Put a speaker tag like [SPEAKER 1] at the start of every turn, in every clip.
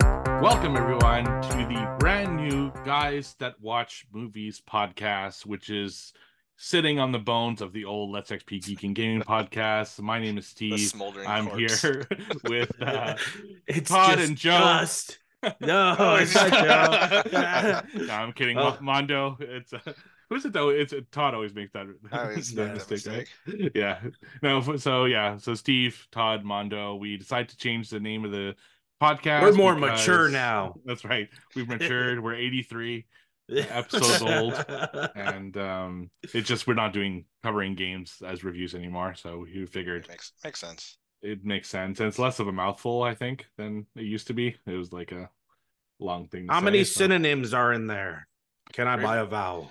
[SPEAKER 1] Welcome, everyone, to the brand new Guys That Watch Movies podcast, which is sitting on the bones of the old Let's XP Geek and Gaming podcast. My name is
[SPEAKER 2] The
[SPEAKER 1] Steve.
[SPEAKER 2] smoldering
[SPEAKER 1] I'm
[SPEAKER 2] corpse.
[SPEAKER 1] here with uh,
[SPEAKER 3] It's
[SPEAKER 1] Todd
[SPEAKER 3] just
[SPEAKER 1] and Joe. Oh,
[SPEAKER 3] dust. No, it's not Joe.
[SPEAKER 1] no, I'm kidding,
[SPEAKER 3] Oh.
[SPEAKER 1] Mondo. It's uh, who is it though? It's Todd always makes that,
[SPEAKER 2] I always
[SPEAKER 1] that
[SPEAKER 2] make that
[SPEAKER 1] right? Yeah. No. f- So yeah. So Steve, Todd, Mondo. We decided to change the name of the podcast.
[SPEAKER 3] We're more mature
[SPEAKER 1] because-
[SPEAKER 3] now.
[SPEAKER 1] That's right. We've matured. We're 83, episode's old. and um, it's just we're not doing covering games as reviews anymore. So we figured
[SPEAKER 2] It makes makes sense.
[SPEAKER 1] it makes sense, and it's less of a mouthful, I think, than it used to be. It was like a long thing. To
[SPEAKER 3] How
[SPEAKER 1] say,
[SPEAKER 3] many
[SPEAKER 1] so-
[SPEAKER 3] synonyms are in there? Can I
[SPEAKER 2] Right.
[SPEAKER 3] buy a vowel?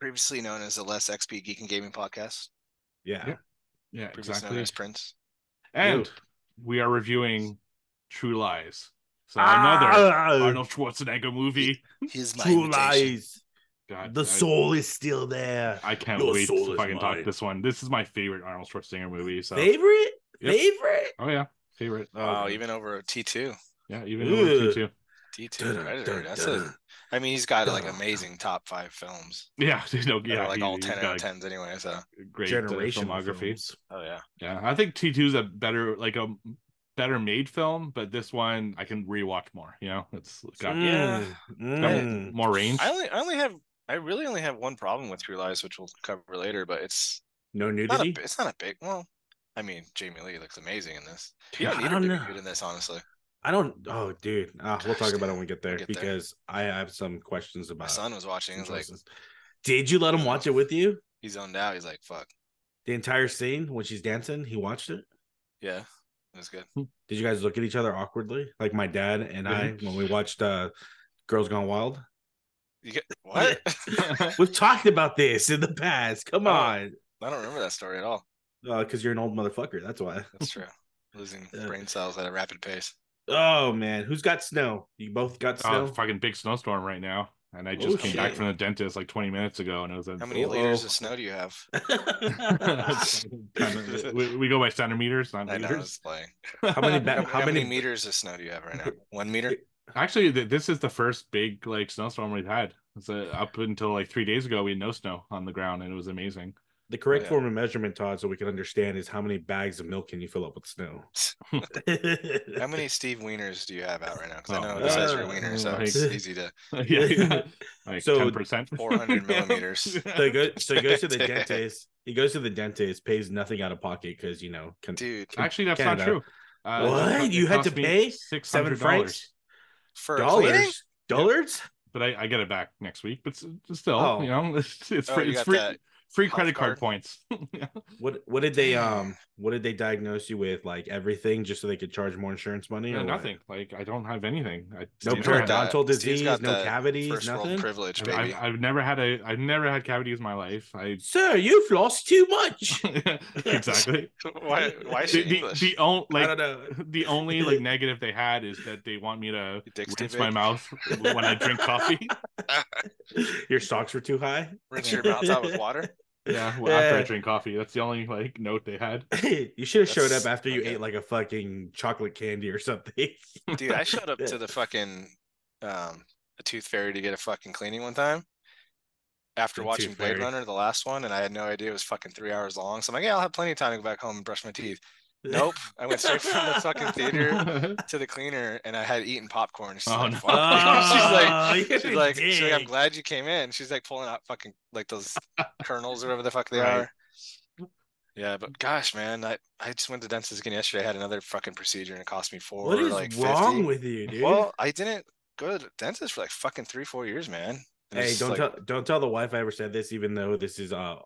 [SPEAKER 2] Previously known as the Less XP Geek and Gaming Podcast.
[SPEAKER 3] Yeah.
[SPEAKER 1] Yeah. uh, Yeah,
[SPEAKER 2] Previously
[SPEAKER 1] exactly.
[SPEAKER 2] known as Prince.
[SPEAKER 1] And we are reviewing True Lies. So another
[SPEAKER 3] Ah,
[SPEAKER 1] Arnold Schwarzenegger movie.
[SPEAKER 2] He's my
[SPEAKER 3] True
[SPEAKER 2] imitation.
[SPEAKER 3] lies.
[SPEAKER 1] God,
[SPEAKER 3] The
[SPEAKER 1] I-
[SPEAKER 3] soul is still there.
[SPEAKER 1] I can't
[SPEAKER 3] Your
[SPEAKER 1] wait
[SPEAKER 3] soul
[SPEAKER 1] to
[SPEAKER 3] is
[SPEAKER 1] fucking talk
[SPEAKER 3] mine.
[SPEAKER 1] this one. This is my favorite Arnold Schwarzenegger movie. So
[SPEAKER 3] Favorite?
[SPEAKER 1] Yep.
[SPEAKER 3] Favorite?
[SPEAKER 1] oh yeah, favorite.
[SPEAKER 2] Wow, even over T two.
[SPEAKER 1] yeah, even over
[SPEAKER 3] Ugh.
[SPEAKER 1] two.
[SPEAKER 2] T two
[SPEAKER 3] Dun,
[SPEAKER 2] Predator.
[SPEAKER 3] dun,
[SPEAKER 2] That's a
[SPEAKER 3] dun.
[SPEAKER 2] I mean he's got like
[SPEAKER 3] Dun.
[SPEAKER 2] amazing top five films.
[SPEAKER 1] Yeah, no,
[SPEAKER 2] Yeah,
[SPEAKER 1] yeah,
[SPEAKER 2] like
[SPEAKER 1] he-
[SPEAKER 2] all
[SPEAKER 1] he's
[SPEAKER 2] ten out
[SPEAKER 1] got
[SPEAKER 2] of tens anyway, so
[SPEAKER 1] Great uh,
[SPEAKER 3] Generation
[SPEAKER 1] filmography.
[SPEAKER 3] films.
[SPEAKER 2] oh yeah.
[SPEAKER 1] Yeah, I think T two is a better, like a better made film, but this one I can rewatch more. You know, it's got
[SPEAKER 3] Mm,
[SPEAKER 2] Yeah.
[SPEAKER 3] mm.
[SPEAKER 1] more range.
[SPEAKER 2] I only I only have I really only have one problem with True Lies, which we'll cover later, but it's
[SPEAKER 3] No
[SPEAKER 2] not a,
[SPEAKER 3] nudity.
[SPEAKER 2] bi- it's not a big well I mean Jamie Lee looks amazing in this. You
[SPEAKER 3] Yeah,
[SPEAKER 2] don't
[SPEAKER 3] I
[SPEAKER 2] need her to
[SPEAKER 3] don't
[SPEAKER 2] be
[SPEAKER 3] know.
[SPEAKER 2] good in this, honestly.
[SPEAKER 3] I don't. Oh, dude. Ah, we'll
[SPEAKER 2] Gosh,
[SPEAKER 3] talk about it
[SPEAKER 2] damn.
[SPEAKER 3] when we get there
[SPEAKER 2] get there.
[SPEAKER 3] because I have some questions
[SPEAKER 2] My
[SPEAKER 3] about.
[SPEAKER 2] son was watching, he's like
[SPEAKER 3] choices. Did you let him watch it with you?
[SPEAKER 2] he zoned out, he's like, fuck.
[SPEAKER 3] The entire scene when she's dancing, he watched it.
[SPEAKER 2] Yeah. It was good.
[SPEAKER 3] Did you guys look at each other awkwardly, like my dad and I
[SPEAKER 2] Mm-hmm.
[SPEAKER 3] when we watched uh, Girls Gone Wild?
[SPEAKER 2] You get what?
[SPEAKER 1] Oh,
[SPEAKER 3] We've talked about this in the past. Come
[SPEAKER 2] Oh.
[SPEAKER 3] on,
[SPEAKER 2] I don't remember that story at all.
[SPEAKER 3] because you're an old motherfucker. That's why.
[SPEAKER 2] That's true. Losing
[SPEAKER 3] Yeah.
[SPEAKER 2] brain cells at a rapid pace.
[SPEAKER 3] Oh man, who's got snow? You both got
[SPEAKER 1] oh,
[SPEAKER 3] snow.
[SPEAKER 1] fucking big snowstorm right now, and I
[SPEAKER 3] Oh,
[SPEAKER 1] just came back
[SPEAKER 3] shit.
[SPEAKER 1] from the dentist like 20 minutes ago, and it was a,
[SPEAKER 2] How many
[SPEAKER 3] Uh-oh.
[SPEAKER 2] liters of snow do you have?
[SPEAKER 1] we, we go by centimeters, not
[SPEAKER 2] I know
[SPEAKER 1] meters.
[SPEAKER 2] it's like
[SPEAKER 3] How many ba-
[SPEAKER 2] how,
[SPEAKER 3] how
[SPEAKER 2] many,
[SPEAKER 3] many-
[SPEAKER 2] meters of snow do you have right now? One meter.
[SPEAKER 1] Actually, th- this is the first big like snowstorm we've had. It's uh, up until like three days ago, we had no snow on the ground, and it was amazing.
[SPEAKER 3] the correct
[SPEAKER 2] Oh, Yeah.
[SPEAKER 3] form of measurement, Todd, so we can understand, is how many bags of milk can you fill up with snow?
[SPEAKER 2] How many Steve Wieners do you have out right now? Because
[SPEAKER 1] Oh,
[SPEAKER 2] I know this is your
[SPEAKER 3] uh,
[SPEAKER 2] wiener, so
[SPEAKER 1] like-
[SPEAKER 2] it's easy to
[SPEAKER 1] yeah, like
[SPEAKER 3] So,
[SPEAKER 1] 10%.
[SPEAKER 2] 400 millimeters.
[SPEAKER 3] so he goes so he goes to the dentist. He goes to the dentist, pays nothing out of pocket because you know can,
[SPEAKER 2] dude
[SPEAKER 1] Actually, that's not
[SPEAKER 3] Canada.
[SPEAKER 1] true. Uh, it
[SPEAKER 3] What?
[SPEAKER 1] co- it
[SPEAKER 3] You had
[SPEAKER 1] cost
[SPEAKER 3] to
[SPEAKER 1] me
[SPEAKER 3] pay
[SPEAKER 1] $600,
[SPEAKER 3] francs?
[SPEAKER 2] for cleaning?
[SPEAKER 3] dollars dollars.
[SPEAKER 1] But I, I get it back next week. But s- still,
[SPEAKER 3] Oh.
[SPEAKER 1] you know, it's, it's
[SPEAKER 2] Oh,
[SPEAKER 1] free.
[SPEAKER 2] you
[SPEAKER 1] It's
[SPEAKER 2] got
[SPEAKER 1] free,
[SPEAKER 2] that
[SPEAKER 1] free
[SPEAKER 2] health
[SPEAKER 1] credit card,
[SPEAKER 2] card?
[SPEAKER 1] points. Yeah.
[SPEAKER 3] What what did they
[SPEAKER 2] Damn.
[SPEAKER 3] um what did they diagnose you with? Like everything, just so they could charge more insurance money?
[SPEAKER 1] No,
[SPEAKER 3] or what?
[SPEAKER 1] nothing. Like I don't have anything. I,
[SPEAKER 3] No
[SPEAKER 1] I've never
[SPEAKER 2] got that.
[SPEAKER 3] periodontal
[SPEAKER 2] Steve's
[SPEAKER 3] disease,
[SPEAKER 2] got
[SPEAKER 3] no
[SPEAKER 2] that
[SPEAKER 3] cavities,
[SPEAKER 2] First
[SPEAKER 3] nothing.
[SPEAKER 2] world privilege,
[SPEAKER 1] had-
[SPEAKER 2] baby.
[SPEAKER 1] I've, I've never had a. I've never had cavities in my life. I
[SPEAKER 3] Sir, you floss too much.
[SPEAKER 1] exactly.
[SPEAKER 2] why? Why is she
[SPEAKER 1] The, the,
[SPEAKER 2] English?
[SPEAKER 1] the only
[SPEAKER 3] I
[SPEAKER 1] like
[SPEAKER 3] don't know.
[SPEAKER 1] the only like negative they had is that they want me to
[SPEAKER 2] Your dick's too
[SPEAKER 1] rinse my
[SPEAKER 2] big.
[SPEAKER 1] mouth when I drink coffee.
[SPEAKER 3] Your socks were too high.
[SPEAKER 2] Rinse your mouth out with water.
[SPEAKER 1] Yeah, well, after I
[SPEAKER 3] Yeah.
[SPEAKER 1] drink coffee, that's the only like note they had.
[SPEAKER 3] you should have showed
[SPEAKER 2] That's-
[SPEAKER 3] up after you
[SPEAKER 2] okay.
[SPEAKER 3] ate like a fucking chocolate candy or something.
[SPEAKER 2] Dude, I showed up to the fucking um the tooth fairy to get a fucking cleaning one time after
[SPEAKER 3] The
[SPEAKER 2] watching
[SPEAKER 3] Tooth
[SPEAKER 2] Blade
[SPEAKER 3] Fairy.
[SPEAKER 2] Runner, the last one, and I had no idea it was fucking three hours long. So I'm like, yeah, I'll have plenty of time to go back home and brush my teeth. Nope. I went straight from the fucking theater to the cleaner and I had eaten popcorn. She's
[SPEAKER 1] Oh,
[SPEAKER 2] like,
[SPEAKER 1] no.
[SPEAKER 2] "Fuck." she's like,
[SPEAKER 3] Oh, you're
[SPEAKER 2] she's
[SPEAKER 3] a
[SPEAKER 2] like, she's like, I'm
[SPEAKER 3] dick.
[SPEAKER 2] glad you came in. She's like pulling out fucking like those kernels or whatever the fuck they
[SPEAKER 1] Right.
[SPEAKER 2] are. Yeah, but gosh, man, I, I just went to dentist again yesterday. I had another fucking procedure and it cost me four
[SPEAKER 3] What is
[SPEAKER 2] like
[SPEAKER 3] wrong
[SPEAKER 2] 50.
[SPEAKER 3] with you, dude?
[SPEAKER 2] Well, I didn't go to the dentist for like fucking three, four years, man. And it's
[SPEAKER 3] Hey,
[SPEAKER 2] just
[SPEAKER 3] don't
[SPEAKER 2] like,
[SPEAKER 3] tell don't tell the wife I ever said this, even though this is a,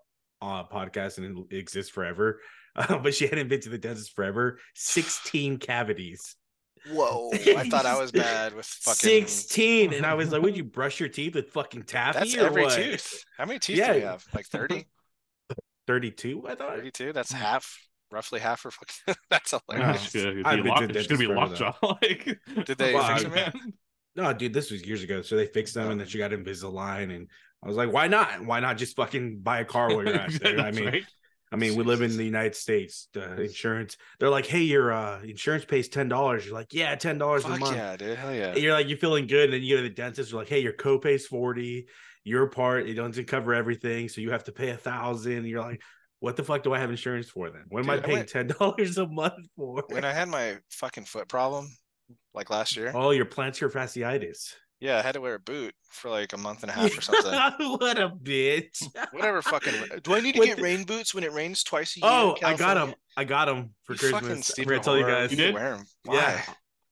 [SPEAKER 3] a podcast and it exists forever. Uh, but she hadn't been to the dentist forever. Sixteen cavities.
[SPEAKER 2] Whoa, I thought I was bad with fucking.
[SPEAKER 3] Sixteen, and I was like, "Would you brush your teeth with fucking taffy?"
[SPEAKER 2] That's
[SPEAKER 3] or
[SPEAKER 2] every
[SPEAKER 3] what?
[SPEAKER 2] tooth. How many teeth do we
[SPEAKER 3] Yeah.
[SPEAKER 2] have? Like 30,
[SPEAKER 3] Thirty-two, I thought.
[SPEAKER 2] 32? That's
[SPEAKER 3] Mm.
[SPEAKER 2] half, roughly half for fucking. That's
[SPEAKER 3] Oh,
[SPEAKER 1] Yeah,
[SPEAKER 2] hilarious.
[SPEAKER 1] it's gonna be
[SPEAKER 3] I've been
[SPEAKER 1] lock-
[SPEAKER 3] to
[SPEAKER 1] it's gonna be
[SPEAKER 3] dentists
[SPEAKER 1] lockjaw. Like,
[SPEAKER 2] Did they
[SPEAKER 3] fix
[SPEAKER 1] fuck,
[SPEAKER 3] them
[SPEAKER 2] yet?
[SPEAKER 1] man.
[SPEAKER 3] No, dude, this was years ago. So they fixed them, and then she got Invisalign, and I was like, "Why not? Why not just fucking buy a car while you're at it?" I
[SPEAKER 1] That's
[SPEAKER 3] mean,
[SPEAKER 1] right.
[SPEAKER 3] I mean, we live in the United States. The insurance, they're like, hey, your uh, insurance pays ten dollars. You're like, yeah, ten dollars a
[SPEAKER 2] Fuck
[SPEAKER 3] month.
[SPEAKER 2] yeah, dude. Hell yeah.
[SPEAKER 3] And you're like, you're feeling good, and then you go to the dentist. You're like, hey, your copay's forty. Your part it doesn't cover everything, so you have to pay a thousand. You're like, what the fuck do I have insurance for then? What am I
[SPEAKER 2] Dude, I
[SPEAKER 3] paying
[SPEAKER 2] went-
[SPEAKER 3] ten dollars a month for?
[SPEAKER 2] When I had my fucking foot problem, like last year,
[SPEAKER 3] oh, your plantar fasciitis.
[SPEAKER 2] yeah, I had to wear a boot for like a month and a half or something.
[SPEAKER 3] what a bitch.
[SPEAKER 2] Whatever fucking. Do I need to
[SPEAKER 3] What
[SPEAKER 2] get
[SPEAKER 3] the-
[SPEAKER 2] rain boots when it rains twice a year? in
[SPEAKER 3] Oh, I got
[SPEAKER 2] California?
[SPEAKER 3] him. I got him for
[SPEAKER 2] You fucking
[SPEAKER 3] Christmas. I'm
[SPEAKER 2] Stephen
[SPEAKER 3] gonna tell you
[SPEAKER 2] Horror.
[SPEAKER 3] guys.
[SPEAKER 1] You
[SPEAKER 2] You
[SPEAKER 1] did?
[SPEAKER 2] wear 'em. Why?
[SPEAKER 3] Yeah.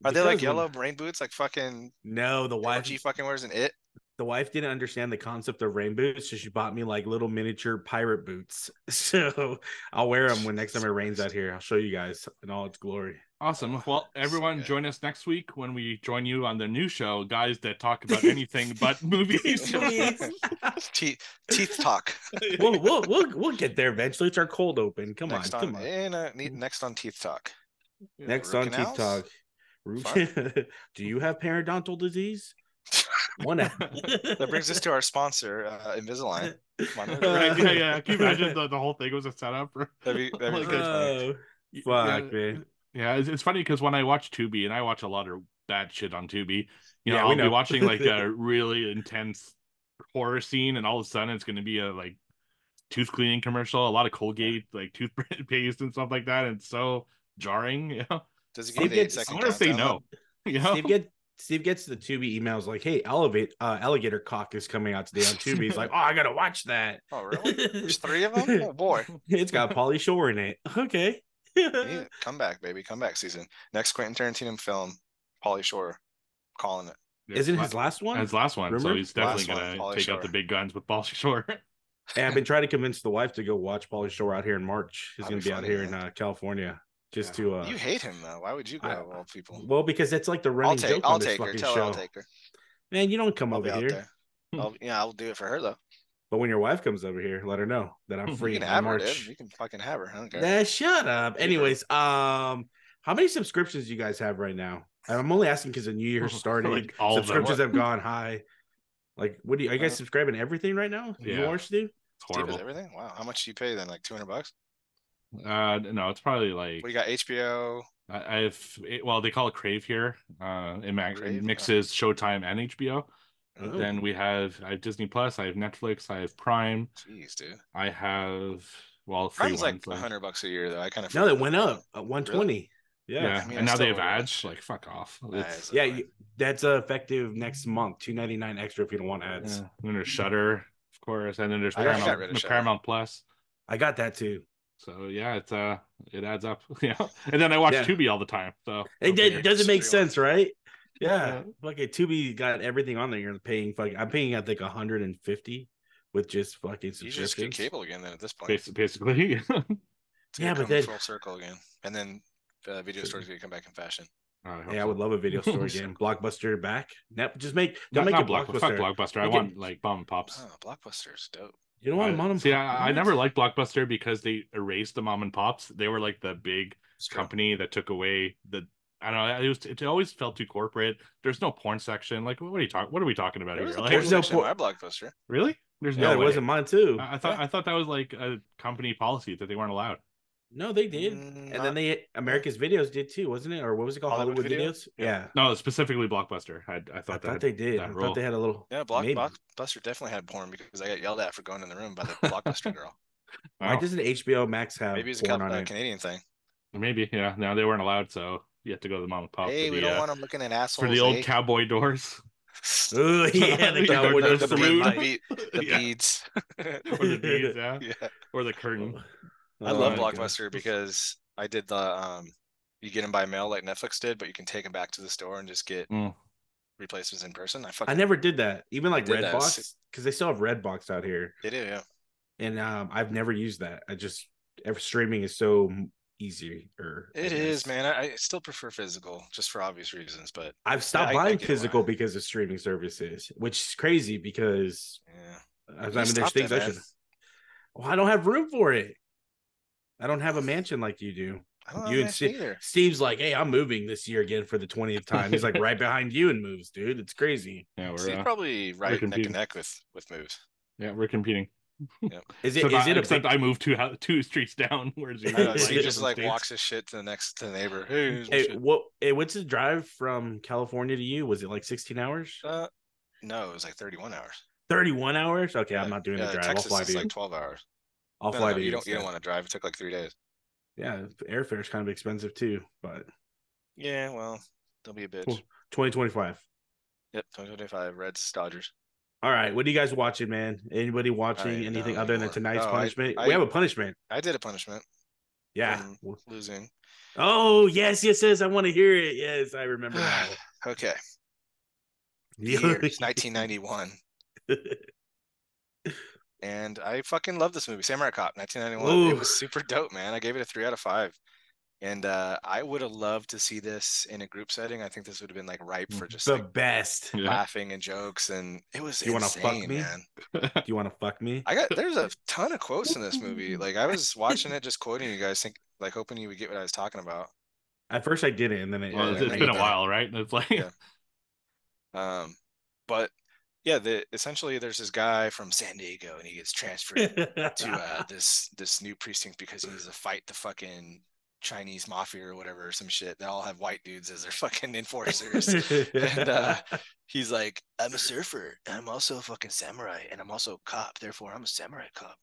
[SPEAKER 2] Are they like
[SPEAKER 3] Because when-
[SPEAKER 2] yellow rain boots? Like fucking
[SPEAKER 3] No, the wife.
[SPEAKER 2] YG fucking wears an it.
[SPEAKER 3] The wife didn't understand the concept of rain boots, so she bought me like little miniature pirate boots. So I'll wear them when next time it rains out here. I'll show you guys in all its glory.
[SPEAKER 1] Awesome. Well,
[SPEAKER 2] So
[SPEAKER 1] everyone,
[SPEAKER 2] good.
[SPEAKER 1] join us next week when we join you on the new show, guys that talk about anything but movies.
[SPEAKER 2] Teeth, teeth talk.
[SPEAKER 3] we'll, we'll we'll we'll get there eventually. It's our cold open. Come
[SPEAKER 2] next
[SPEAKER 3] on,
[SPEAKER 2] on,
[SPEAKER 3] come on. Mm.
[SPEAKER 2] eh, no, ne- next on teeth talk.
[SPEAKER 3] Next
[SPEAKER 2] root
[SPEAKER 3] on
[SPEAKER 2] canals?
[SPEAKER 3] TikTok. Root- Do you have periodontal disease? One. out.
[SPEAKER 2] That brings us to our sponsor, uh, Invisalign. monitor.
[SPEAKER 1] Right, yeah, yeah. Can you imagine the, the whole thing was a setup? For...
[SPEAKER 2] That'd be, that'd be
[SPEAKER 1] Oh,
[SPEAKER 2] good.
[SPEAKER 3] Oh,
[SPEAKER 1] Yeah.
[SPEAKER 3] fuck, man.
[SPEAKER 1] Yeah, it's, it's funny because when I watch Tubi, and I watch a lot of bad shit on Tubi, you know,
[SPEAKER 3] Yeah, we
[SPEAKER 1] I'll be
[SPEAKER 3] know.
[SPEAKER 1] watching like a really intense horror scene, and all of a sudden it's going to be a like tooth cleaning commercial, a lot of Colgate like toothpaste and stuff like that, and it's so jarring. You know,
[SPEAKER 2] Does it
[SPEAKER 3] Steve
[SPEAKER 2] give you the eight
[SPEAKER 3] gets- I
[SPEAKER 1] I
[SPEAKER 2] second
[SPEAKER 1] want to say no.
[SPEAKER 2] countdown?
[SPEAKER 1] You know?
[SPEAKER 3] Steve get Steve gets the Tubi emails like, "Hey, Elevate uh, Alligator Cock is coming out today on Tubi." He's like, "Oh, I gotta watch that."
[SPEAKER 2] Oh, really? There's three of them? Oh, boy.
[SPEAKER 3] it's got Polly Shore in it. Okay.
[SPEAKER 2] Yeah, comeback, baby. Comeback season. Next Quentin Tarantino film, Polly Shore, calling it.
[SPEAKER 1] Yeah,
[SPEAKER 3] Isn't
[SPEAKER 1] la-
[SPEAKER 3] his last one?
[SPEAKER 1] his last one? So
[SPEAKER 3] Rumor?
[SPEAKER 1] he's definitely
[SPEAKER 2] Last one,
[SPEAKER 1] going to
[SPEAKER 2] Pauly
[SPEAKER 1] take out the
[SPEAKER 2] Shore.
[SPEAKER 1] big guns with Paul Shore.
[SPEAKER 3] And I've been trying to convince the wife to go watch Polly Shore out here in March. He's
[SPEAKER 2] That'd
[SPEAKER 3] gonna
[SPEAKER 2] be
[SPEAKER 3] be out
[SPEAKER 2] funny,
[SPEAKER 3] here in
[SPEAKER 2] man.
[SPEAKER 3] uh, California just
[SPEAKER 1] Yeah.
[SPEAKER 3] to uh,
[SPEAKER 2] You hate him though. Why would you go
[SPEAKER 3] I-
[SPEAKER 2] of all people?
[SPEAKER 3] well, because that's like the running
[SPEAKER 2] I'll take.
[SPEAKER 3] joke
[SPEAKER 2] I'll
[SPEAKER 3] on this
[SPEAKER 2] take her.
[SPEAKER 3] fucking
[SPEAKER 2] Tell her
[SPEAKER 3] show.
[SPEAKER 2] I'll take her.
[SPEAKER 3] Man, you don't come
[SPEAKER 2] I'll be
[SPEAKER 3] over
[SPEAKER 2] out
[SPEAKER 3] here. Hmm.
[SPEAKER 2] there. I'll, yeah, I'll do it for her though.
[SPEAKER 3] But when your wife comes over here, let her know that I'm
[SPEAKER 1] You
[SPEAKER 3] free
[SPEAKER 2] You can
[SPEAKER 3] in
[SPEAKER 2] have her,
[SPEAKER 3] March.
[SPEAKER 2] dude. You can fucking have her. I don't care.
[SPEAKER 3] Nah, shut up.
[SPEAKER 2] Yeah.
[SPEAKER 3] Anyways, um, how many subscriptions do you guys have right now? I'm only asking because the new year started.
[SPEAKER 1] Like, all of them.
[SPEAKER 3] subscriptions have gone high. Like, what do you? Are you guys
[SPEAKER 2] Uh,
[SPEAKER 3] subscribing to everything right now? You
[SPEAKER 1] yeah.
[SPEAKER 3] are Stu?
[SPEAKER 1] It's
[SPEAKER 2] Steve is
[SPEAKER 1] horrible.
[SPEAKER 2] everything. Wow. How much do you pay then? Like two hundred bucks.
[SPEAKER 1] Uh, no, it's probably like
[SPEAKER 2] We got HBO.
[SPEAKER 1] I- I've it, well, they call it Crave here. Uh, it, max,
[SPEAKER 2] Crave,
[SPEAKER 1] it
[SPEAKER 2] yeah.
[SPEAKER 1] mixes
[SPEAKER 3] Uh.
[SPEAKER 1] Showtime and HBO.
[SPEAKER 3] Oh.
[SPEAKER 1] Then we have I have Disney Plus. I have Netflix. I have Prime.
[SPEAKER 2] Jeez, dude.
[SPEAKER 1] I have well, free
[SPEAKER 2] Prime's like
[SPEAKER 1] ones, like-
[SPEAKER 2] hundred bucks a year though. I kind of.
[SPEAKER 3] No, they went up at 120.
[SPEAKER 1] Yeah,
[SPEAKER 3] Yeah,
[SPEAKER 2] I mean,
[SPEAKER 1] and
[SPEAKER 2] I
[SPEAKER 1] now they
[SPEAKER 2] still
[SPEAKER 1] have
[SPEAKER 2] order that
[SPEAKER 1] ads.
[SPEAKER 2] shit.
[SPEAKER 1] Like fuck off.
[SPEAKER 2] Nah,
[SPEAKER 1] It's,
[SPEAKER 2] it's
[SPEAKER 3] yeah,
[SPEAKER 2] fine.
[SPEAKER 3] you, that's uh, effective next month. 2.99 extra if you don't want ads.
[SPEAKER 1] yeah. Then there's Shutter, of course, and then there's
[SPEAKER 3] I got
[SPEAKER 1] Paramount,
[SPEAKER 2] rid of Shudder.
[SPEAKER 1] Paramount Plus.
[SPEAKER 3] I got that too.
[SPEAKER 1] So yeah, it's uh, it adds up. Yeah, and then I watch
[SPEAKER 3] Yeah.
[SPEAKER 1] Tubi all the time. So
[SPEAKER 3] It,
[SPEAKER 1] Okay.
[SPEAKER 3] it doesn't make
[SPEAKER 2] Streaming.
[SPEAKER 3] sense, right? Yeah,
[SPEAKER 1] Yeah.
[SPEAKER 3] fucking Tubi got everything on there. You're paying fucking. I'm paying I think 150 with just fucking
[SPEAKER 2] You should just get
[SPEAKER 3] subscriptions.
[SPEAKER 2] cable again then at this point.
[SPEAKER 1] Basi- basically,
[SPEAKER 2] It's gonna
[SPEAKER 3] Yeah, but
[SPEAKER 2] come
[SPEAKER 3] then-
[SPEAKER 2] full circle again, and then uh, video stores gonna come back in fashion.
[SPEAKER 1] I hope
[SPEAKER 3] Yeah, I
[SPEAKER 1] so.
[SPEAKER 3] would love a video store game. Blockbuster back. Nep, just make
[SPEAKER 1] Not,
[SPEAKER 3] don't make
[SPEAKER 1] not
[SPEAKER 3] it
[SPEAKER 1] blockbuster.
[SPEAKER 3] blockbuster.
[SPEAKER 1] Fuck blockbuster. I
[SPEAKER 3] Make it-
[SPEAKER 1] want like bomb and pops.
[SPEAKER 2] Oh, Blockbuster's dope.
[SPEAKER 3] You don't want a
[SPEAKER 1] I-
[SPEAKER 3] mono.
[SPEAKER 1] See, I, I
[SPEAKER 3] what?
[SPEAKER 1] never liked Blockbuster because they erased the mom and pops. They were like the big
[SPEAKER 2] It's true.
[SPEAKER 1] company that took away the. I don't know. It, was, it always felt too corporate. There's no porn section. Like, what are you talking? What are we talking about here?
[SPEAKER 2] There was a
[SPEAKER 1] Like,
[SPEAKER 2] porn
[SPEAKER 3] There's no
[SPEAKER 2] section
[SPEAKER 3] por-
[SPEAKER 2] at my Blockbuster.
[SPEAKER 1] really? There's
[SPEAKER 3] Yeah,
[SPEAKER 1] no.
[SPEAKER 3] it
[SPEAKER 1] way.
[SPEAKER 3] wasn't mine too.
[SPEAKER 1] I, I thought.
[SPEAKER 3] Yeah.
[SPEAKER 1] I thought that was like a company policy that they weren't allowed.
[SPEAKER 3] no, they did.
[SPEAKER 2] Mm,
[SPEAKER 3] and
[SPEAKER 2] not-
[SPEAKER 3] then they America's Videos did too, wasn't it? Or what was it called?
[SPEAKER 2] Hollywood
[SPEAKER 3] Hollywood,
[SPEAKER 2] Video?
[SPEAKER 3] Videos. Yeah,
[SPEAKER 1] No, specifically Blockbuster. I, I
[SPEAKER 3] I
[SPEAKER 1] thought
[SPEAKER 3] thought
[SPEAKER 1] that.
[SPEAKER 3] they did.
[SPEAKER 1] that
[SPEAKER 3] I
[SPEAKER 1] rule.
[SPEAKER 3] thought they had a little.
[SPEAKER 2] Yeah, Block,
[SPEAKER 3] maybe.
[SPEAKER 2] Blockbuster definitely had porn because I got yelled at for going in the room by the Blockbuster girl.
[SPEAKER 3] Why
[SPEAKER 1] Wow.
[SPEAKER 3] doesn't HBO Max have
[SPEAKER 2] Maybe it's a
[SPEAKER 3] porn
[SPEAKER 2] Cal-
[SPEAKER 3] on
[SPEAKER 2] uh,
[SPEAKER 3] it?
[SPEAKER 2] Canadian thing.
[SPEAKER 1] Maybe. Yeah. No, they weren't allowed. So you have to go to the mom and pop.
[SPEAKER 2] hey,
[SPEAKER 1] for
[SPEAKER 2] we
[SPEAKER 1] the,
[SPEAKER 2] don't
[SPEAKER 1] uh,
[SPEAKER 2] want eh? them looking at assholes.
[SPEAKER 1] for the old
[SPEAKER 2] hey.
[SPEAKER 1] cowboy doors.
[SPEAKER 3] Oh yeah, the
[SPEAKER 1] Yeah,
[SPEAKER 3] cowboy
[SPEAKER 1] the-
[SPEAKER 3] does
[SPEAKER 2] the,
[SPEAKER 1] the
[SPEAKER 3] the
[SPEAKER 2] bead-
[SPEAKER 1] blue
[SPEAKER 2] the,
[SPEAKER 1] light.
[SPEAKER 2] bead- the
[SPEAKER 1] Yeah.
[SPEAKER 2] beads.
[SPEAKER 1] Or the beads, yeah.
[SPEAKER 2] yeah.
[SPEAKER 1] Or the curtain.
[SPEAKER 3] Oh
[SPEAKER 2] I
[SPEAKER 1] my
[SPEAKER 2] love
[SPEAKER 1] God.
[SPEAKER 2] Blockbuster because I did the um, you get them by mail like Netflix did, but you can take them back to the store and just get
[SPEAKER 1] Mm.
[SPEAKER 2] replacements in person. I
[SPEAKER 3] I
[SPEAKER 2] fucking
[SPEAKER 3] never did that. Even like
[SPEAKER 2] did that.
[SPEAKER 3] Redbox, because they still have Redbox out here,
[SPEAKER 2] they do. Yeah,
[SPEAKER 3] and um, I've never used that. I just every streaming is so easier. I
[SPEAKER 2] it
[SPEAKER 3] guess.
[SPEAKER 2] is, man. I, I still prefer physical just for obvious reasons, but
[SPEAKER 3] I've stopped
[SPEAKER 2] I- I
[SPEAKER 3] buying
[SPEAKER 2] get why.
[SPEAKER 3] physical because of streaming services, which is crazy because
[SPEAKER 2] yeah.
[SPEAKER 3] I, I
[SPEAKER 2] You
[SPEAKER 3] mean, there's
[SPEAKER 2] stopped
[SPEAKER 3] things
[SPEAKER 2] that,
[SPEAKER 3] I
[SPEAKER 2] man.
[SPEAKER 3] should. Well, I don't have room for it. I don't have a mansion like you do.
[SPEAKER 2] I don't
[SPEAKER 3] You
[SPEAKER 2] know
[SPEAKER 3] and
[SPEAKER 2] that
[SPEAKER 3] Steve-
[SPEAKER 2] either.
[SPEAKER 3] Steve's like, "Hey, I'm moving this year again for the 20th time." He's like right behind you and moves, dude. It's crazy.
[SPEAKER 1] Yeah, we're
[SPEAKER 2] Steve's
[SPEAKER 1] uh,
[SPEAKER 2] probably right neck
[SPEAKER 1] confused.
[SPEAKER 2] and neck with with moves.
[SPEAKER 1] yeah we're competing.
[SPEAKER 3] Is it?
[SPEAKER 1] So
[SPEAKER 3] Is
[SPEAKER 1] not-
[SPEAKER 3] it a
[SPEAKER 1] except
[SPEAKER 3] big,
[SPEAKER 1] I moved two hou- two streets down, whereas you
[SPEAKER 2] I know, so
[SPEAKER 3] Like
[SPEAKER 2] he just
[SPEAKER 1] different
[SPEAKER 2] like
[SPEAKER 1] states.
[SPEAKER 2] walks his shit to the next to the neighbor. Hey, here's my
[SPEAKER 3] Hey,
[SPEAKER 2] shit.
[SPEAKER 3] what? Hey, what's the drive from California to you? Was it like sixteen hours?
[SPEAKER 2] Uh, no, it was like 31 hours.
[SPEAKER 3] Thirty-one hours? Okay, I'm
[SPEAKER 2] Yeah,
[SPEAKER 3] not doing
[SPEAKER 2] yeah,
[SPEAKER 3] the drive.
[SPEAKER 2] Texas
[SPEAKER 3] I'll fly
[SPEAKER 2] is
[SPEAKER 3] to you.
[SPEAKER 2] like 12 hours.
[SPEAKER 3] I'll
[SPEAKER 2] No,
[SPEAKER 3] fly
[SPEAKER 2] no,
[SPEAKER 3] to
[SPEAKER 2] you don't. You
[SPEAKER 3] instead.
[SPEAKER 2] don't want to drive. It took like three days.
[SPEAKER 3] Yeah, airfare's kind of expensive too, but
[SPEAKER 2] Yeah, well, don't be a bitch.
[SPEAKER 3] Cool. twenty twenty-five.
[SPEAKER 2] Yep, 2025 Reds Dodgers.
[SPEAKER 3] All right, what are you guys watching, man? Anybody watching
[SPEAKER 2] even
[SPEAKER 3] anything
[SPEAKER 2] know
[SPEAKER 3] other than
[SPEAKER 2] anymore.
[SPEAKER 3] tonight's
[SPEAKER 2] No, I-
[SPEAKER 3] punishment?
[SPEAKER 2] I-
[SPEAKER 3] we have a punishment.
[SPEAKER 2] I did a punishment.
[SPEAKER 3] Yeah.
[SPEAKER 2] Um, losing.
[SPEAKER 3] Oh yes, yes, yes. I want to hear it. Yes, I remember now.
[SPEAKER 2] Okay. Years, 1991. And I fucking love this movie, Samurai Cop, 1991. It
[SPEAKER 3] Ooh.
[SPEAKER 2] was super dope, man. I gave it a three out of five. And uh, I would have loved to see this in a group setting. I think this would have been like ripe for just
[SPEAKER 3] the
[SPEAKER 2] like,
[SPEAKER 3] best. Do
[SPEAKER 1] Yeah.
[SPEAKER 2] laughing and jokes. And it was
[SPEAKER 3] You wanna
[SPEAKER 2] insane,
[SPEAKER 3] fuck me?
[SPEAKER 2] man.
[SPEAKER 3] you want to fuck me?
[SPEAKER 2] I got there's a ton of quotes in this movie. Like I was watching it, just quoting you guys, think like hoping you would get what I was talking about.
[SPEAKER 3] At first, I didn't, and then it,
[SPEAKER 1] Well,
[SPEAKER 2] Yeah,
[SPEAKER 1] it's- it's
[SPEAKER 2] right.
[SPEAKER 1] been a while, right? It's like
[SPEAKER 2] Yeah. Um, but yeah, the essentially there's this guy from San Diego, and he gets transferred to uh, this this new precinct because he needs to fight the fucking Chinese mafia or whatever, or some shit. They all have white dudes as their fucking enforcers. and, uh, He's like, I'm a surfer, and I'm also a fucking samurai, and I'm also a cop. Therefore, I'm a samurai cop.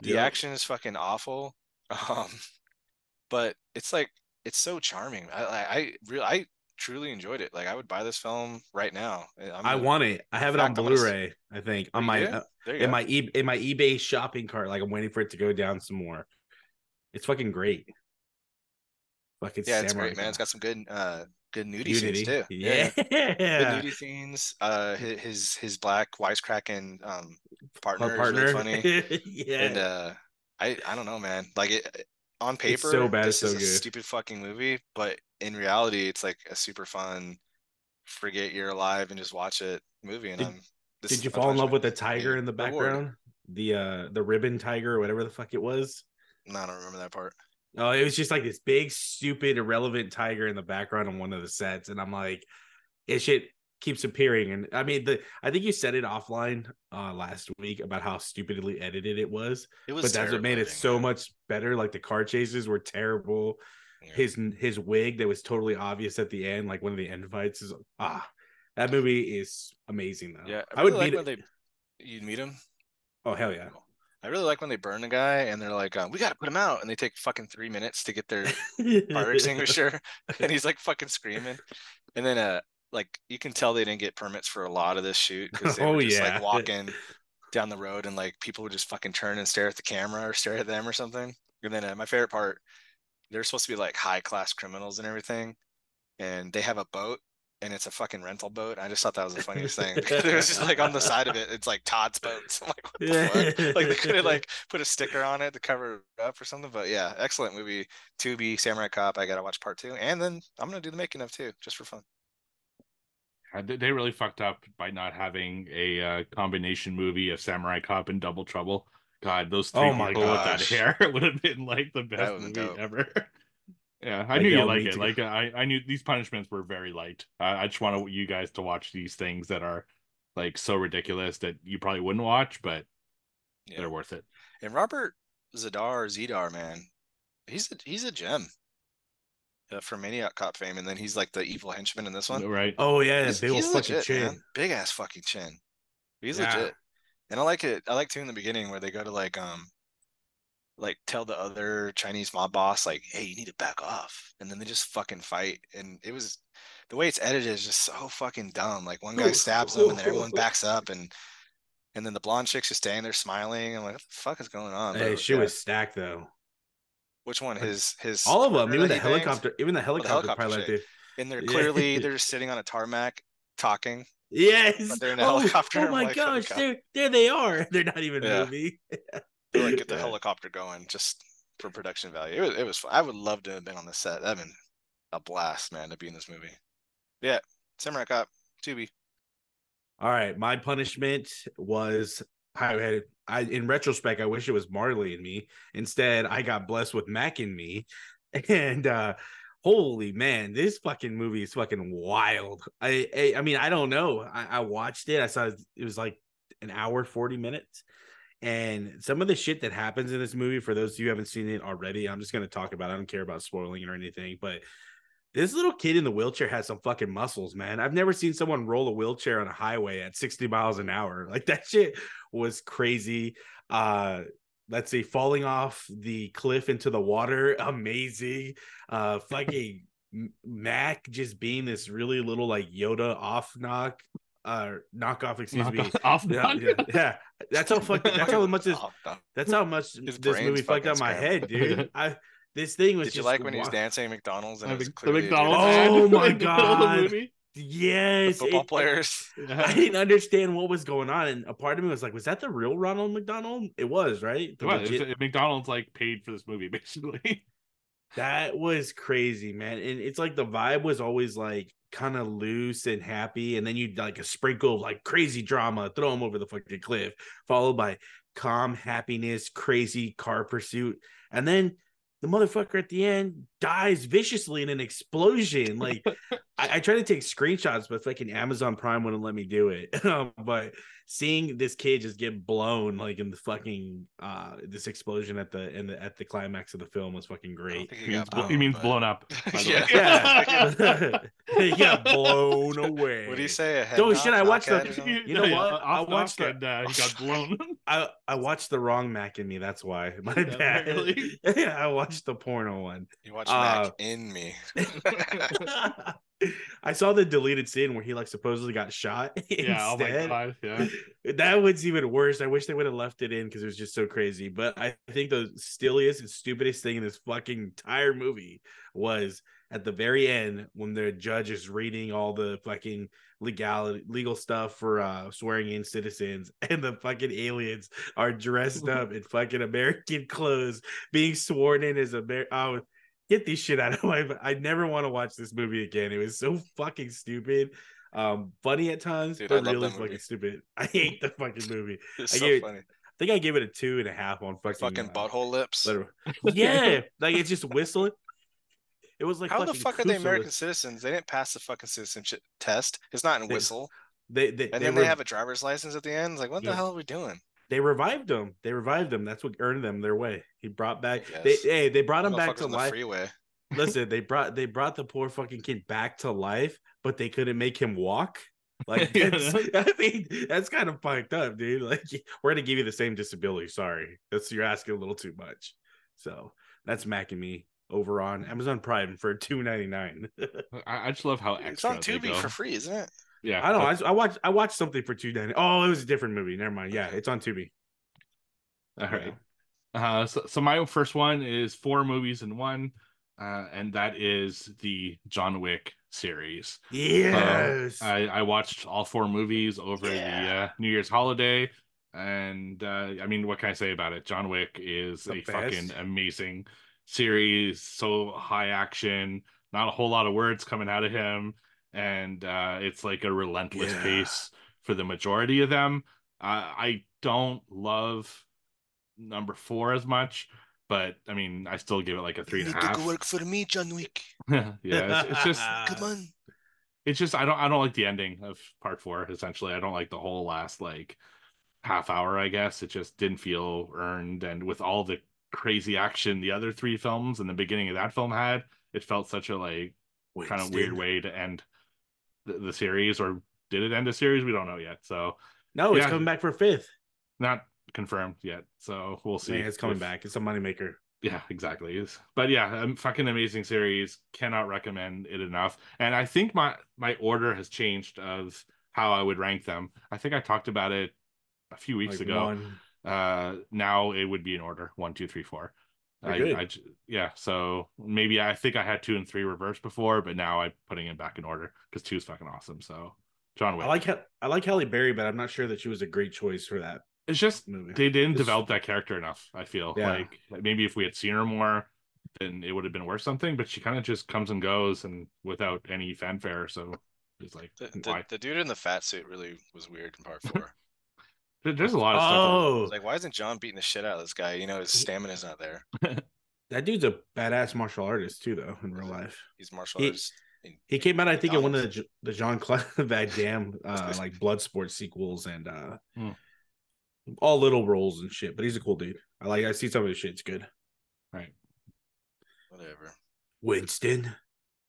[SPEAKER 2] The
[SPEAKER 3] Yeah.
[SPEAKER 2] action is fucking awful, um, but it's like it's so charming. I I, I really I truly enjoyed it. Like I would buy this film right now. I'm
[SPEAKER 3] I
[SPEAKER 2] gonna-
[SPEAKER 3] want it. I have it
[SPEAKER 2] fact, I'm
[SPEAKER 3] on
[SPEAKER 2] gonna s-
[SPEAKER 3] Blu-ray. I think on
[SPEAKER 2] You
[SPEAKER 3] my
[SPEAKER 2] do?
[SPEAKER 3] uh,
[SPEAKER 2] There you
[SPEAKER 3] in
[SPEAKER 2] go.
[SPEAKER 3] my e- in my eBay shopping cart. Like I'm waiting for it to go down some more. It's fucking great. Fucking
[SPEAKER 2] yeah, it's
[SPEAKER 3] samurai
[SPEAKER 2] great, man. It's
[SPEAKER 3] guy.
[SPEAKER 2] got some good uh good nudie
[SPEAKER 3] Unity.
[SPEAKER 2] scenes too.
[SPEAKER 3] Yeah.
[SPEAKER 2] The nudie scenes, uh, hi- his his black wisecracking um partner,
[SPEAKER 3] Her
[SPEAKER 2] partner.
[SPEAKER 3] uh, partner.
[SPEAKER 2] is really funny,
[SPEAKER 3] yeah.
[SPEAKER 2] and uh, I I don't know, man. Like it it- on paper,
[SPEAKER 3] so bad,
[SPEAKER 2] this is
[SPEAKER 3] it's so
[SPEAKER 2] a
[SPEAKER 3] good.
[SPEAKER 2] stupid fucking movie, but in reality, it's like a super fun, forget you're alive and just watch it movie. And
[SPEAKER 3] Did-
[SPEAKER 2] I'm. This
[SPEAKER 3] Did
[SPEAKER 2] is
[SPEAKER 3] you
[SPEAKER 2] my
[SPEAKER 3] fall in love
[SPEAKER 2] punishment.
[SPEAKER 3] with the
[SPEAKER 2] This is my
[SPEAKER 3] tiger in the
[SPEAKER 2] reward.
[SPEAKER 3] background? The uh the ribbon tiger or whatever the fuck it was.
[SPEAKER 2] No, I don't remember that part.
[SPEAKER 3] Oh, it was just like this big, stupid, irrelevant tiger in the background on one of the sets, and I'm like, it shit keeps appearing. And I mean, the I think you said it offline uh last week about how stupidly edited it was,
[SPEAKER 2] It was.
[SPEAKER 3] but that's what made it
[SPEAKER 2] terrible,
[SPEAKER 3] so
[SPEAKER 2] man.
[SPEAKER 3] much better. Like the car chases were terrible.
[SPEAKER 2] Yeah.
[SPEAKER 3] His his wig that was totally obvious at the end, like one of the end fights, is ah, that movie is amazing though.
[SPEAKER 2] Yeah,
[SPEAKER 3] I, would
[SPEAKER 2] like
[SPEAKER 3] beat
[SPEAKER 2] when
[SPEAKER 3] it.
[SPEAKER 2] they. You meet him.
[SPEAKER 3] Oh hell yeah.
[SPEAKER 2] I really like when they burn the guy and they're like, uh, "We gotta put him out," and they take fucking three minutes to get their fire extinguisher and he's like fucking screaming and then uh like you can tell they didn't get permits for a lot of this shoot because they
[SPEAKER 3] Oh,
[SPEAKER 2] were just
[SPEAKER 3] yeah.
[SPEAKER 2] like walking down the road and like people would just fucking turn and stare at the camera or stare at them or something and then uh, my favorite part they're supposed to be like high class criminals and everything and they have a boat and it's a fucking rental boat. I just thought that was the funniest thing. because it was just like on the side of it, it's like Todd's boats. I'm like, what the fuck? like they could have like put a sticker on it to cover it up or something. But yeah, excellent movie. To be Samurai Cop. I gotta watch part two, and then I'm gonna do the making of too, just for fun.
[SPEAKER 1] Yeah, they- they really fucked up by not having a uh, combination movie of Samurai Cop and Double Trouble. God, those three
[SPEAKER 3] Oh my
[SPEAKER 1] people
[SPEAKER 2] gosh.
[SPEAKER 1] with that hair would have been like the best
[SPEAKER 2] would've
[SPEAKER 1] movie
[SPEAKER 2] been dope.
[SPEAKER 1] ever. Yeah, I
[SPEAKER 3] Like,
[SPEAKER 1] knew
[SPEAKER 3] they
[SPEAKER 1] you
[SPEAKER 3] all
[SPEAKER 1] like
[SPEAKER 3] need
[SPEAKER 1] it.
[SPEAKER 3] to go-
[SPEAKER 1] Like I, I knew these punishments were very light. I, I just want you guys to watch these things that are like so ridiculous that you probably wouldn't watch, but
[SPEAKER 2] Yeah.
[SPEAKER 1] they're worth it.
[SPEAKER 2] And Robert Zadar, Zidar, man, he's a, he's a gem uh, for Maniac Cop fame, and then he's like the evil henchman in this one.
[SPEAKER 1] Right?
[SPEAKER 3] Oh yeah,
[SPEAKER 2] He's-
[SPEAKER 3] big old
[SPEAKER 2] he's
[SPEAKER 3] fucking
[SPEAKER 2] legit,
[SPEAKER 3] chin.
[SPEAKER 2] man. Big ass fucking chin. He's
[SPEAKER 1] Yeah.
[SPEAKER 2] legit. And I like it. I like too in the beginning where they go to like um like tell the other Chinese mob boss like, hey, you need to back off. And then they just fucking fight. And it was the way it's edited is just so fucking dumb. Like one guy
[SPEAKER 3] Oof.
[SPEAKER 2] stabs him and then everyone backs up and and then the blonde chick's just standing there smiling. I'm like, what the fuck is going on?
[SPEAKER 3] Hey,
[SPEAKER 2] But
[SPEAKER 3] she
[SPEAKER 2] yeah.
[SPEAKER 3] was stacked though.
[SPEAKER 2] which one? His his
[SPEAKER 3] All of them,
[SPEAKER 2] partner that
[SPEAKER 3] even the
[SPEAKER 2] he banged?
[SPEAKER 3] helicopter, even the helicopter,
[SPEAKER 2] helicopter chick.
[SPEAKER 3] pilot. Dude.
[SPEAKER 2] And they're
[SPEAKER 3] Yeah.
[SPEAKER 2] clearly they're just sitting on a tarmac talking.
[SPEAKER 3] Yes.
[SPEAKER 2] But they're in a
[SPEAKER 3] oh,
[SPEAKER 2] helicopter,
[SPEAKER 3] Oh
[SPEAKER 2] I'm
[SPEAKER 3] my
[SPEAKER 2] like, oh my
[SPEAKER 3] gosh,
[SPEAKER 2] God.
[SPEAKER 3] there, there they are. They're not even
[SPEAKER 2] Yeah.
[SPEAKER 3] moving.
[SPEAKER 2] to, like get the
[SPEAKER 3] Yeah.
[SPEAKER 2] helicopter going just for production value. It was, it was fun. I would love to have been on the set. That'd been a blast, man, to be in this movie. Yeah, Samurai Cop, Tubi.
[SPEAKER 3] All right, my punishment was I had I in retrospect I wish it was Marley and me. Instead, I got blessed with Mac and me. And uh holy man, this fucking movie is fucking wild. I I, I mean, I don't know. I, I watched it. I saw it was like an hour 40 minutes And some of the shit that happens in this movie, for those of you who haven't seen it already, I'm just going to talk about. It. I don't care about spoiling it or anything, but this little kid in the wheelchair has some fucking muscles, man. I've never seen someone roll a wheelchair on a highway at 60 miles an hour. Like that shit was crazy. Uh let's see, falling off the cliff into the water, amazing. Uh fucking Mac just being this really little like Yoda off knock uh knockoff, excuse
[SPEAKER 1] Knock
[SPEAKER 3] me.
[SPEAKER 1] off- off
[SPEAKER 3] Yeah,
[SPEAKER 1] knock.
[SPEAKER 3] yeah, yeah. that's how fuck. That's how much this.
[SPEAKER 2] Oh, no.
[SPEAKER 3] That's how much
[SPEAKER 2] His
[SPEAKER 3] this
[SPEAKER 2] brain's
[SPEAKER 3] movie fucked
[SPEAKER 2] fucking
[SPEAKER 3] up my head,
[SPEAKER 2] scrambled.
[SPEAKER 3] dude. I this thing was
[SPEAKER 2] Did you
[SPEAKER 3] just
[SPEAKER 2] like when he was
[SPEAKER 3] wa-
[SPEAKER 2] dancing at McDonald's and
[SPEAKER 1] The
[SPEAKER 2] it was
[SPEAKER 1] Mc- the
[SPEAKER 2] clearly a dude
[SPEAKER 1] McDonald's ad
[SPEAKER 2] in
[SPEAKER 3] Oh
[SPEAKER 1] in the middle
[SPEAKER 3] my
[SPEAKER 1] of the
[SPEAKER 3] God.
[SPEAKER 1] movie?
[SPEAKER 2] the
[SPEAKER 3] Yes,
[SPEAKER 2] football
[SPEAKER 3] it-
[SPEAKER 2] players?
[SPEAKER 3] I didn't understand what was going on, and a part of me was like, "Was that the real Ronald McDonald?" It was, right? The
[SPEAKER 1] Well, it's-
[SPEAKER 3] legit-
[SPEAKER 1] McDonald's like paid for this movie basically.
[SPEAKER 3] That was crazy, man. And it's like the vibe was always like kind of loose and happy. And then you'd like a sprinkle of like crazy drama, throw him over the fucking cliff, followed by calm happiness, crazy car pursuit. And then the motherfucker at the end dies viciously in an explosion. Like I, I tried to take screenshots, but fucking Amazon Prime wouldn't let me do it. Um, but seeing this kid just get blown like in the fucking uh this explosion at the in the at the climax of the film was fucking
[SPEAKER 2] I don't
[SPEAKER 3] great.
[SPEAKER 2] think
[SPEAKER 1] He
[SPEAKER 2] he
[SPEAKER 1] means,
[SPEAKER 2] got
[SPEAKER 1] blo-
[SPEAKER 2] blown,
[SPEAKER 1] he means
[SPEAKER 2] but-
[SPEAKER 1] blown up. by the
[SPEAKER 2] Yeah.
[SPEAKER 1] way.
[SPEAKER 3] yeah. he got blown away.
[SPEAKER 2] What do you say? A head
[SPEAKER 3] Oh,
[SPEAKER 2] knock,
[SPEAKER 3] shit, I watched the-
[SPEAKER 2] knockhead or something?
[SPEAKER 1] You,
[SPEAKER 3] You know
[SPEAKER 1] yeah,
[SPEAKER 3] what?
[SPEAKER 1] off
[SPEAKER 3] I
[SPEAKER 1] knock
[SPEAKER 3] watched the-
[SPEAKER 1] and, uh, he got blown.
[SPEAKER 3] I, I watched the wrong Mac in me. That's why. My
[SPEAKER 1] Yeah,
[SPEAKER 3] bad.
[SPEAKER 1] really.
[SPEAKER 3] yeah, I watched the porno one.
[SPEAKER 2] You watch
[SPEAKER 3] Uh,
[SPEAKER 2] Mac in me.
[SPEAKER 3] I saw the deleted scene where he like supposedly got shot.
[SPEAKER 1] yeah. Oh my
[SPEAKER 3] instead.
[SPEAKER 1] god. Yeah.
[SPEAKER 3] that one's even worse. I wish they would have left it in because it was just so crazy. But I think the stilliest and stupidest thing in this fucking entire movie was at the very end when the judge is reading all the fucking legality legal stuff for uh swearing in citizens and the fucking aliens are dressed up in fucking American clothes being sworn in as Amer oh get this shit out of my I never want to watch this movie again. It was so fucking stupid. Um funny at times,
[SPEAKER 2] Dude, I
[SPEAKER 3] but
[SPEAKER 2] love
[SPEAKER 3] really
[SPEAKER 2] that movie.
[SPEAKER 3] fucking stupid. I hate the fucking movie. I
[SPEAKER 2] It's
[SPEAKER 3] I
[SPEAKER 2] so
[SPEAKER 3] gave-
[SPEAKER 2] funny.
[SPEAKER 3] think I gave it a two and a half on fucking,
[SPEAKER 2] Fucking
[SPEAKER 3] uh,
[SPEAKER 2] butthole lips.
[SPEAKER 3] letter- Yeah. like it's just whistling. It was like
[SPEAKER 2] How the
[SPEAKER 3] fucking
[SPEAKER 2] fuck are they
[SPEAKER 3] Kusa
[SPEAKER 2] American
[SPEAKER 3] was-
[SPEAKER 2] citizens? They didn't pass the fucking citizenship test. It's not in
[SPEAKER 3] They-
[SPEAKER 2] whistle.
[SPEAKER 3] They they,
[SPEAKER 2] And
[SPEAKER 3] they,
[SPEAKER 2] then they
[SPEAKER 3] rev-
[SPEAKER 2] have a driver's license at the end. It's like, what
[SPEAKER 3] Yeah.
[SPEAKER 2] the hell are we doing?
[SPEAKER 3] they revived them. They revived them. That's what earned them their way. He brought back
[SPEAKER 2] I
[SPEAKER 3] they
[SPEAKER 2] guess.
[SPEAKER 3] hey, they brought him back
[SPEAKER 2] Motherfuckers
[SPEAKER 3] to
[SPEAKER 2] on the
[SPEAKER 3] life.
[SPEAKER 2] freeway.
[SPEAKER 3] Listen, they brought they brought the poor fucking kid back to life, but they couldn't make him walk. Like
[SPEAKER 1] Yeah.
[SPEAKER 3] that's, I mean, that's kind of fucked up, dude. Like we're gonna give you the same disability. Sorry, that's you're asking a little too much. So that's Mac and me over on Amazon Prime for two ninety nine.
[SPEAKER 1] I, I just love how
[SPEAKER 2] It's
[SPEAKER 1] extra.
[SPEAKER 2] on
[SPEAKER 1] they
[SPEAKER 2] Tubi
[SPEAKER 1] go.
[SPEAKER 2] for free, isn't it?
[SPEAKER 1] Yeah.
[SPEAKER 3] I don't know. I, just- I watched I watched something for two ninety. Oh, it was a different movie. Never mind. Yeah, it's on Tubi.
[SPEAKER 1] All right. Uh, so, so my first one is four movies in one, uh, and that is the John Wick series.
[SPEAKER 3] Yes.
[SPEAKER 1] I, I watched all four movies over
[SPEAKER 2] Yeah.
[SPEAKER 1] the uh, New Year's holiday, and uh, I mean, what can I say about it? John Wick is
[SPEAKER 3] The
[SPEAKER 1] a
[SPEAKER 3] best.
[SPEAKER 1] fucking amazing series. So high action, not a whole lot of words coming out of him, and uh, it's like a relentless
[SPEAKER 3] Yeah.
[SPEAKER 1] pace for the majority of them. Uh, I don't love number four as much, but I mean, I still give it like a three and a half.
[SPEAKER 2] for me, John Wick.
[SPEAKER 1] yeah, it's- it's just
[SPEAKER 3] Uh,
[SPEAKER 2] on.
[SPEAKER 1] it's just I don't I don't like the ending of part four. Essentially, I don't like the whole last like half hour. I guess it just didn't feel earned, and with all the crazy action the other three films and the beginning of that film had, it felt such a like kind of weird
[SPEAKER 3] Winston.
[SPEAKER 1] way to end the, the series. Or did it end a series? We don't know yet. So
[SPEAKER 3] No, it's
[SPEAKER 1] Yeah.
[SPEAKER 3] coming back for fifth.
[SPEAKER 1] not confirmed yet. So we'll see.
[SPEAKER 3] Man, it's coming
[SPEAKER 1] if-
[SPEAKER 3] back. It's a moneymaker.
[SPEAKER 1] yeah exactly It's- but yeah um, fucking amazing series cannot recommend it enough and i think my my order has changed of how i would rank them i think i talked about it a few weeks
[SPEAKER 3] Like,
[SPEAKER 1] ago
[SPEAKER 3] one.
[SPEAKER 1] uh now it would be in order one two three four
[SPEAKER 3] Very
[SPEAKER 1] I,
[SPEAKER 3] good.
[SPEAKER 1] I j- yeah so maybe i think i had two and three reversed before but now i'm putting it back in order because two is fucking awesome so john wick
[SPEAKER 3] I like Ha- I like Halle Berry, but I'm not sure that she was a great choice for that
[SPEAKER 1] it's just
[SPEAKER 3] movie.
[SPEAKER 1] they didn't
[SPEAKER 3] It's-
[SPEAKER 1] develop that character enough. I feel
[SPEAKER 3] Yeah.
[SPEAKER 1] like maybe if we had seen her more, then it would have been worth something. But she kind of just comes and goes and without any fanfare. So it's like
[SPEAKER 2] The,
[SPEAKER 1] why?
[SPEAKER 2] the, the dude in the fat suit really was weird in part four.
[SPEAKER 1] There- There's a lot of stuff.
[SPEAKER 2] I
[SPEAKER 3] oh,
[SPEAKER 2] was like, why isn't John beating the shit out of this guy? You know, his stamina's not there.
[SPEAKER 3] that dude's a badass martial artist too, though in real life.
[SPEAKER 2] He's martial
[SPEAKER 3] He-
[SPEAKER 2] arts.
[SPEAKER 3] He came out, I think, in one of the J- the Jean Claude Van Damme uh, like blood sports sequels and uh,
[SPEAKER 1] Hmm.
[SPEAKER 3] all little roles and shit. But he's a cool dude. I like. I see some of his shit. It's good.
[SPEAKER 2] Whatever.
[SPEAKER 3] Winston,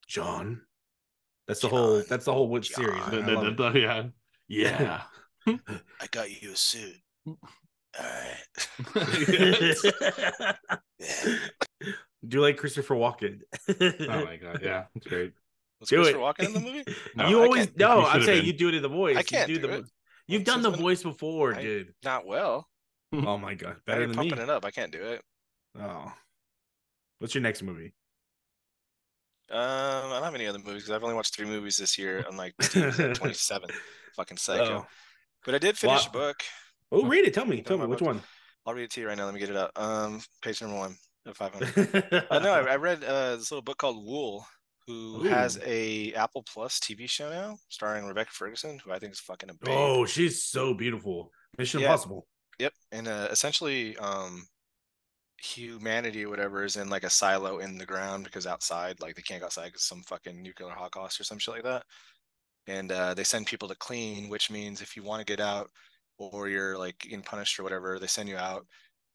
[SPEAKER 3] John. That's the whole.
[SPEAKER 2] John.
[SPEAKER 3] That's the whole Witch
[SPEAKER 2] John.
[SPEAKER 3] series. man. Oh, I
[SPEAKER 1] The- the-
[SPEAKER 3] love it.
[SPEAKER 1] the- yeah. Yeah.
[SPEAKER 2] I got you a suit. All right. Yeah.
[SPEAKER 3] Do you like Christopher Walken?
[SPEAKER 1] oh my god, yeah, it's great.
[SPEAKER 2] Was
[SPEAKER 3] Do it.
[SPEAKER 2] Christopher Walken in the movie?
[SPEAKER 1] No,
[SPEAKER 3] you
[SPEAKER 2] I
[SPEAKER 3] always
[SPEAKER 2] can't-
[SPEAKER 3] no.
[SPEAKER 1] You
[SPEAKER 3] I'm
[SPEAKER 1] should've
[SPEAKER 3] saying
[SPEAKER 1] been.
[SPEAKER 3] you do it in the voice.
[SPEAKER 2] I can't
[SPEAKER 3] You do,
[SPEAKER 2] do
[SPEAKER 3] the,
[SPEAKER 2] it.
[SPEAKER 3] You've
[SPEAKER 2] It's
[SPEAKER 3] done
[SPEAKER 2] just
[SPEAKER 3] the
[SPEAKER 2] been-
[SPEAKER 3] voice before,
[SPEAKER 2] I-
[SPEAKER 3] dude.
[SPEAKER 2] Not well.
[SPEAKER 3] Oh my god,
[SPEAKER 2] Better
[SPEAKER 3] better
[SPEAKER 2] You're
[SPEAKER 3] than me.
[SPEAKER 2] pumping it up. I can't do it.
[SPEAKER 3] Oh, what's your next movie?
[SPEAKER 2] Um, I don't have any other movies 'cause I've only watched three movies this year. I'm like twenty seven, fucking psycho.
[SPEAKER 3] Oh.
[SPEAKER 2] But I did finish a
[SPEAKER 3] Wha-
[SPEAKER 2] book.
[SPEAKER 3] oh, read it. Tell me. Tell
[SPEAKER 2] Tell
[SPEAKER 3] me
[SPEAKER 2] me
[SPEAKER 3] which
[SPEAKER 2] about
[SPEAKER 3] one.
[SPEAKER 2] I'll read it to you right now. Let me get it up. Um, page number one of five hundred. Uh, no, I, I read uh, this little book called Wool, who has
[SPEAKER 3] Ooh.
[SPEAKER 2] a Apple Plus TV show now, starring Rebecca Ferguson, who I think is fucking a babe.
[SPEAKER 3] Oh, she's so beautiful. Mission
[SPEAKER 2] Yeah.
[SPEAKER 3] Impossible.
[SPEAKER 2] Yep, and uh, essentially, um, humanity or whatever is in like a silo in the ground because outside, like they can't go outside because some fucking nuclear holocaust or some shit like that. And uh, they send people to clean, which means if you want to get out or you're like getting punished or whatever, they send you out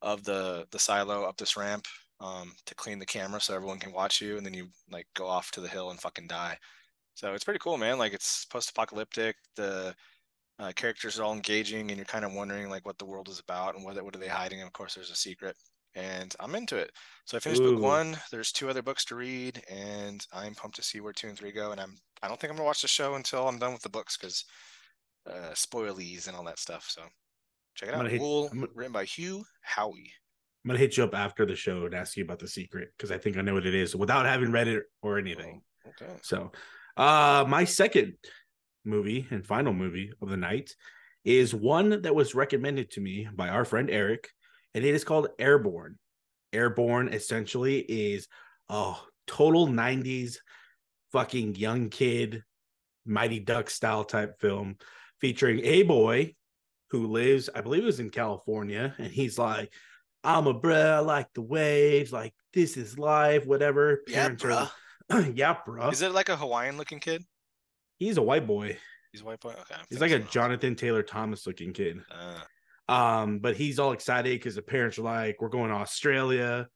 [SPEAKER 2] of the the silo up this ramp um, to clean the camera so everyone can watch you, and then you like go off to the hill and fucking die. So it's pretty cool, man. Like it's post-apocalyptic. The uh, characters are all engaging and you're kind of wondering like what the world is about and what, what are they hiding and of course there's a secret and i'm into it so i finished book
[SPEAKER 3] Ooh.
[SPEAKER 2] one there's two other books to read and i'm pumped to see where two and three go and i'm i don't think i'm gonna watch the show until i'm done with the books because uh spoilies and all that stuff so check it
[SPEAKER 3] I'm
[SPEAKER 2] out
[SPEAKER 3] gonna hit-
[SPEAKER 2] Wool,
[SPEAKER 3] I'm gonna-
[SPEAKER 2] written by hugh howie
[SPEAKER 3] I'm gonna hit you up after the show and ask you about the secret because I think I know what it is without having read it or anything.
[SPEAKER 2] Oh, okay
[SPEAKER 3] So, uh, my second movie and final movie of the night is one that was recommended to me by our friend Eric, and it is called Airborne. Airborne essentially is oh total 90s fucking young kid mighty duck style type film featuring a boy who lives i believe it was in california and he's like i'm a bruh I like the waves like this is life whatever
[SPEAKER 2] yeah
[SPEAKER 3] are-
[SPEAKER 2] bruh.
[SPEAKER 3] yeah, bro.
[SPEAKER 2] is it like a hawaiian looking kid
[SPEAKER 3] He's a white boy.
[SPEAKER 2] he's a white boy okay I'm
[SPEAKER 3] He's
[SPEAKER 2] thinking
[SPEAKER 3] like a
[SPEAKER 2] someone else.
[SPEAKER 3] Jonathan Taylor Thomas looking kid.
[SPEAKER 2] uh,
[SPEAKER 3] Um, but he's all excited because the parents are like, "We're going to Australia,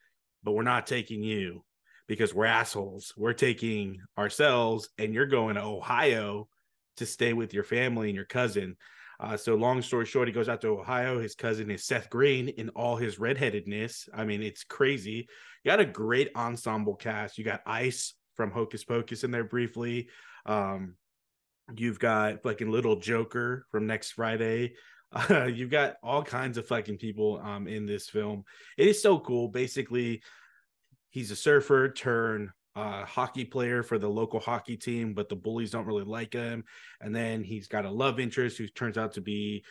[SPEAKER 3] but we're not taking you because we're assholes. We're taking ourselves, and you're going to Ohio to stay with your family and your cousin." Uh, so long story short, he goes out to Ohio. His cousin is Seth Green in all his redheadedness. I mean, it's crazy. You got a great ensemble cast. You got Ice from Hocus Pocus in there briefly. Um, you've got fucking Little Joker from Next Friday. Uh, you've got all kinds of fucking people um, in this film. It is so cool. Basically, he's a surfer turned uh, hockey player for the local hockey team, but the bullies don't really like him. And then he's got a love interest who turns out to be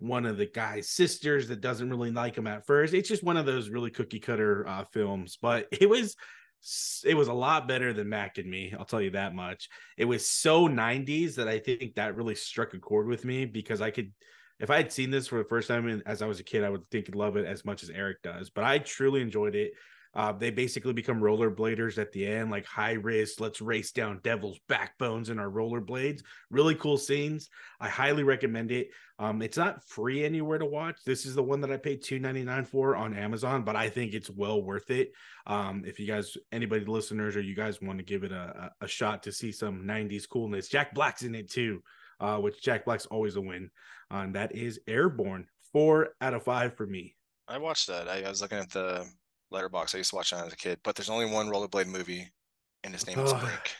[SPEAKER 3] one of the guy's sisters that doesn't really like him at first. It's just one of those really cookie cutter uh, films, but it was it was a lot better than Mac and Me. I'll tell you that much. It was so 90s that I think that really struck a chord with me because I could if I had seen this for the first time in- as I was a kid, I would think and love it as much as Eric does. But I truly enjoyed it. Uh, they basically become rollerbladers at the end, like high risk. Let's race down devil's backbones in our rollerblades. Really cool scenes. I highly recommend it. Um, it's not free anywhere to watch. This is the one that I paid two ninety nine for on Amazon, but I think it's well worth it. Um, if you guys, anybody listeners, or you guys want to give it a, a a shot to see some '90s coolness, Jack Black's in it too, uh, which Jack Black's always a win Uh, and that is Airborne. Four out of five for me.
[SPEAKER 2] I watched that. I, I was looking at the letterbox. I used to watch that as a kid, but there's only one rollerblade movie, and its name is
[SPEAKER 3] Ugh.
[SPEAKER 2] Brink.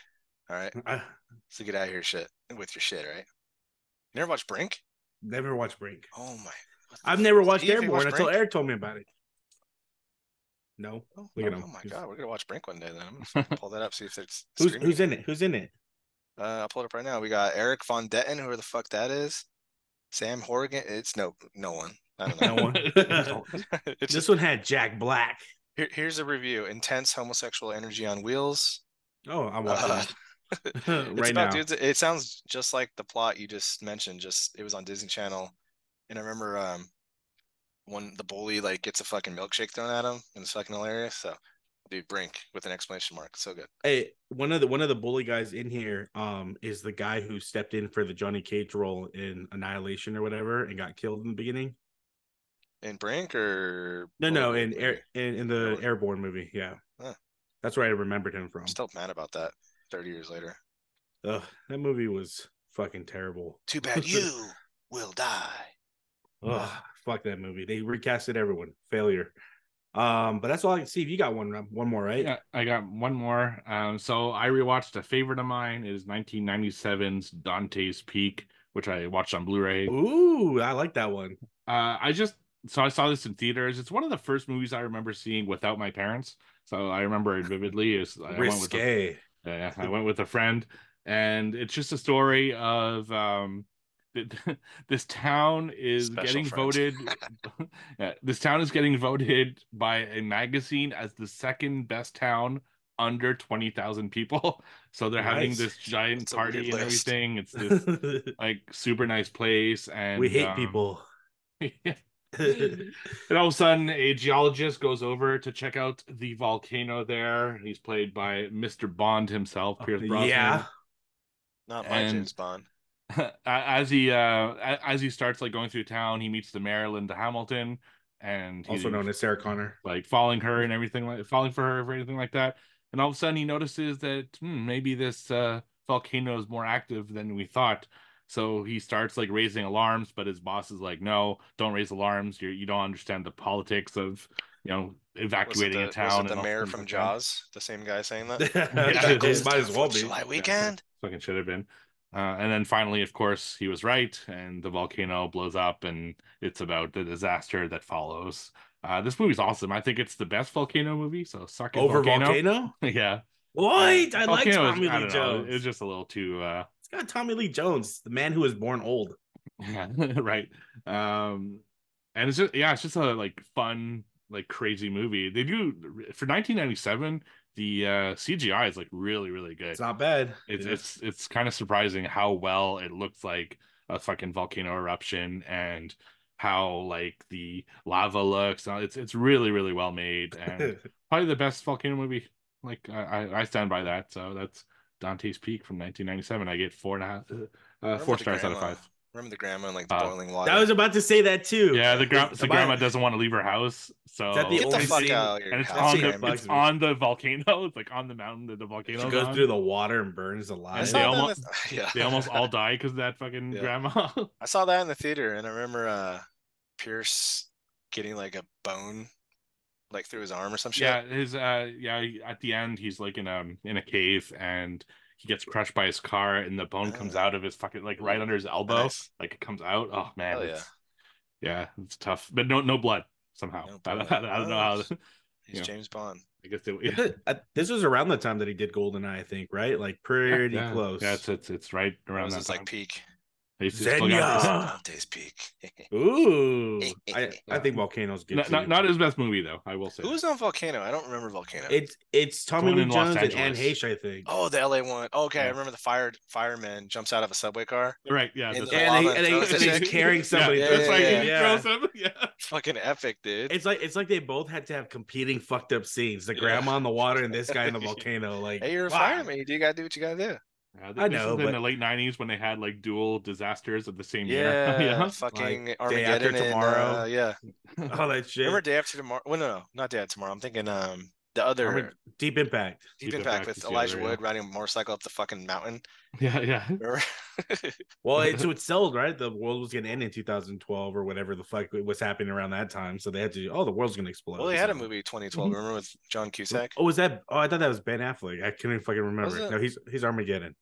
[SPEAKER 2] All right,
[SPEAKER 3] I
[SPEAKER 2] so get out of here, shit, with your shit, all right? You never watched Brink?
[SPEAKER 3] never watched Brink.
[SPEAKER 2] Oh my! what the
[SPEAKER 3] I've
[SPEAKER 2] fuck?
[SPEAKER 3] never watched
[SPEAKER 2] You haven't
[SPEAKER 3] Airborne
[SPEAKER 2] watched
[SPEAKER 3] until
[SPEAKER 2] Brink?
[SPEAKER 3] Eric told me about it. No,
[SPEAKER 2] Oh,
[SPEAKER 3] Look at him.
[SPEAKER 2] oh my
[SPEAKER 3] He's-
[SPEAKER 2] god, we're gonna watch Brink one day. Then I'm gonna fucking pull that up, see if it's
[SPEAKER 3] who's
[SPEAKER 2] streaming.
[SPEAKER 3] who's in it? Who's in it?
[SPEAKER 2] Uh, I'll pull it up right now. We got Eric Von Detten, whoever the fuck that is. Sam Horgan. It's no, no one. I don't
[SPEAKER 3] No
[SPEAKER 2] know.
[SPEAKER 3] one.
[SPEAKER 2] it's
[SPEAKER 3] this
[SPEAKER 2] just
[SPEAKER 3] one had Jack Black.
[SPEAKER 2] here, here's a review: intense homosexual energy on wheels.
[SPEAKER 3] Oh, I'm watching
[SPEAKER 2] Uh,
[SPEAKER 3] that
[SPEAKER 2] it's
[SPEAKER 3] right
[SPEAKER 2] about
[SPEAKER 3] now.
[SPEAKER 2] dudes. It sounds just like the plot you just mentioned. Just it was on Disney Channel, and I remember um when the bully like gets a fucking milkshake thrown at him, and it's fucking hilarious. So, dude, Brink with an exclamation mark, so good.
[SPEAKER 3] Hey, one of the one of the bully guys in here um is the guy who stepped in for the Johnny Cage role in Annihilation or whatever and got killed in the beginning.
[SPEAKER 2] in Brink or
[SPEAKER 3] No, no,
[SPEAKER 2] or-
[SPEAKER 3] in air in, in the
[SPEAKER 2] Airborne.
[SPEAKER 3] airborne movie, yeah.
[SPEAKER 2] Huh.
[SPEAKER 3] That's where I remembered him from.
[SPEAKER 2] I'm still mad about that. Thirty years later.
[SPEAKER 3] Ugh, that movie was fucking terrible.
[SPEAKER 2] Too bad you will die.
[SPEAKER 1] Mm.
[SPEAKER 3] Ugh, fuck that movie. They recasted everyone. Failure. Um, but that's all I can see. You got one, uh, one more, right?
[SPEAKER 1] Yeah, I got one more. Um, so I rewatched a favorite of mine. It is 1997's Dante's Peak, which I watched on Blu-ray.
[SPEAKER 3] Ooh, I like that one.
[SPEAKER 1] Uh, I just so I saw this in theaters. It's one of the first movies I remember seeing without my parents. So I remember it vividly. Is I went with a-
[SPEAKER 3] Risque.
[SPEAKER 1] Yeah, I went with a friend, and it's just a story of um, th- this town is
[SPEAKER 2] Special
[SPEAKER 1] getting
[SPEAKER 2] friends.
[SPEAKER 1] voted. Yeah, this town is getting voted by a magazine as the second best town under twenty thousand people. So they're having
[SPEAKER 3] Nice.
[SPEAKER 1] this giant
[SPEAKER 2] That's a weird
[SPEAKER 1] party and
[SPEAKER 2] list.
[SPEAKER 1] everything. It's this like super nice place, and
[SPEAKER 3] we hate
[SPEAKER 1] um,
[SPEAKER 3] people.
[SPEAKER 1] and all of a sudden, a geologist goes over to check out the volcano there. He's played by Mr. Bond himself, Pierce Brosnan.
[SPEAKER 3] Oh, yeah.
[SPEAKER 2] Not my
[SPEAKER 1] And-
[SPEAKER 2] James Bond.
[SPEAKER 1] as he uh, a- as he starts like going through town, he meets the Maryland Hamilton, and he's
[SPEAKER 3] Also known as Sarah Connor.
[SPEAKER 1] like following her and everything like falling for her or anything like that. And all of a sudden, he notices that hmm, maybe this uh, volcano is more active than we thought. So he starts like raising alarms, but his boss is like, "No, don't raise alarms. You you don't understand the politics of you know
[SPEAKER 2] Was it
[SPEAKER 1] evacuating
[SPEAKER 2] the,
[SPEAKER 1] a town."
[SPEAKER 2] was it the
[SPEAKER 1] and all
[SPEAKER 2] mayor
[SPEAKER 1] things
[SPEAKER 2] from
[SPEAKER 1] like that."
[SPEAKER 2] Jaws? The same guy saying that.
[SPEAKER 1] Yeah, it
[SPEAKER 3] It
[SPEAKER 1] is.
[SPEAKER 3] Might as well be.
[SPEAKER 2] July weekend.
[SPEAKER 1] Fucking should have been. Uh, and then finally, of course, he was right, and the volcano blows up, and it's about the disaster that follows. Uh, this movie's awesome. I think it's the best volcano movie. So suck it,
[SPEAKER 3] Over
[SPEAKER 1] volcano.
[SPEAKER 3] volcano?
[SPEAKER 1] yeah.
[SPEAKER 3] What?
[SPEAKER 1] Uh,
[SPEAKER 3] I like
[SPEAKER 1] Volcano is-
[SPEAKER 3] Tommy
[SPEAKER 1] I
[SPEAKER 3] Lee
[SPEAKER 1] don't know, It was
[SPEAKER 3] Jones.
[SPEAKER 1] just a little too uh
[SPEAKER 3] It's got Tommy Lee Jones, the man who was born old.
[SPEAKER 1] right. Um and it's just yeah, it's just a like fun, like crazy movie. They do for 1997, the uh CGI is like really, really good.
[SPEAKER 3] It's
[SPEAKER 1] It's
[SPEAKER 3] not bad.
[SPEAKER 1] it's it's, kind of surprising how well it looks like a fucking volcano eruption and how like the lava looks. Uh, It's it's really, really well made and probably the best volcano movie. Like I, I- I stand by that. So that's Dante's Peak from 1997. I get four and a half, uh, uh,
[SPEAKER 2] Remember
[SPEAKER 1] four
[SPEAKER 2] the
[SPEAKER 1] stars out of
[SPEAKER 2] grandma?
[SPEAKER 1] five.
[SPEAKER 2] Remember the grandma and like the
[SPEAKER 1] Uh,
[SPEAKER 2] boiling water.
[SPEAKER 3] I was about to say that too.
[SPEAKER 1] Yeah, the, gra- the
[SPEAKER 3] Am I-
[SPEAKER 1] grandma doesn't want to leave her house. So
[SPEAKER 3] that
[SPEAKER 2] Get
[SPEAKER 3] the
[SPEAKER 2] the
[SPEAKER 3] only
[SPEAKER 2] fuck
[SPEAKER 3] scene-
[SPEAKER 2] out of your
[SPEAKER 1] and it's
[SPEAKER 3] That
[SPEAKER 2] house,
[SPEAKER 1] on
[SPEAKER 3] scene
[SPEAKER 1] the
[SPEAKER 3] that bugs
[SPEAKER 1] it's
[SPEAKER 2] Jamie.
[SPEAKER 3] me.
[SPEAKER 1] on the volcano. It's like on the mountain that the volcano
[SPEAKER 3] She goes through the water and burns
[SPEAKER 2] I
[SPEAKER 1] and
[SPEAKER 3] alive.
[SPEAKER 1] they
[SPEAKER 2] saw that.
[SPEAKER 1] almost-
[SPEAKER 2] in the- Yeah.
[SPEAKER 1] They almost all die because of that fucking
[SPEAKER 2] Yeah.
[SPEAKER 1] grandma.
[SPEAKER 2] I saw that in the theater, and I remember uh Pierce getting like a bone, like through his arm or some shit.
[SPEAKER 1] yeah, his uh yeah, he- at the end he's like in um in a cave and he gets crushed by his car and the bone comes
[SPEAKER 2] Ah.
[SPEAKER 1] out of his fucking like right under his elbow.
[SPEAKER 2] Nice.
[SPEAKER 1] Like it comes out. Oh man,
[SPEAKER 2] Hell
[SPEAKER 1] it's- yeah, it's tough, but no, no blood somehow.
[SPEAKER 2] No
[SPEAKER 1] I,
[SPEAKER 2] blood.
[SPEAKER 1] I- I don't know how.
[SPEAKER 2] Nice. He's
[SPEAKER 1] Yeah.
[SPEAKER 2] James Bond.
[SPEAKER 1] I guess they.
[SPEAKER 3] I thi- I- This was around the time that he did Goldeneye, I think, right? Like pretty
[SPEAKER 1] yeah,
[SPEAKER 3] close.
[SPEAKER 1] Yeah, it's it's, it's right
[SPEAKER 2] That
[SPEAKER 1] around
[SPEAKER 2] was
[SPEAKER 1] that.
[SPEAKER 2] his
[SPEAKER 1] Time.
[SPEAKER 2] like peak.
[SPEAKER 1] He's- he's still got-
[SPEAKER 3] Zenya! Ah.
[SPEAKER 2] Dante's Peak.
[SPEAKER 3] Ooh, I, I
[SPEAKER 1] Yeah.
[SPEAKER 3] think volcanoes good.
[SPEAKER 1] not,
[SPEAKER 3] too.
[SPEAKER 1] not not his best movie though. I will say.
[SPEAKER 2] Who was on Volcano? I don't remember Volcano.
[SPEAKER 3] It's it's Tommy
[SPEAKER 1] one
[SPEAKER 3] Lee
[SPEAKER 1] in Los
[SPEAKER 3] Jones and Anne
[SPEAKER 1] Angeles.
[SPEAKER 3] Heche, I think.
[SPEAKER 2] oh, the LA one. Oh, okay, I
[SPEAKER 1] Yeah.
[SPEAKER 2] remember the fire fireman jumps out of a subway car.
[SPEAKER 1] right? Yeah.
[SPEAKER 2] In
[SPEAKER 1] that's
[SPEAKER 2] the
[SPEAKER 1] right.
[SPEAKER 2] lava
[SPEAKER 3] and,
[SPEAKER 2] and
[SPEAKER 3] he, and, he-
[SPEAKER 2] throws
[SPEAKER 3] and
[SPEAKER 2] it.
[SPEAKER 3] he's carrying somebody.
[SPEAKER 1] Yeah,
[SPEAKER 2] through
[SPEAKER 1] that's
[SPEAKER 2] it.
[SPEAKER 1] right.
[SPEAKER 2] Yeah.
[SPEAKER 1] He throws him. Yeah.
[SPEAKER 2] Fucking epic, dude.
[SPEAKER 3] It's like it's like they both had to have competing fucked up scenes. The
[SPEAKER 2] Yeah.
[SPEAKER 3] grandma in the water and this guy in the volcano. Like,
[SPEAKER 2] hey, you're a
[SPEAKER 3] wow.
[SPEAKER 2] fireman. You do gotta do what you gotta do.
[SPEAKER 1] Yeah,
[SPEAKER 3] I
[SPEAKER 1] this
[SPEAKER 3] know,
[SPEAKER 1] is in
[SPEAKER 3] but-
[SPEAKER 1] the late '90s when they had like dual disasters of the same
[SPEAKER 2] Yeah,
[SPEAKER 1] year. yeah.
[SPEAKER 2] fucking
[SPEAKER 3] After
[SPEAKER 2] Armageddon and,
[SPEAKER 3] Tomorrow.
[SPEAKER 2] uh, yeah,
[SPEAKER 3] All that shit.
[SPEAKER 2] remember Day After Tomorrow? Well, no, no, not Day After Tomorrow. I'm thinking um the other
[SPEAKER 3] Armag- Deep Impact.
[SPEAKER 2] Deep
[SPEAKER 1] Deep
[SPEAKER 2] Impact
[SPEAKER 1] Impact is
[SPEAKER 2] with
[SPEAKER 1] the
[SPEAKER 2] Elijah
[SPEAKER 1] other, yeah.
[SPEAKER 2] Wood riding a motorcycle up the fucking mountain.
[SPEAKER 1] Yeah. Yeah.
[SPEAKER 2] Remember?
[SPEAKER 3] Well, it's what sold, right? The world was gonna end in 2012 or whatever the fuck was happening around that time. So they had to. Oh, the world's gonna explode.
[SPEAKER 2] well, they had a
[SPEAKER 3] So-
[SPEAKER 2] movie
[SPEAKER 1] Mm-hmm.
[SPEAKER 2] 2012. Remember with John Cusack?
[SPEAKER 3] Oh, was that? Oh, I thought that was Ben Affleck. I couldn't fucking remember.
[SPEAKER 2] it?
[SPEAKER 3] No, he's he's Armageddon.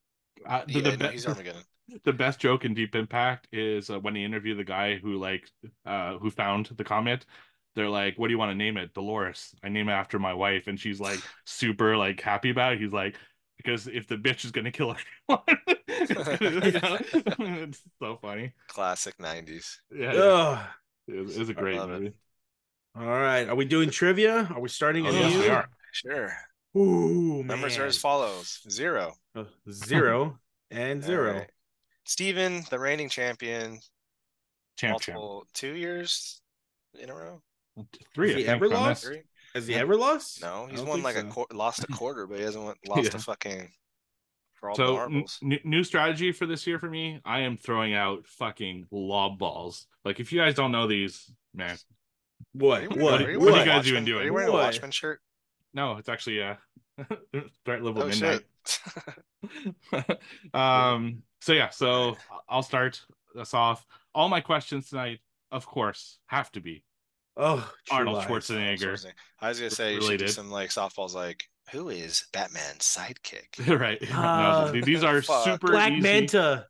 [SPEAKER 1] Uh, the,
[SPEAKER 2] Yeah,
[SPEAKER 1] the,
[SPEAKER 2] no,
[SPEAKER 1] be-
[SPEAKER 2] he's Armageddon.
[SPEAKER 1] the best joke in Deep Impact is uh, when they interview the guy who like uh who found the comet. They're like, "What do you want to name it?" Dolores. I name it after my wife, and she's like super like happy about it. He's like, because if the bitch is gonna kill everyone, it's, gonna- it's so funny.
[SPEAKER 2] Classic 90s.
[SPEAKER 1] Yeah, yeah.
[SPEAKER 3] Ugh.
[SPEAKER 1] It, was, it was a
[SPEAKER 2] I
[SPEAKER 1] great
[SPEAKER 2] love it.
[SPEAKER 1] movie.
[SPEAKER 3] All right. Are we doing trivia? Are we starting?
[SPEAKER 1] Oh,
[SPEAKER 3] with
[SPEAKER 1] yes,
[SPEAKER 3] you?
[SPEAKER 1] we are.
[SPEAKER 2] Sure.
[SPEAKER 3] Ooh,
[SPEAKER 2] Numbers are
[SPEAKER 3] man.
[SPEAKER 2] as follows: zero,
[SPEAKER 3] Uh, zero and zero.
[SPEAKER 2] Alright. Steven, the reigning champion,
[SPEAKER 1] Champ, champ.
[SPEAKER 2] multiple two years in a row.
[SPEAKER 1] Three.
[SPEAKER 3] Has
[SPEAKER 1] I
[SPEAKER 3] he
[SPEAKER 1] think,
[SPEAKER 3] ever
[SPEAKER 1] on
[SPEAKER 3] lost?
[SPEAKER 1] this.
[SPEAKER 2] Three?
[SPEAKER 3] Has he ever lost?
[SPEAKER 2] No,
[SPEAKER 3] I
[SPEAKER 2] he's
[SPEAKER 3] don't
[SPEAKER 2] won
[SPEAKER 3] think
[SPEAKER 2] like a
[SPEAKER 3] so.
[SPEAKER 2] quar lost a quarter, but he hasn't won, lost
[SPEAKER 1] Yeah.
[SPEAKER 2] a fucking for all the
[SPEAKER 1] So n-
[SPEAKER 2] marbles.
[SPEAKER 1] n- new strategy for this year for me. I am throwing out fucking lob balls. Like if you guys don't know these, man,
[SPEAKER 2] Are
[SPEAKER 3] What?
[SPEAKER 2] you
[SPEAKER 3] What?
[SPEAKER 2] wearing-
[SPEAKER 3] What?
[SPEAKER 2] are you
[SPEAKER 1] what
[SPEAKER 2] wearing
[SPEAKER 1] are you
[SPEAKER 2] a
[SPEAKER 1] guys even
[SPEAKER 2] Watchmen-
[SPEAKER 1] doing?
[SPEAKER 2] Are you wearing a
[SPEAKER 3] What?
[SPEAKER 2] Watchman shirt?
[SPEAKER 1] No, it's actually uh threat level
[SPEAKER 2] Oh
[SPEAKER 1] midnight.
[SPEAKER 2] shit!
[SPEAKER 1] um so yeah so i'll start us off all my questions tonight of course have to be
[SPEAKER 3] Oh, True
[SPEAKER 1] arnold
[SPEAKER 3] Lies.
[SPEAKER 1] schwarzenegger
[SPEAKER 2] I was gonna say you should do
[SPEAKER 1] Related.
[SPEAKER 2] some like softballs. Like, who is Batman's sidekick?
[SPEAKER 1] right No,
[SPEAKER 3] Ah,
[SPEAKER 1] th- these are
[SPEAKER 2] fuck.
[SPEAKER 1] super
[SPEAKER 3] Black
[SPEAKER 1] easy.
[SPEAKER 3] Manta.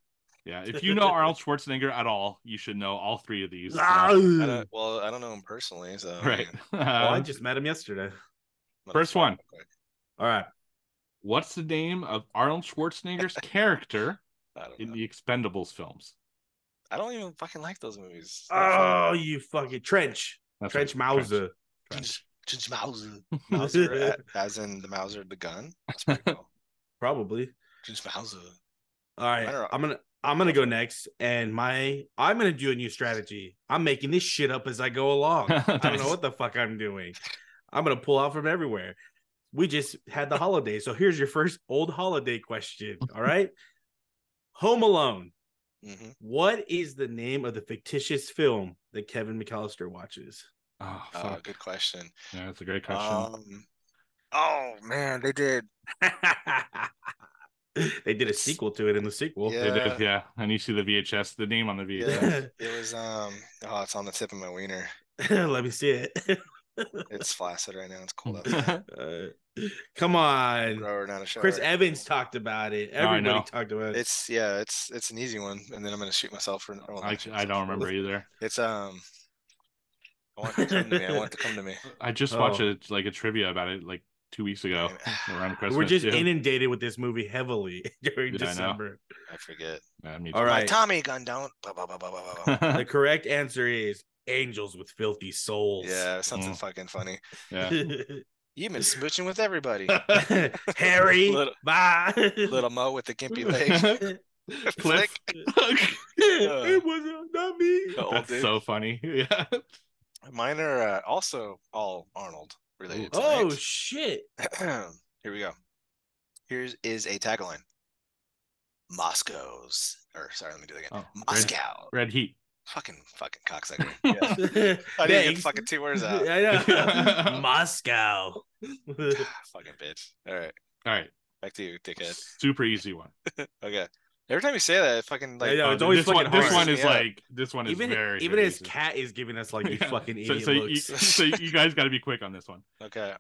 [SPEAKER 1] yeah if you know arnold schwarzenegger at all you should know all three of these
[SPEAKER 3] Ah,
[SPEAKER 1] Uh,
[SPEAKER 2] I don't, well, I don't know him personally, so I
[SPEAKER 1] right
[SPEAKER 2] mean,
[SPEAKER 3] well, Oh, I
[SPEAKER 1] Um,
[SPEAKER 3] just met him yesterday.
[SPEAKER 1] First one.
[SPEAKER 3] All right.
[SPEAKER 1] what's the name of arnold schwarzenegger's character
[SPEAKER 2] I don't,
[SPEAKER 1] in
[SPEAKER 2] know.
[SPEAKER 1] the expendables films
[SPEAKER 2] I don't even fucking like those movies.
[SPEAKER 1] Ah!
[SPEAKER 3] Oh, you fucking trench,
[SPEAKER 1] That's
[SPEAKER 3] trench
[SPEAKER 1] right,
[SPEAKER 3] Mauser.
[SPEAKER 1] Trench.
[SPEAKER 2] Just Mauser. Mauser, a- as in the Mauser, the gun. That's pretty cool.
[SPEAKER 3] Probably.
[SPEAKER 2] Just Mauser.
[SPEAKER 3] All right,
[SPEAKER 2] I don't know.
[SPEAKER 3] I'm gonna I'm gonna go next, and my I'm gonna do a new strategy. I'm making this shit up as I go along. I don't know
[SPEAKER 1] Nice.
[SPEAKER 3] what the fuck I'm doing. I'm gonna pull out from everywhere. We just had the holiday, so here's your first old holiday question. All right, Home Alone.
[SPEAKER 2] Mhm.
[SPEAKER 3] What is the name of the fictitious film that Kevin McAllister watches?
[SPEAKER 1] oh
[SPEAKER 2] Oh,
[SPEAKER 1] fuck
[SPEAKER 2] good question.
[SPEAKER 1] yeah that's a great question
[SPEAKER 2] Um, oh man, they did.
[SPEAKER 3] they did a sequel to it in the sequel.
[SPEAKER 1] They did,
[SPEAKER 2] yeah.
[SPEAKER 1] yeah. And you see the VHS, the name on the VHS.
[SPEAKER 2] It was um. Oh, it's on the tip of my wiener.
[SPEAKER 3] Let me see it.
[SPEAKER 2] It's flaccid right now. It's cold outside.
[SPEAKER 3] Uh, come on.
[SPEAKER 2] Grower, not a shower.
[SPEAKER 3] Chris Evans talked about it.
[SPEAKER 1] I
[SPEAKER 3] Everybody
[SPEAKER 1] know.
[SPEAKER 3] talked about it.
[SPEAKER 2] It's yeah. It's it's an easy one, and then I'm gonna shoot myself for. well, not
[SPEAKER 1] I,
[SPEAKER 2] shoot
[SPEAKER 1] I
[SPEAKER 2] myself.
[SPEAKER 1] don't remember either.
[SPEAKER 2] It's um. I want it to come to me. I want it to come to me.
[SPEAKER 1] I just watched
[SPEAKER 3] Oh.
[SPEAKER 1] a like a trivia about it like two weeks ago around Christmas.
[SPEAKER 3] We're just
[SPEAKER 1] yeah.
[SPEAKER 3] inundated with this movie heavily during
[SPEAKER 1] Yeah, I know.
[SPEAKER 3] December.
[SPEAKER 2] I forget.
[SPEAKER 1] Yeah, me
[SPEAKER 3] All
[SPEAKER 1] too.
[SPEAKER 2] My
[SPEAKER 3] right.
[SPEAKER 2] Tommy gun don't. Blah, blah, blah, blah, blah, blah, blah.
[SPEAKER 3] The correct answer is Angels with Filthy Souls.
[SPEAKER 2] yeah, something
[SPEAKER 1] Mm.
[SPEAKER 2] fucking funny.
[SPEAKER 1] yeah.
[SPEAKER 2] You've been smooching with everybody.
[SPEAKER 3] Harry,
[SPEAKER 2] Little-
[SPEAKER 3] bye.
[SPEAKER 2] Little Mo with the gimpy leg.
[SPEAKER 1] Cliff.
[SPEAKER 2] Flick. uh,
[SPEAKER 3] it was uh, not me.
[SPEAKER 2] The old
[SPEAKER 1] That's
[SPEAKER 2] dude.
[SPEAKER 1] so funny. Yeah. Oh,
[SPEAKER 2] Mine are uh, also all Arnold related.
[SPEAKER 3] Oh, shit.
[SPEAKER 2] tonight. Here we go. Here's is a tagline. Moscow's or sorry, let me do it again.
[SPEAKER 1] Oh, red,
[SPEAKER 2] Moscow.
[SPEAKER 1] red heat.
[SPEAKER 2] Fucking fucking cocksucker. Yeah. I didn't get the
[SPEAKER 3] Thanks.
[SPEAKER 2] fucking two words out.
[SPEAKER 3] I know. Moscow.
[SPEAKER 2] fucking bitch. All right.
[SPEAKER 1] All right.
[SPEAKER 2] Back to you, dickhead.
[SPEAKER 1] Super easy one.
[SPEAKER 2] Okay. Every time you say that, it fucking like um,
[SPEAKER 3] I know,
[SPEAKER 1] Uh,
[SPEAKER 3] it's always
[SPEAKER 1] this one,
[SPEAKER 3] fucking
[SPEAKER 1] this
[SPEAKER 3] hard.
[SPEAKER 1] one is
[SPEAKER 2] Yeah.
[SPEAKER 1] like this one is
[SPEAKER 3] even
[SPEAKER 1] very
[SPEAKER 3] even
[SPEAKER 1] very
[SPEAKER 3] his
[SPEAKER 1] easy.
[SPEAKER 3] cat is giving us like you
[SPEAKER 1] Yeah.
[SPEAKER 3] fucking
[SPEAKER 1] so,
[SPEAKER 3] idiot
[SPEAKER 1] so you,
[SPEAKER 3] looks.
[SPEAKER 1] so you guys got to be quick on this one.
[SPEAKER 2] okay.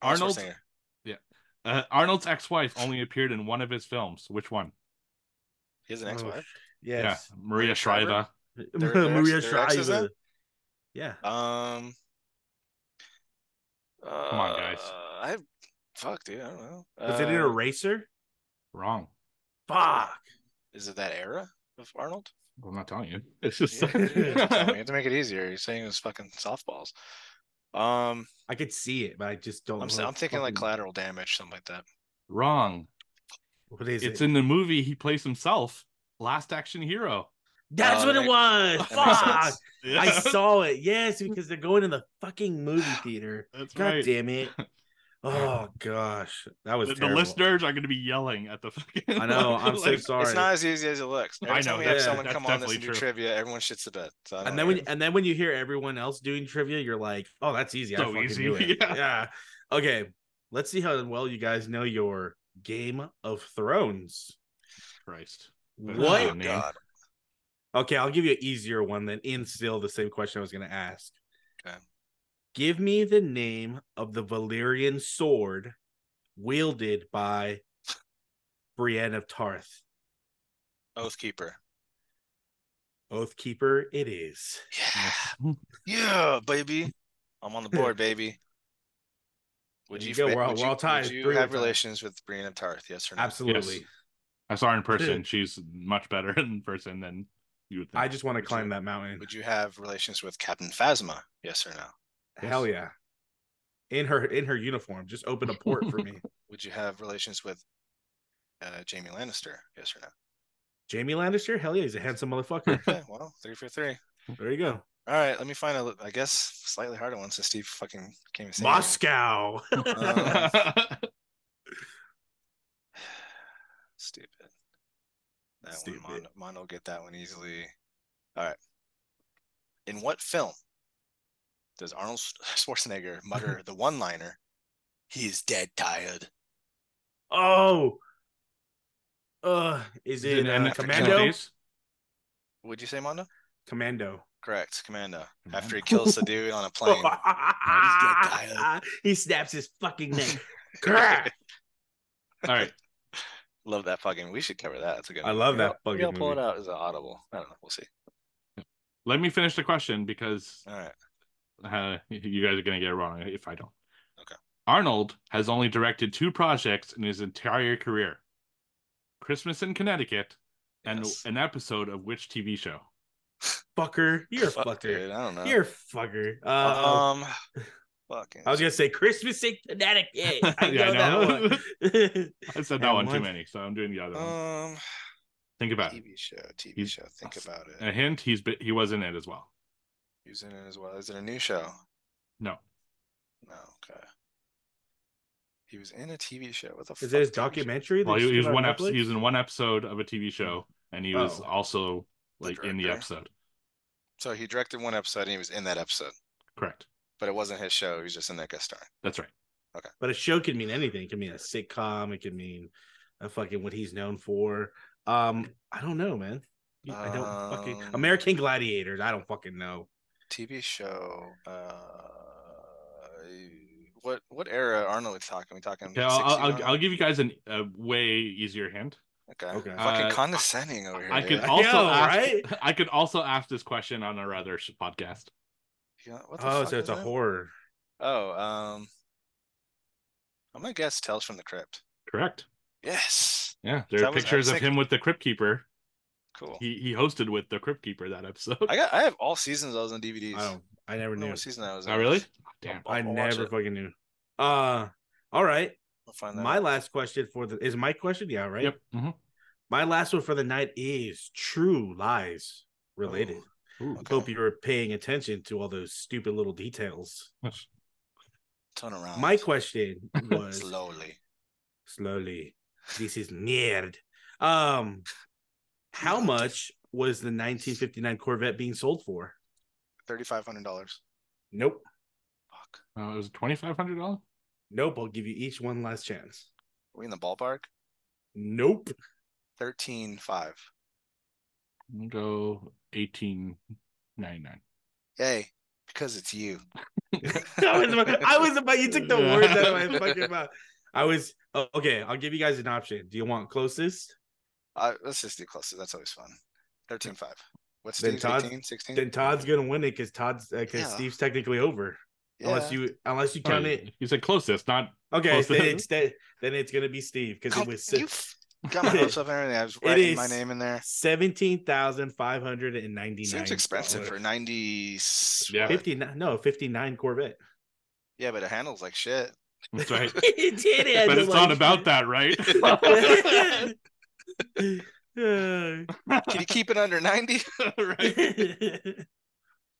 [SPEAKER 1] Arnold-
[SPEAKER 2] Schwarzenegger.
[SPEAKER 1] Uh, Arnold's ex-wife only appeared in one of his films. Which one?
[SPEAKER 2] He has an ex-wife.
[SPEAKER 3] Yes.
[SPEAKER 1] Yeah, Maria
[SPEAKER 2] Maria Shriver?
[SPEAKER 1] Shriver.
[SPEAKER 2] They're- they're
[SPEAKER 3] Maria
[SPEAKER 2] ex- they're exes now?
[SPEAKER 3] Shriver. Yeah.
[SPEAKER 2] Um. Come
[SPEAKER 1] on, guys.
[SPEAKER 2] uh, I fuck, dude. I don't know.
[SPEAKER 3] Was it an
[SPEAKER 2] Uh,
[SPEAKER 3] eraser?
[SPEAKER 1] Wrong.
[SPEAKER 3] Fuck.
[SPEAKER 2] Is it that era of Arnold?
[SPEAKER 1] I'm not telling you. It's just
[SPEAKER 2] Yeah, you have to tell me. You have to make it easier. You're saying it's fucking softballs. Um,
[SPEAKER 3] I could see it, but I just don't
[SPEAKER 2] I'm,
[SPEAKER 3] know
[SPEAKER 2] s- I'm
[SPEAKER 3] what
[SPEAKER 2] thinking like
[SPEAKER 3] fucking-
[SPEAKER 2] collateral damage, something like that.
[SPEAKER 1] wrong.
[SPEAKER 3] What is
[SPEAKER 1] It's
[SPEAKER 3] it?
[SPEAKER 1] in the movie he plays himself, Last Action Hero.
[SPEAKER 3] That's
[SPEAKER 2] Oh,
[SPEAKER 3] what
[SPEAKER 2] that
[SPEAKER 3] it
[SPEAKER 2] That
[SPEAKER 3] was.
[SPEAKER 2] makes
[SPEAKER 3] Uh, Fuck.
[SPEAKER 2] sense.
[SPEAKER 3] I saw it. Yes, because they're going to the fucking movie theater.
[SPEAKER 1] That's
[SPEAKER 3] God
[SPEAKER 1] right.
[SPEAKER 3] damn it. Oh gosh. That was
[SPEAKER 1] The, the
[SPEAKER 3] terrible.
[SPEAKER 1] listeners are going to be yelling at the fucking.
[SPEAKER 3] I know. I'm so sorry.
[SPEAKER 2] It's not as easy as it looks.
[SPEAKER 1] I know,
[SPEAKER 2] Every time we have
[SPEAKER 3] yeah,
[SPEAKER 2] someone
[SPEAKER 1] that's
[SPEAKER 2] come on this
[SPEAKER 1] definitely
[SPEAKER 2] and do
[SPEAKER 1] true.
[SPEAKER 2] trivia, everyone shits the bed. So I don't
[SPEAKER 3] and then
[SPEAKER 2] know.
[SPEAKER 3] when and then when you hear everyone else doing trivia, you're like, "Oh, that's easy. I
[SPEAKER 1] So
[SPEAKER 3] fucking
[SPEAKER 1] easy,
[SPEAKER 3] knew it."
[SPEAKER 1] yeah.
[SPEAKER 3] yeah. Okay. Let's see how well you guys know your Game of Thrones.
[SPEAKER 1] Christ.
[SPEAKER 2] Oh,
[SPEAKER 1] Yeah,
[SPEAKER 3] What?
[SPEAKER 1] man.
[SPEAKER 2] God.
[SPEAKER 3] Okay, I'll give you an easier one than in still the same question I was going to ask.
[SPEAKER 2] Okay.
[SPEAKER 3] Give me the name of the Valyrian sword wielded by Brienne of Tarth.
[SPEAKER 2] Oathkeeper.
[SPEAKER 3] Oathkeeper it is.
[SPEAKER 2] Yeah. Yeah, baby. I'm on the board, baby. Would
[SPEAKER 3] There
[SPEAKER 2] you,
[SPEAKER 3] you go.
[SPEAKER 2] fa-
[SPEAKER 3] We're all-
[SPEAKER 2] would
[SPEAKER 3] we're
[SPEAKER 2] you-
[SPEAKER 3] all tied.
[SPEAKER 2] Would you
[SPEAKER 3] Three, we're
[SPEAKER 2] have
[SPEAKER 3] tied.
[SPEAKER 2] relations with Brienne of Tarth? Yes or no?
[SPEAKER 3] Absolutely.
[SPEAKER 1] Yes. I saw her in person. She's much better in person than you would think.
[SPEAKER 3] I just want to
[SPEAKER 2] Would you-
[SPEAKER 3] climb that mountain.
[SPEAKER 2] Would you have relations with Captain Phasma? Yes or no?
[SPEAKER 3] Hell yeah. In her in her uniform, just open a port for me.
[SPEAKER 2] Would you have relations with uh, Jamie Lannister? Yes or no?
[SPEAKER 3] Jamie Lannister, hell yeah, he's a handsome motherfucker.
[SPEAKER 2] Okay, well, three for three.
[SPEAKER 3] There you go.
[SPEAKER 2] All right, let me find a, I guess, slightly harder one since Steve fucking came and Oh,
[SPEAKER 3] Moscow.
[SPEAKER 1] uh,
[SPEAKER 2] Stupid. That
[SPEAKER 3] Stupid.
[SPEAKER 2] one, Mondo, Mondo get that one easily. All right. In what film does Arnold Schwarzenegger mutter the one liner, he is dead tired.
[SPEAKER 3] Oh, uh, is it, uh,
[SPEAKER 1] and-
[SPEAKER 3] Commando?
[SPEAKER 1] Days?
[SPEAKER 2] Would you say Mondo?
[SPEAKER 3] Commando.
[SPEAKER 2] Correct, Commando. Oh, After he
[SPEAKER 1] Commando.
[SPEAKER 2] kills Sadu on a plane. tired.
[SPEAKER 3] he snaps his fucking neck. Crack!
[SPEAKER 1] All right.
[SPEAKER 2] Love that fucking. We should cover that. That's a good.
[SPEAKER 3] I love that
[SPEAKER 2] Maybe
[SPEAKER 3] fucking
[SPEAKER 2] I'll pull
[SPEAKER 3] movie.
[SPEAKER 2] it out as an audible. I don't know. We'll see.
[SPEAKER 1] Let me finish the question because
[SPEAKER 2] All right.
[SPEAKER 1] uh, you guys are going to get it wrong if I don't.
[SPEAKER 2] Okay.
[SPEAKER 1] Arnold has only directed two projects in his entire career Christmas in Connecticut and
[SPEAKER 2] Yes.
[SPEAKER 1] an episode of which TV show?
[SPEAKER 3] fucker, you're a
[SPEAKER 2] Fuck,
[SPEAKER 3] fucker.
[SPEAKER 2] dude, I don't know.
[SPEAKER 3] You're a fucker. Uh,
[SPEAKER 2] um, fucking.
[SPEAKER 3] I was gonna say Christmas in Connecticut. I know,
[SPEAKER 1] Yeah, I know.
[SPEAKER 3] that one.
[SPEAKER 1] I said that
[SPEAKER 3] And
[SPEAKER 1] one too
[SPEAKER 3] one-
[SPEAKER 1] many, so I'm doing the other one.
[SPEAKER 2] Um,
[SPEAKER 1] Think about it.
[SPEAKER 2] TV show, TV
[SPEAKER 1] He's-
[SPEAKER 2] show. Think about it.
[SPEAKER 1] A hint: he's been, he was in it as well.
[SPEAKER 2] He's in it as well. Is it a new show?
[SPEAKER 1] No,
[SPEAKER 2] No. Okay. He was in a TV show. What the fuck?
[SPEAKER 3] Is it his
[SPEAKER 2] TV show?
[SPEAKER 3] documentary? that
[SPEAKER 1] well, he,
[SPEAKER 3] just
[SPEAKER 1] he was
[SPEAKER 3] came out
[SPEAKER 1] one
[SPEAKER 3] on
[SPEAKER 1] episode.
[SPEAKER 3] Netflix?
[SPEAKER 1] He was in one episode of a TV show, and he was
[SPEAKER 3] Oh.
[SPEAKER 1] also
[SPEAKER 2] The
[SPEAKER 1] like in the
[SPEAKER 2] director.
[SPEAKER 1] episode.
[SPEAKER 2] So he directed one episode and he was in that episode,
[SPEAKER 1] Correct.
[SPEAKER 2] but it wasn't his show. He was just in that guest star.
[SPEAKER 1] That's right.
[SPEAKER 3] But a show can mean anything. It can mean a sitcom. It can mean a fucking what he's known for. Um, I don't know, man. I don't fucking
[SPEAKER 2] Um,
[SPEAKER 3] American Gladiators. I don't fucking know.
[SPEAKER 2] TV show. Uh, what what era Arnold we talking? We talking?
[SPEAKER 1] Yeah, I'll,
[SPEAKER 2] 60s
[SPEAKER 1] I'll, I'll,
[SPEAKER 2] Arnold?
[SPEAKER 1] give you guys an, a way easier hint.
[SPEAKER 2] Okay.
[SPEAKER 3] Okay.
[SPEAKER 2] Fucking
[SPEAKER 1] Uh,
[SPEAKER 2] condescending over here.
[SPEAKER 1] I could
[SPEAKER 2] dude.
[SPEAKER 1] also
[SPEAKER 3] know,
[SPEAKER 1] ask,
[SPEAKER 3] right?
[SPEAKER 1] I could also ask this question on our other sh- podcast.
[SPEAKER 2] Yeah, what the
[SPEAKER 3] Oh,
[SPEAKER 2] fuck
[SPEAKER 3] so it's
[SPEAKER 2] is
[SPEAKER 3] a
[SPEAKER 2] that?
[SPEAKER 3] horror.
[SPEAKER 2] Oh, um, I'm gonna guess Tales from the Crypt.
[SPEAKER 1] Correct.
[SPEAKER 2] Yes,
[SPEAKER 1] Yeah, there
[SPEAKER 2] That
[SPEAKER 1] are
[SPEAKER 2] was- I
[SPEAKER 1] pictures of
[SPEAKER 2] think-
[SPEAKER 1] him with the Crypt Keeper.
[SPEAKER 2] cool.
[SPEAKER 1] He he hosted with the Crypt Keeper that episode.
[SPEAKER 2] I got. I have all seasons. I was on DVDs.
[SPEAKER 3] I
[SPEAKER 2] I
[SPEAKER 3] don't. I never
[SPEAKER 2] don't know
[SPEAKER 3] knew.
[SPEAKER 2] what season I was.
[SPEAKER 1] oh
[SPEAKER 2] in.
[SPEAKER 1] really?
[SPEAKER 2] I'll-
[SPEAKER 1] Damn.
[SPEAKER 2] I'll-
[SPEAKER 3] I
[SPEAKER 2] I'll watch
[SPEAKER 3] never
[SPEAKER 2] it.
[SPEAKER 3] fucking knew. Uh, all right.
[SPEAKER 2] I'll find that
[SPEAKER 3] My
[SPEAKER 2] out.
[SPEAKER 3] last question for the is my question. Yeah, right.
[SPEAKER 1] Yep. mhm.
[SPEAKER 3] My last one for the night is true lies related.
[SPEAKER 1] Ooh.
[SPEAKER 2] Oh, Okay.
[SPEAKER 3] Hope you were paying attention to all those stupid little details.
[SPEAKER 2] Turn around.
[SPEAKER 3] My question was
[SPEAKER 2] slowly.
[SPEAKER 3] slowly. This is nerd. Um, how
[SPEAKER 2] Nerd.
[SPEAKER 3] much was the 1959 Corvette being sold for?
[SPEAKER 2] Thirty-five hundred dollars.
[SPEAKER 3] Nope,
[SPEAKER 2] Fuck.
[SPEAKER 1] Uh, it was twenty five hundred dollars.
[SPEAKER 3] nope. I'll give you each one last chance.
[SPEAKER 2] Are we in the ballpark?
[SPEAKER 3] Nope.
[SPEAKER 2] Thirteen five.
[SPEAKER 1] We'll go eighteen ninety nine.
[SPEAKER 2] Yay! Because it's you.
[SPEAKER 3] I was, about, I was about. You took the words out of my fucking mouth. I was oh, okay. I'll give you guys an option. Do you want closest?
[SPEAKER 2] Uh, let's just do closest. That's always fun. 13 5. What's
[SPEAKER 3] Then
[SPEAKER 2] Steve's
[SPEAKER 3] Todd-
[SPEAKER 2] 18, 16?
[SPEAKER 3] Then Todd's gonna win it because Todd's because
[SPEAKER 2] Yeah.
[SPEAKER 3] Steve's technically over. Unless
[SPEAKER 2] Yeah.
[SPEAKER 3] you unless you count it.
[SPEAKER 1] He said closest, not
[SPEAKER 3] Okay,
[SPEAKER 1] Close
[SPEAKER 3] then
[SPEAKER 1] to-
[SPEAKER 3] it's then it's gonna be Steve because
[SPEAKER 2] God,
[SPEAKER 3] it was
[SPEAKER 2] you f- got my hopes up and everything. I was
[SPEAKER 3] It
[SPEAKER 2] writing my
[SPEAKER 3] is
[SPEAKER 2] name in there.
[SPEAKER 3] seventeen thousand five hundred and ninety nine.
[SPEAKER 2] Seems expensive for 90.
[SPEAKER 1] Yeah.
[SPEAKER 3] fifty nine. No, fifty nine Corvette.
[SPEAKER 2] Yeah, but it handles like shit.
[SPEAKER 1] that's right.
[SPEAKER 3] it did. it had
[SPEAKER 1] but
[SPEAKER 3] the
[SPEAKER 1] it's not
[SPEAKER 3] lights.
[SPEAKER 1] about that, right?
[SPEAKER 3] Uh,
[SPEAKER 2] Can you keep it under 90?
[SPEAKER 1] right?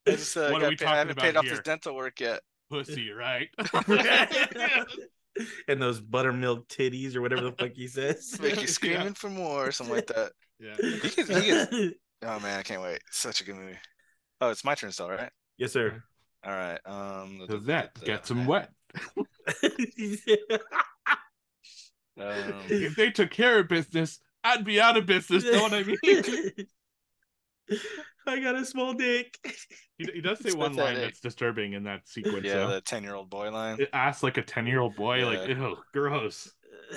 [SPEAKER 2] I just, uh,
[SPEAKER 1] What are
[SPEAKER 2] got
[SPEAKER 1] we
[SPEAKER 2] pa-
[SPEAKER 1] talking
[SPEAKER 2] I haven't paid
[SPEAKER 1] about
[SPEAKER 2] off
[SPEAKER 1] here?
[SPEAKER 2] this dental work yet.
[SPEAKER 1] Pussy, right?
[SPEAKER 3] and those buttermilk titties or whatever the fuck he says.
[SPEAKER 2] Make you
[SPEAKER 1] Yeah.
[SPEAKER 2] screaming for more or something like that.
[SPEAKER 1] yeah.
[SPEAKER 2] can- he can- Oh man, I can't wait. Such a good movie. Oh, it's my turn still, right?
[SPEAKER 3] yes, sir.
[SPEAKER 2] All right. Um,
[SPEAKER 1] So that gets him wet.
[SPEAKER 2] Um,
[SPEAKER 1] If they took care of business, I'd be out of business. Know what I mean? He,
[SPEAKER 3] I got a small dick.
[SPEAKER 1] he does say
[SPEAKER 2] It's
[SPEAKER 1] one line
[SPEAKER 2] pathetic.
[SPEAKER 1] that's disturbing in that sequence.
[SPEAKER 2] yeah,
[SPEAKER 1] Yeah,
[SPEAKER 2] the 10 year old boy line.
[SPEAKER 1] it asks like a ten year old boy, like, "Ew, gross."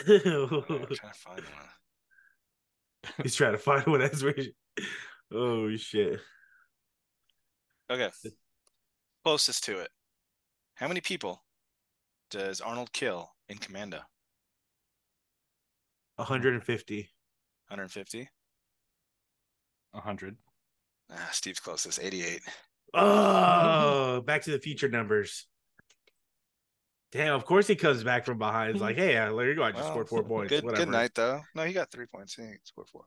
[SPEAKER 2] Oh, I'm trying to find one.
[SPEAKER 3] He's trying to find one. That's where. Oh shit!
[SPEAKER 2] Okay. Closest to it. How many people does Arnold kill in Commando?
[SPEAKER 3] 150.
[SPEAKER 2] 150?
[SPEAKER 1] A hundred.
[SPEAKER 2] Ah, Steve's closest, 88.
[SPEAKER 3] Oh, Back to the Future numbers. Damn! Of course he comes back from behind. It's like, hey, uh, there you go. I just
[SPEAKER 2] Well,
[SPEAKER 3] scored four points.
[SPEAKER 2] Good,
[SPEAKER 3] Whatever.
[SPEAKER 2] good night, though. No, he got three points. He scored four.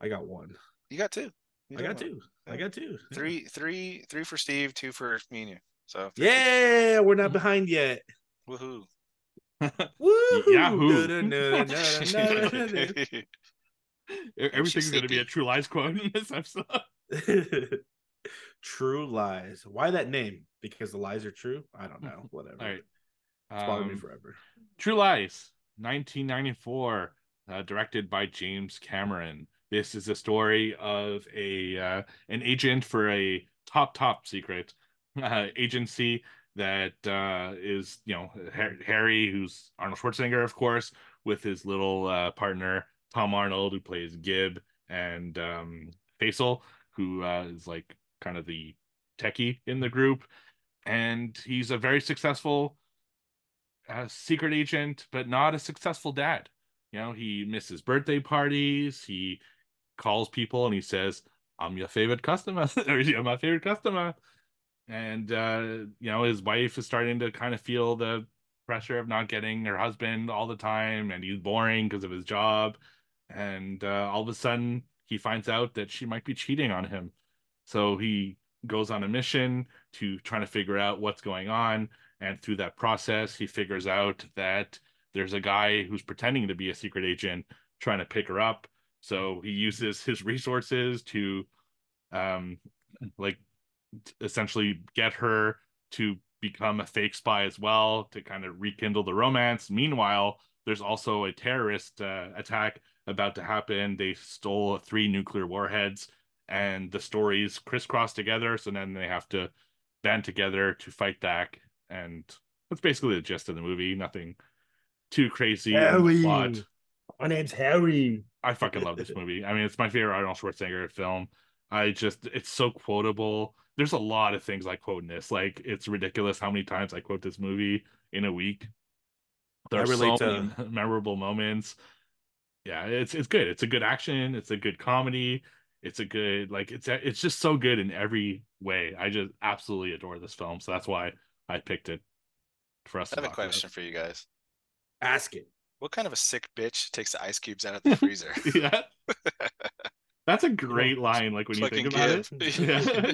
[SPEAKER 3] I got one.
[SPEAKER 2] You got two. You
[SPEAKER 3] I
[SPEAKER 2] did
[SPEAKER 3] got
[SPEAKER 2] one.
[SPEAKER 3] two. I got two.
[SPEAKER 2] Three, three, three for Steve, two for me and you. So, three
[SPEAKER 3] Yeah, we're not behind yet.
[SPEAKER 2] for- woohoo.
[SPEAKER 3] Woo!
[SPEAKER 1] Yahoo.
[SPEAKER 2] That's
[SPEAKER 1] E, Everything's gonna be
[SPEAKER 2] sleepy.
[SPEAKER 1] a true lies quote in this episode.
[SPEAKER 3] True Lies. Why that name? Because the lies are true. I don't know. Whatever.
[SPEAKER 1] All right.
[SPEAKER 3] It's bothered me
[SPEAKER 1] Um,
[SPEAKER 3] forever.
[SPEAKER 1] True Lies, 1994, uh, directed by James Cameron. This is a story of a uh, an agent for a top top secret uh, agency that uh, is you know Har- Harry, who's Arnold Schwarzenegger, of course, with his little uh, partner Tom Arnold, who plays Gib, and um, Faisal, who uh, is like kind of the techie in the group, and he's a very successful a secret agent, but not a successful dad. You know, he misses birthday parties. He calls people and he says, "I'm your favorite customer," or "You're my favorite customer." And uh, you know, his wife is starting to kind of feel the pressure of not getting her husband all the time, and he's boring because of his job. And uh, all of a sudden, he finds out that she might be cheating on him. So he goes on a mission to try to figure out what's going on. And through that process, he figures out that there's a guy who's pretending to be a secret agent trying to pick her up. So he uses his resources to, um, like, t- essentially get her to become a fake spy as well to kind of rekindle the romance. Meanwhile, there's also a terrorist uh, attack about to happen. They stole three nuclear warheads, and the stories crisscross together. So then they have to band together to fight back and that's basically the gist of the movie. Nothing too crazy. in the plot.
[SPEAKER 4] My name's Harry.
[SPEAKER 1] I fucking love this movie. I mean, it's my favorite Arnold Schwarzenegger film. I just, it's so quotable. There's a lot of things I quote in this. Like, it's ridiculous how many times I quote this movie in a week. There
[SPEAKER 3] I
[SPEAKER 1] are so
[SPEAKER 3] relate
[SPEAKER 1] many memorable moments. Yeah, it's it's good. It's a good action. It's a good comedy. It's a good like it's it's just so good in every way. I just absolutely adore this film. So that's why I picked it for us.
[SPEAKER 2] I
[SPEAKER 1] to
[SPEAKER 2] have a
[SPEAKER 1] talk about.
[SPEAKER 2] question for you guys.
[SPEAKER 3] Ask it.
[SPEAKER 2] What kind of a sick bitch takes the ice cubes out of the freezer?
[SPEAKER 1] yeah. That's a great line, like when you
[SPEAKER 2] Fucking
[SPEAKER 1] think about
[SPEAKER 2] kid.
[SPEAKER 1] it. Yeah.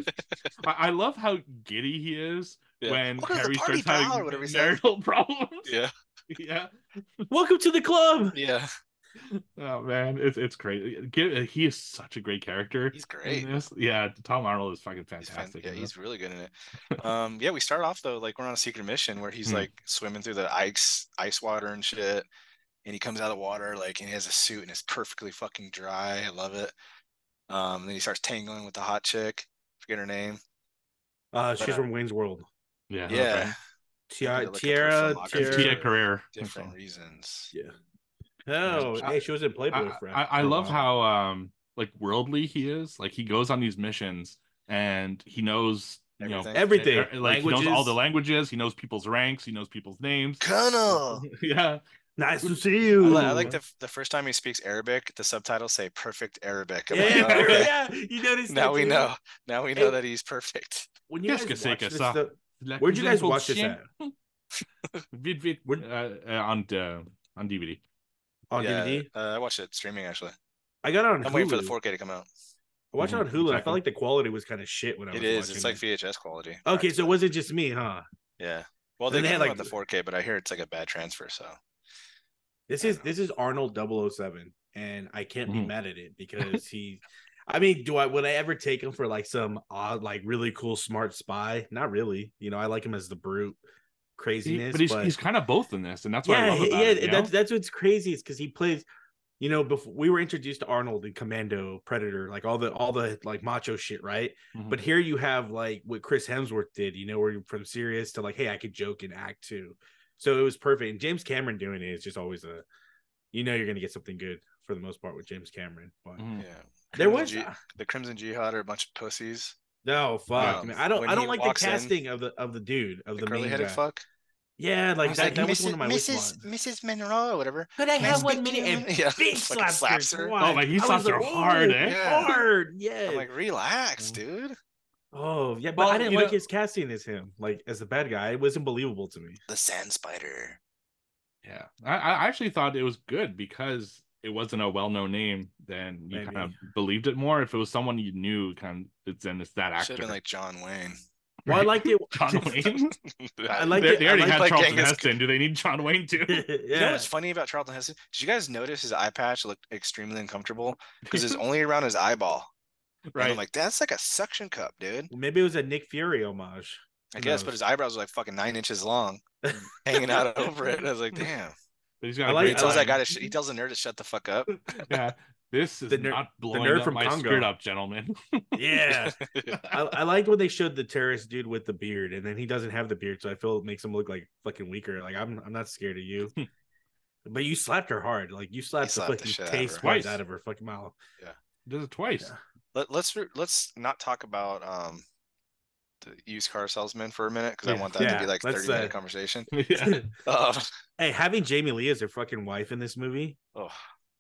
[SPEAKER 1] I, I love how giddy he is
[SPEAKER 2] Yeah.
[SPEAKER 1] when
[SPEAKER 2] Welcome to the
[SPEAKER 1] Harry
[SPEAKER 2] party,
[SPEAKER 1] starts
[SPEAKER 2] pal, or
[SPEAKER 1] having
[SPEAKER 2] whatever he says.
[SPEAKER 1] marital problems.
[SPEAKER 2] Yeah.
[SPEAKER 1] Yeah.
[SPEAKER 3] Welcome to the club.
[SPEAKER 2] Yeah.
[SPEAKER 1] Oh man, it's it's crazy. Gi- uh, He is such a great character.
[SPEAKER 2] He's
[SPEAKER 1] in
[SPEAKER 2] great.
[SPEAKER 1] this. Yeah, Tom Arnold is fucking
[SPEAKER 2] He's fan-
[SPEAKER 1] fantastic.
[SPEAKER 2] yeah,
[SPEAKER 1] in
[SPEAKER 2] he's
[SPEAKER 1] this.
[SPEAKER 2] really good in it. Um, yeah, we start off though like we're on a secret mission where he's
[SPEAKER 1] Hmm.
[SPEAKER 2] like swimming through the ice ice water and shit, and he comes out of the water like and he has a suit and it's perfectly fucking dry. I love it. Um, then he starts tangling with the hot chick. Forget her name.
[SPEAKER 3] Uh, she's
[SPEAKER 2] But, uh,
[SPEAKER 3] from Wayne's World.
[SPEAKER 1] yeah,
[SPEAKER 2] yeah, I need
[SPEAKER 3] Tiara,
[SPEAKER 2] to look up her
[SPEAKER 1] okay.
[SPEAKER 2] filmography.
[SPEAKER 3] Tiara, Tiara.
[SPEAKER 1] Tia Carrere.
[SPEAKER 2] different reasons.
[SPEAKER 3] Yeah. Oh,
[SPEAKER 2] I-
[SPEAKER 3] hey, she was in Playboy.
[SPEAKER 1] I,
[SPEAKER 3] for,
[SPEAKER 1] I, I
[SPEAKER 3] for a
[SPEAKER 1] love
[SPEAKER 3] while.
[SPEAKER 1] how um like worldly he is. Like he goes on these missions and he knows you know
[SPEAKER 2] Everything.
[SPEAKER 3] everything.
[SPEAKER 1] Er- Like he knows all the
[SPEAKER 3] Languages.
[SPEAKER 1] languages. He knows people's ranks. He knows people's names.
[SPEAKER 2] Colonel.
[SPEAKER 1] yeah,
[SPEAKER 4] Nice to see
[SPEAKER 2] I,
[SPEAKER 4] you.
[SPEAKER 2] li- I like the f- the first time he speaks Arabic, the subtitles say perfect Arabic. I'm like,
[SPEAKER 3] Yeah,
[SPEAKER 2] "Oh, okay."
[SPEAKER 3] yeah, you noticed.
[SPEAKER 2] Now
[SPEAKER 3] that
[SPEAKER 2] we
[SPEAKER 3] too?
[SPEAKER 2] know. Now we know
[SPEAKER 3] Hey.
[SPEAKER 2] that he's perfect.
[SPEAKER 3] When you guys
[SPEAKER 1] Qu'est-ce que
[SPEAKER 3] watch
[SPEAKER 1] c'est que
[SPEAKER 3] this
[SPEAKER 1] ça?
[SPEAKER 3] stuff- Where'd you guys watch this at?
[SPEAKER 1] Vite, vite,
[SPEAKER 3] Where'd-
[SPEAKER 1] uh, uh, on uh, on DVD.
[SPEAKER 3] on
[SPEAKER 2] yeah,
[SPEAKER 3] DVD.
[SPEAKER 2] Uh, I watched it streaming actually.
[SPEAKER 3] I got it on
[SPEAKER 2] I'm
[SPEAKER 3] Hulu.
[SPEAKER 2] waiting for the 4K to come out.
[SPEAKER 3] I watched it on
[SPEAKER 1] Mhm,
[SPEAKER 3] Hulu. I
[SPEAKER 1] exactly.
[SPEAKER 3] felt like the quality was kind of shit when I
[SPEAKER 2] It
[SPEAKER 3] was
[SPEAKER 2] is.
[SPEAKER 3] watching
[SPEAKER 2] It's like VHS quality.
[SPEAKER 3] okay, so was it just me, huh?
[SPEAKER 2] yeah. Well, they,
[SPEAKER 3] Then they
[SPEAKER 2] they
[SPEAKER 3] had,
[SPEAKER 2] like
[SPEAKER 3] like,
[SPEAKER 2] the 4K, but I hear it's like a bad transfer. So
[SPEAKER 3] This
[SPEAKER 2] I
[SPEAKER 3] is
[SPEAKER 2] don't know.
[SPEAKER 3] this is Arnold 007, and I can't be
[SPEAKER 1] Mhm.
[SPEAKER 3] mad at it because he. I mean, do I would I ever take him for like some odd, like really cool, smart spy? Not really. You know, I like him as the brute
[SPEAKER 1] He-
[SPEAKER 3] craziness,
[SPEAKER 1] but he's he's kind of both in this, and that's what I
[SPEAKER 3] yeah,
[SPEAKER 1] love
[SPEAKER 3] he-
[SPEAKER 1] about
[SPEAKER 3] yeah.
[SPEAKER 1] it. you know?
[SPEAKER 3] that's that's what's crazy is because he plays. You know, before we were introduced to Arnold and Commando, Predator, like all the all the like macho shit, right?
[SPEAKER 1] Mhm.
[SPEAKER 3] But
[SPEAKER 2] Mm-hmm.
[SPEAKER 3] here you have like what Chris Hemsworth did, you know, where you're from serious to like, hey, I could joke and act too. So it was perfect. And James Cameron doing it is just always a, you know, you're gonna get something good for the most part with James Cameron. But
[SPEAKER 1] Mhm.
[SPEAKER 2] Mm-hmm. yeah,
[SPEAKER 3] there
[SPEAKER 2] Criminal
[SPEAKER 3] was
[SPEAKER 2] G- the Crimson Jihad are a bunch of pussies.
[SPEAKER 3] no fuck.
[SPEAKER 2] Um,
[SPEAKER 3] man. I don't.
[SPEAKER 2] when
[SPEAKER 3] I
[SPEAKER 2] he
[SPEAKER 3] don't like the
[SPEAKER 2] walks in-
[SPEAKER 3] casting of the of the dude of
[SPEAKER 2] The,
[SPEAKER 3] the, main
[SPEAKER 2] curly headed
[SPEAKER 3] guy.
[SPEAKER 2] fuck.
[SPEAKER 3] Yeah,
[SPEAKER 2] I
[SPEAKER 3] like
[SPEAKER 2] was
[SPEAKER 3] that. that was
[SPEAKER 2] "Mrs.
[SPEAKER 3] one of my weak
[SPEAKER 2] Mrs.
[SPEAKER 3] ones.
[SPEAKER 2] Mrs. Monroe or whatever.
[SPEAKER 3] Could I
[SPEAKER 2] Can I
[SPEAKER 3] have
[SPEAKER 2] speak
[SPEAKER 3] one
[SPEAKER 2] to
[SPEAKER 3] minute
[SPEAKER 2] you?"
[SPEAKER 3] and
[SPEAKER 2] Yeah,
[SPEAKER 3] bitch
[SPEAKER 2] fucking
[SPEAKER 3] slaps,
[SPEAKER 2] slaps
[SPEAKER 3] her?
[SPEAKER 2] her.
[SPEAKER 3] twice.
[SPEAKER 1] Oh, like, he
[SPEAKER 3] I was
[SPEAKER 1] slaps her
[SPEAKER 3] like,
[SPEAKER 1] hard,
[SPEAKER 3] "Whoa,
[SPEAKER 1] eh?
[SPEAKER 2] Yeah.
[SPEAKER 3] Hard, yeah.
[SPEAKER 2] I'm like,
[SPEAKER 3] Hmm.
[SPEAKER 2] relax, dude.
[SPEAKER 3] oh, yeah, but
[SPEAKER 1] Well,
[SPEAKER 3] I didn't
[SPEAKER 1] you
[SPEAKER 3] like
[SPEAKER 1] know-
[SPEAKER 3] his casting as him, like as the bad guy. It wasn't believable to me.
[SPEAKER 2] The sand spider.
[SPEAKER 1] Yeah, I, I actually thought it was good because it wasn't a well-known name. Then you
[SPEAKER 3] Maybe.
[SPEAKER 1] kind of believed it more. If it was someone you knew, kind of, it's and it's that
[SPEAKER 2] Should
[SPEAKER 1] actor.
[SPEAKER 2] have been like John Wayne.
[SPEAKER 3] Well, I
[SPEAKER 1] Right?
[SPEAKER 3] liked it.
[SPEAKER 1] John Wayne.
[SPEAKER 3] I like
[SPEAKER 1] they,
[SPEAKER 3] it.
[SPEAKER 1] they
[SPEAKER 3] I
[SPEAKER 1] already
[SPEAKER 3] like-
[SPEAKER 1] had
[SPEAKER 2] like
[SPEAKER 1] Charlton
[SPEAKER 2] Genghis-
[SPEAKER 1] Heston. Do they need John Wayne too?
[SPEAKER 2] You know
[SPEAKER 3] yeah.
[SPEAKER 2] what's funny about Charlton Heston? Did you guys notice his eye patch looked extremely uncomfortable because it's only around his eyeball? And
[SPEAKER 1] right?
[SPEAKER 2] I'm like, that's like a suction cup, dude.
[SPEAKER 3] Maybe it was a Nick Fury homage.
[SPEAKER 2] I
[SPEAKER 3] Who
[SPEAKER 2] guess,
[SPEAKER 3] knows?
[SPEAKER 2] but his eyebrows were like fucking nine inches long, hanging out over it. And I was like, damn.
[SPEAKER 1] but he's got
[SPEAKER 3] I
[SPEAKER 1] a
[SPEAKER 3] like-
[SPEAKER 2] He
[SPEAKER 1] great
[SPEAKER 3] I
[SPEAKER 2] tells
[SPEAKER 1] time.
[SPEAKER 2] that guy to sh- he tells the nerd to shut the fuck up.
[SPEAKER 1] yeah, this is
[SPEAKER 3] The ner-
[SPEAKER 1] not blowing
[SPEAKER 3] nerd
[SPEAKER 1] up
[SPEAKER 3] from
[SPEAKER 1] my
[SPEAKER 3] Congo.
[SPEAKER 1] skirt up, gentlemen.
[SPEAKER 3] yeah, I, I liked when they showed the terrorist dude with the beard, and then he doesn't have the beard, so I feel it makes him look like fucking weaker. Like I'm, I'm not scared of you. But you slapped her hard. Like you slapped,
[SPEAKER 2] slapped
[SPEAKER 3] the
[SPEAKER 2] the
[SPEAKER 3] fucking
[SPEAKER 2] shit out of her.
[SPEAKER 3] taste buds
[SPEAKER 1] Twice.
[SPEAKER 3] out of her fucking mouth.
[SPEAKER 1] Does it twice.
[SPEAKER 3] Yeah.
[SPEAKER 2] Let, let's re- let's not talk about um the used car salesman for a minute because I
[SPEAKER 1] Yeah.
[SPEAKER 2] want that to
[SPEAKER 3] Yeah,
[SPEAKER 2] be like
[SPEAKER 3] let's,
[SPEAKER 2] thirty minute
[SPEAKER 3] uh,
[SPEAKER 2] conversation.
[SPEAKER 1] Yeah.
[SPEAKER 2] Um,
[SPEAKER 3] Hey, having Jamie Lee as their fucking wife in this movie,
[SPEAKER 2] oh,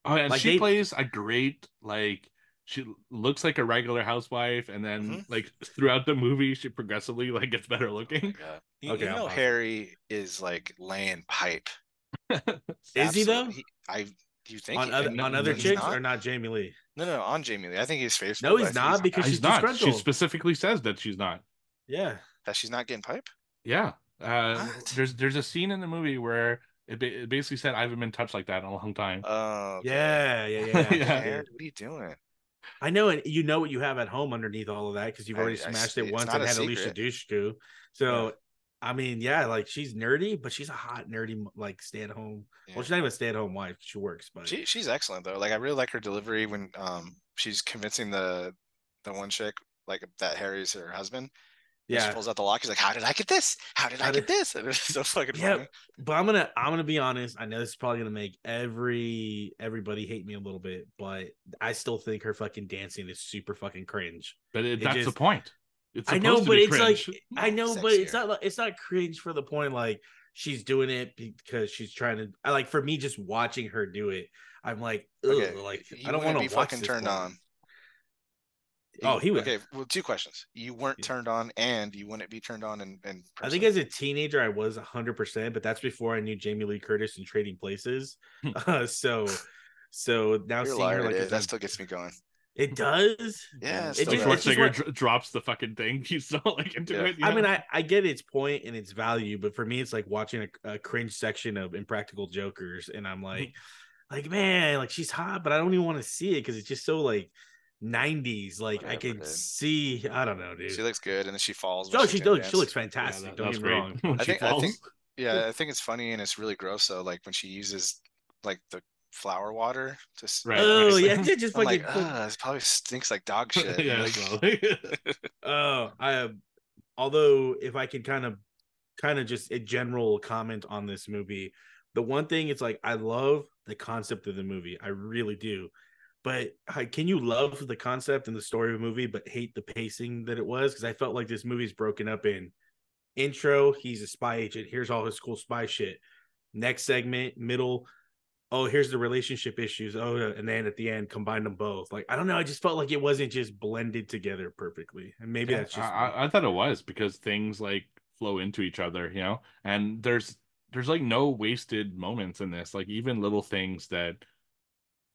[SPEAKER 1] Oh, and
[SPEAKER 3] Like,
[SPEAKER 1] she
[SPEAKER 3] they-
[SPEAKER 1] plays a great like she looks like a regular housewife, and then
[SPEAKER 2] Mhm.
[SPEAKER 3] Mm-hmm.
[SPEAKER 1] like throughout the movie, she progressively like gets better
[SPEAKER 2] my
[SPEAKER 1] looking.
[SPEAKER 2] God. You,
[SPEAKER 3] Okay,
[SPEAKER 2] you
[SPEAKER 3] I'll
[SPEAKER 2] know
[SPEAKER 3] pause.
[SPEAKER 2] Harry is like laying pipe.
[SPEAKER 3] is he though?
[SPEAKER 2] Absolute- I do you think
[SPEAKER 3] on
[SPEAKER 2] he-
[SPEAKER 3] other
[SPEAKER 1] no,
[SPEAKER 3] on
[SPEAKER 1] no,
[SPEAKER 3] other
[SPEAKER 1] he's
[SPEAKER 3] chicks
[SPEAKER 2] not?
[SPEAKER 3] or not Jamie Lee?
[SPEAKER 2] No, no, on Jamie Lee. I think he's faithful.
[SPEAKER 3] No,
[SPEAKER 2] but I
[SPEAKER 3] he's
[SPEAKER 2] think
[SPEAKER 3] not because
[SPEAKER 1] she's
[SPEAKER 3] she's
[SPEAKER 1] not. She
[SPEAKER 3] disgruntled.
[SPEAKER 1] specifically says that she's not.
[SPEAKER 3] yeah,
[SPEAKER 2] that she's not getting pipe.
[SPEAKER 1] Yeah. Uh,
[SPEAKER 2] What?
[SPEAKER 1] there's there's a scene in the movie where it, ba- it basically said I haven't been touched like that in a long time.
[SPEAKER 3] Uh,
[SPEAKER 2] Oh, okay.
[SPEAKER 3] yeah, yeah, yeah.
[SPEAKER 1] Yeah.
[SPEAKER 3] I
[SPEAKER 2] Aaron,
[SPEAKER 3] did.
[SPEAKER 2] what are you doing?
[SPEAKER 3] I know, and you know what you have at home underneath all of that because you've
[SPEAKER 2] I-
[SPEAKER 3] already
[SPEAKER 2] I
[SPEAKER 3] smashed
[SPEAKER 2] see.
[SPEAKER 3] it
[SPEAKER 2] It's
[SPEAKER 3] once
[SPEAKER 2] not
[SPEAKER 3] and
[SPEAKER 2] a
[SPEAKER 3] had Alicia Dushku. So, I mean, yeah, like she's nerdy, but she's a hot nerdy like stay at home.
[SPEAKER 2] Yeah.
[SPEAKER 3] Well, she's not even a stay at home wife; she works, but
[SPEAKER 2] She she's excellent though. Like I really like her delivery when um she's convincing the the one chick like that Harry's her husband. and She
[SPEAKER 3] yeah.
[SPEAKER 2] pulls out the lock. She's like, "How did I get this? How did I
[SPEAKER 3] How
[SPEAKER 2] get this?" And it's so fucking
[SPEAKER 3] Yeah.
[SPEAKER 2] funny.
[SPEAKER 3] But I'm gonna I'm gonna be honest. I know this is probably gonna make every everybody hate me a little bit, but I still think her fucking dancing is super fucking cringe.
[SPEAKER 1] But it,
[SPEAKER 3] It
[SPEAKER 1] that's the
[SPEAKER 3] just-
[SPEAKER 1] point. It's
[SPEAKER 3] I know,
[SPEAKER 1] supposed to
[SPEAKER 3] but
[SPEAKER 1] be
[SPEAKER 3] it's like
[SPEAKER 1] cringe.
[SPEAKER 3] I know,
[SPEAKER 2] Sex
[SPEAKER 3] but it's
[SPEAKER 2] here.
[SPEAKER 3] not like it's not cringe for the point like she's doing it because she's trying to. I like for me just watching her do it. I'm like, ugh,
[SPEAKER 2] Okay,
[SPEAKER 3] like
[SPEAKER 2] you
[SPEAKER 3] I don't
[SPEAKER 2] wouldn't
[SPEAKER 3] want to
[SPEAKER 2] be
[SPEAKER 3] watch
[SPEAKER 2] fucking
[SPEAKER 3] this
[SPEAKER 2] turned
[SPEAKER 3] porn.
[SPEAKER 2] on.
[SPEAKER 3] Oh, he would.
[SPEAKER 2] Okay, well, two questions. You weren't
[SPEAKER 3] Yeah.
[SPEAKER 2] turned on, and you wouldn't be turned on, and and
[SPEAKER 3] I think as a teenager I was 100, percent but that's before I knew Jamie Lee Curtis in Trading Places.
[SPEAKER 1] Hmm.
[SPEAKER 3] uh, so, so now
[SPEAKER 2] you're a
[SPEAKER 3] seeing
[SPEAKER 2] liar,
[SPEAKER 3] her like
[SPEAKER 2] dude.
[SPEAKER 3] as
[SPEAKER 2] that
[SPEAKER 3] a-
[SPEAKER 2] still gets me going.
[SPEAKER 3] it does.
[SPEAKER 2] Yeah,
[SPEAKER 3] It
[SPEAKER 1] So
[SPEAKER 2] still
[SPEAKER 3] just-
[SPEAKER 2] does.
[SPEAKER 3] it's just
[SPEAKER 1] Schwarzenegger
[SPEAKER 3] what-
[SPEAKER 1] dr- drops the fucking thing. He's not like into
[SPEAKER 2] Yeah.
[SPEAKER 1] it. you
[SPEAKER 3] I mean,
[SPEAKER 1] know?
[SPEAKER 3] I, I get its point and its value, but for me, it's like watching a, a cringe section of Impractical Jokers, and
[SPEAKER 1] Mm-hmm.
[SPEAKER 3] I'm like, like man, like she's hot, but I don't even want to see it because it's just so like '90s. Like I
[SPEAKER 2] Whatever,
[SPEAKER 3] can
[SPEAKER 2] dude.
[SPEAKER 3] see, I don't know, dude.
[SPEAKER 2] she looks good, and then she falls. when
[SPEAKER 3] oh, she
[SPEAKER 2] doing
[SPEAKER 3] does. She
[SPEAKER 2] dance.
[SPEAKER 3] looks
[SPEAKER 1] Yeah, that-
[SPEAKER 3] fantastic. don't
[SPEAKER 1] that's
[SPEAKER 3] get me wrong.
[SPEAKER 1] great. When
[SPEAKER 2] I
[SPEAKER 1] she
[SPEAKER 2] think- I
[SPEAKER 1] falls.
[SPEAKER 2] think- Yeah, I think it's funny and it's really gross though. Like when she uses like the flower water to s-
[SPEAKER 1] Right.
[SPEAKER 3] Oh
[SPEAKER 1] Right.
[SPEAKER 3] yeah, it just
[SPEAKER 2] I'm
[SPEAKER 3] fucking.
[SPEAKER 2] like, Ugh, this probably stinks like dog shit.
[SPEAKER 1] yeah,
[SPEAKER 2] Like,
[SPEAKER 1] well,
[SPEAKER 3] Oh, I um, although if I could kind of kind of just a general comment on this movie, the one thing it's like I love the concept of the movie. I really do. But I- can you love the concept and the story of a movie but hate the pacing that it was cuz I felt like this movie's broken up in intro, he's a spy agent. Here's all his cool spy shit. Next segment, middle, oh, here's the relationship issues. Oh, and then at the end, combine them both. Like, I don't know. I just felt like it wasn't just blended together perfectly. And maybe that's
[SPEAKER 1] I,
[SPEAKER 3] just
[SPEAKER 1] I, I thought it was because things like flow into each other, you know. And there's there's like no wasted moments in this. Like even little things that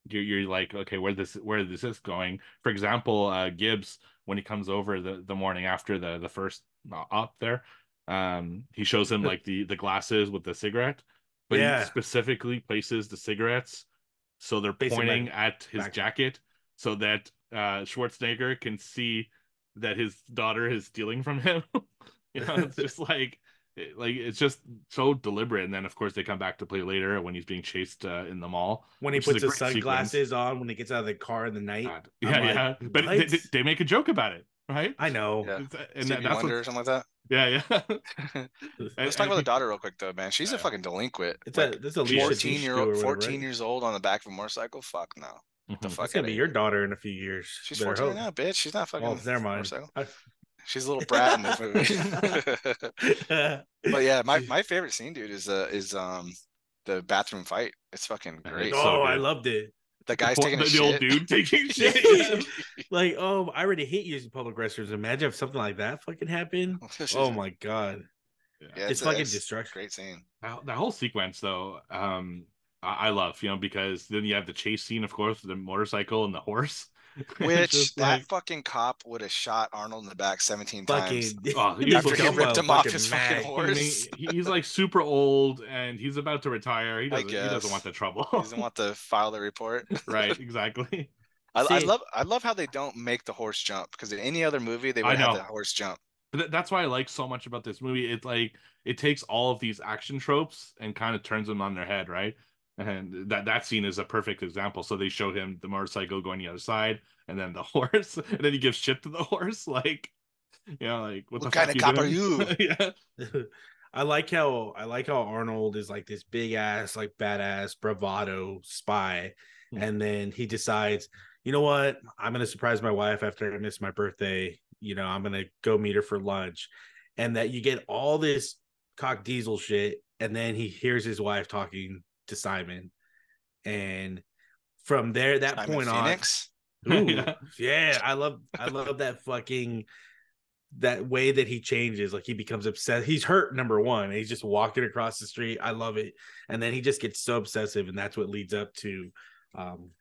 [SPEAKER 1] you're you're like, okay, where this where this is going. For example, uh, Gibbs when he comes over the the morning after the the first uh, op there, um, he shows him like the the glasses with the cigarette, but
[SPEAKER 3] Yeah.
[SPEAKER 1] he specifically places the cigarettes so they're
[SPEAKER 3] Facing
[SPEAKER 1] pointing at his
[SPEAKER 3] back.
[SPEAKER 1] jacket so that uh Schwarzenegger can see that his daughter is stealing from him. you know, it's just like it- like it's just so deliberate. And then of course they come back to play later when he's being chased uh, in the mall.
[SPEAKER 3] when he
[SPEAKER 1] which is
[SPEAKER 3] puts
[SPEAKER 1] a
[SPEAKER 3] his
[SPEAKER 1] great
[SPEAKER 3] sunglasses on when he gets out of the car in the night.
[SPEAKER 1] God. Yeah, yeah.
[SPEAKER 3] like,
[SPEAKER 1] But they,
[SPEAKER 3] what?
[SPEAKER 1] they- they make a joke about it, right?
[SPEAKER 3] I know.
[SPEAKER 2] Yeah.
[SPEAKER 1] It's- uh, And that,
[SPEAKER 2] Stevie
[SPEAKER 1] that's
[SPEAKER 2] Wonder
[SPEAKER 1] what,
[SPEAKER 2] or something like
[SPEAKER 1] yeah, yeah.
[SPEAKER 2] that.
[SPEAKER 1] And-
[SPEAKER 2] Let's talk
[SPEAKER 1] and
[SPEAKER 2] about the
[SPEAKER 1] he-
[SPEAKER 2] daughter real quick though, man. She's a
[SPEAKER 1] Yeah.
[SPEAKER 2] fucking delinquent.
[SPEAKER 3] It's
[SPEAKER 2] Like,
[SPEAKER 3] a this is a Alicia
[SPEAKER 2] 14 year
[SPEAKER 3] Dushku or
[SPEAKER 2] old,
[SPEAKER 3] whatever,
[SPEAKER 2] 14
[SPEAKER 3] right? Mm,
[SPEAKER 2] years old on the back of a motorcycle. Fuck no. What the
[SPEAKER 1] Mhm.
[SPEAKER 2] fuck?
[SPEAKER 3] That's gonna
[SPEAKER 2] outta
[SPEAKER 3] be
[SPEAKER 2] here.
[SPEAKER 3] your daughter in a few years.
[SPEAKER 2] She's
[SPEAKER 3] Better
[SPEAKER 2] 14
[SPEAKER 3] hope.
[SPEAKER 2] now, bitch. She's not fucking.
[SPEAKER 3] Well, never mind.
[SPEAKER 2] motorcycle.
[SPEAKER 3] I-
[SPEAKER 2] She's a little brat in this movie. but yeah, my, my favorite scene, dude, is uh is um the bathroom fight. It's fucking
[SPEAKER 1] Yeah,
[SPEAKER 2] great.
[SPEAKER 1] it's
[SPEAKER 3] oh,
[SPEAKER 1] so
[SPEAKER 3] I
[SPEAKER 1] good.
[SPEAKER 3] loved it.
[SPEAKER 2] the guy's
[SPEAKER 1] The-
[SPEAKER 2] taking a
[SPEAKER 1] the,
[SPEAKER 2] shit.
[SPEAKER 1] old dude taking shit.
[SPEAKER 3] Yeah. Like, oh, I already hate using public restrooms. Imagine if something like that fucking happened. Oh my god,
[SPEAKER 2] Yeah,
[SPEAKER 3] it's,
[SPEAKER 2] a-
[SPEAKER 3] fucking
[SPEAKER 2] it's a
[SPEAKER 3] destruction.
[SPEAKER 2] Great scene.
[SPEAKER 1] That, that whole sequence, though, um, I, I love, you know, because then you have the chase scene, of course, with the motorcycle and the horse. It's
[SPEAKER 2] Which
[SPEAKER 1] just
[SPEAKER 2] that
[SPEAKER 1] like-
[SPEAKER 2] fucking cop would have shot Arnold in the back 17
[SPEAKER 3] Fucking,
[SPEAKER 2] times.
[SPEAKER 1] Oh, he
[SPEAKER 3] Mr.
[SPEAKER 1] was
[SPEAKER 2] he ripped him
[SPEAKER 3] Dumbo
[SPEAKER 2] off
[SPEAKER 3] fucking
[SPEAKER 2] his fucking
[SPEAKER 1] I mean,
[SPEAKER 3] mad.
[SPEAKER 2] horse.
[SPEAKER 1] he- he's like super old and he's about to retire. He
[SPEAKER 2] I
[SPEAKER 1] doesn't. He doesn't
[SPEAKER 2] guess.
[SPEAKER 1] want the trouble.
[SPEAKER 2] He doesn't want to file the report.
[SPEAKER 1] right. Exactly.
[SPEAKER 2] I, I
[SPEAKER 3] See-
[SPEAKER 2] love I love how they don't make the horse jump because in any other movie they
[SPEAKER 1] I
[SPEAKER 2] would have
[SPEAKER 1] know.
[SPEAKER 2] the horse jump.
[SPEAKER 1] But th- that's why I like so much about this movie. It like it takes all of these action tropes and kind of turns them on their head, right? And that that scene is a perfect example. So they show him the motorcycle going the other side, and then the horse, and then he gives shit to the horse, like, you know, like what,
[SPEAKER 2] What
[SPEAKER 1] the fuck
[SPEAKER 2] kinda cop are
[SPEAKER 1] doing? yeah,
[SPEAKER 3] I like how I like how Arnold is like this big ass, like badass bravado spy,
[SPEAKER 1] Hmm.
[SPEAKER 3] and then he decides, you know what, I'm gonna surprise my wife after I miss my birthday. You know, I'm gonna go meet her for lunch, and that you get all this cock diesel shit, and then he hears his wife talking to Simon, and from there, that
[SPEAKER 2] Simon
[SPEAKER 3] point on,
[SPEAKER 2] Phoenix.
[SPEAKER 3] Ooh, yeah.
[SPEAKER 1] Yeah.
[SPEAKER 3] I love I love that fucking that way that he changes. Like he becomes obsessed. He's hurt number one. And he's just walking across the street. I love it. And then he just gets so obsessive, and that's what leads up to um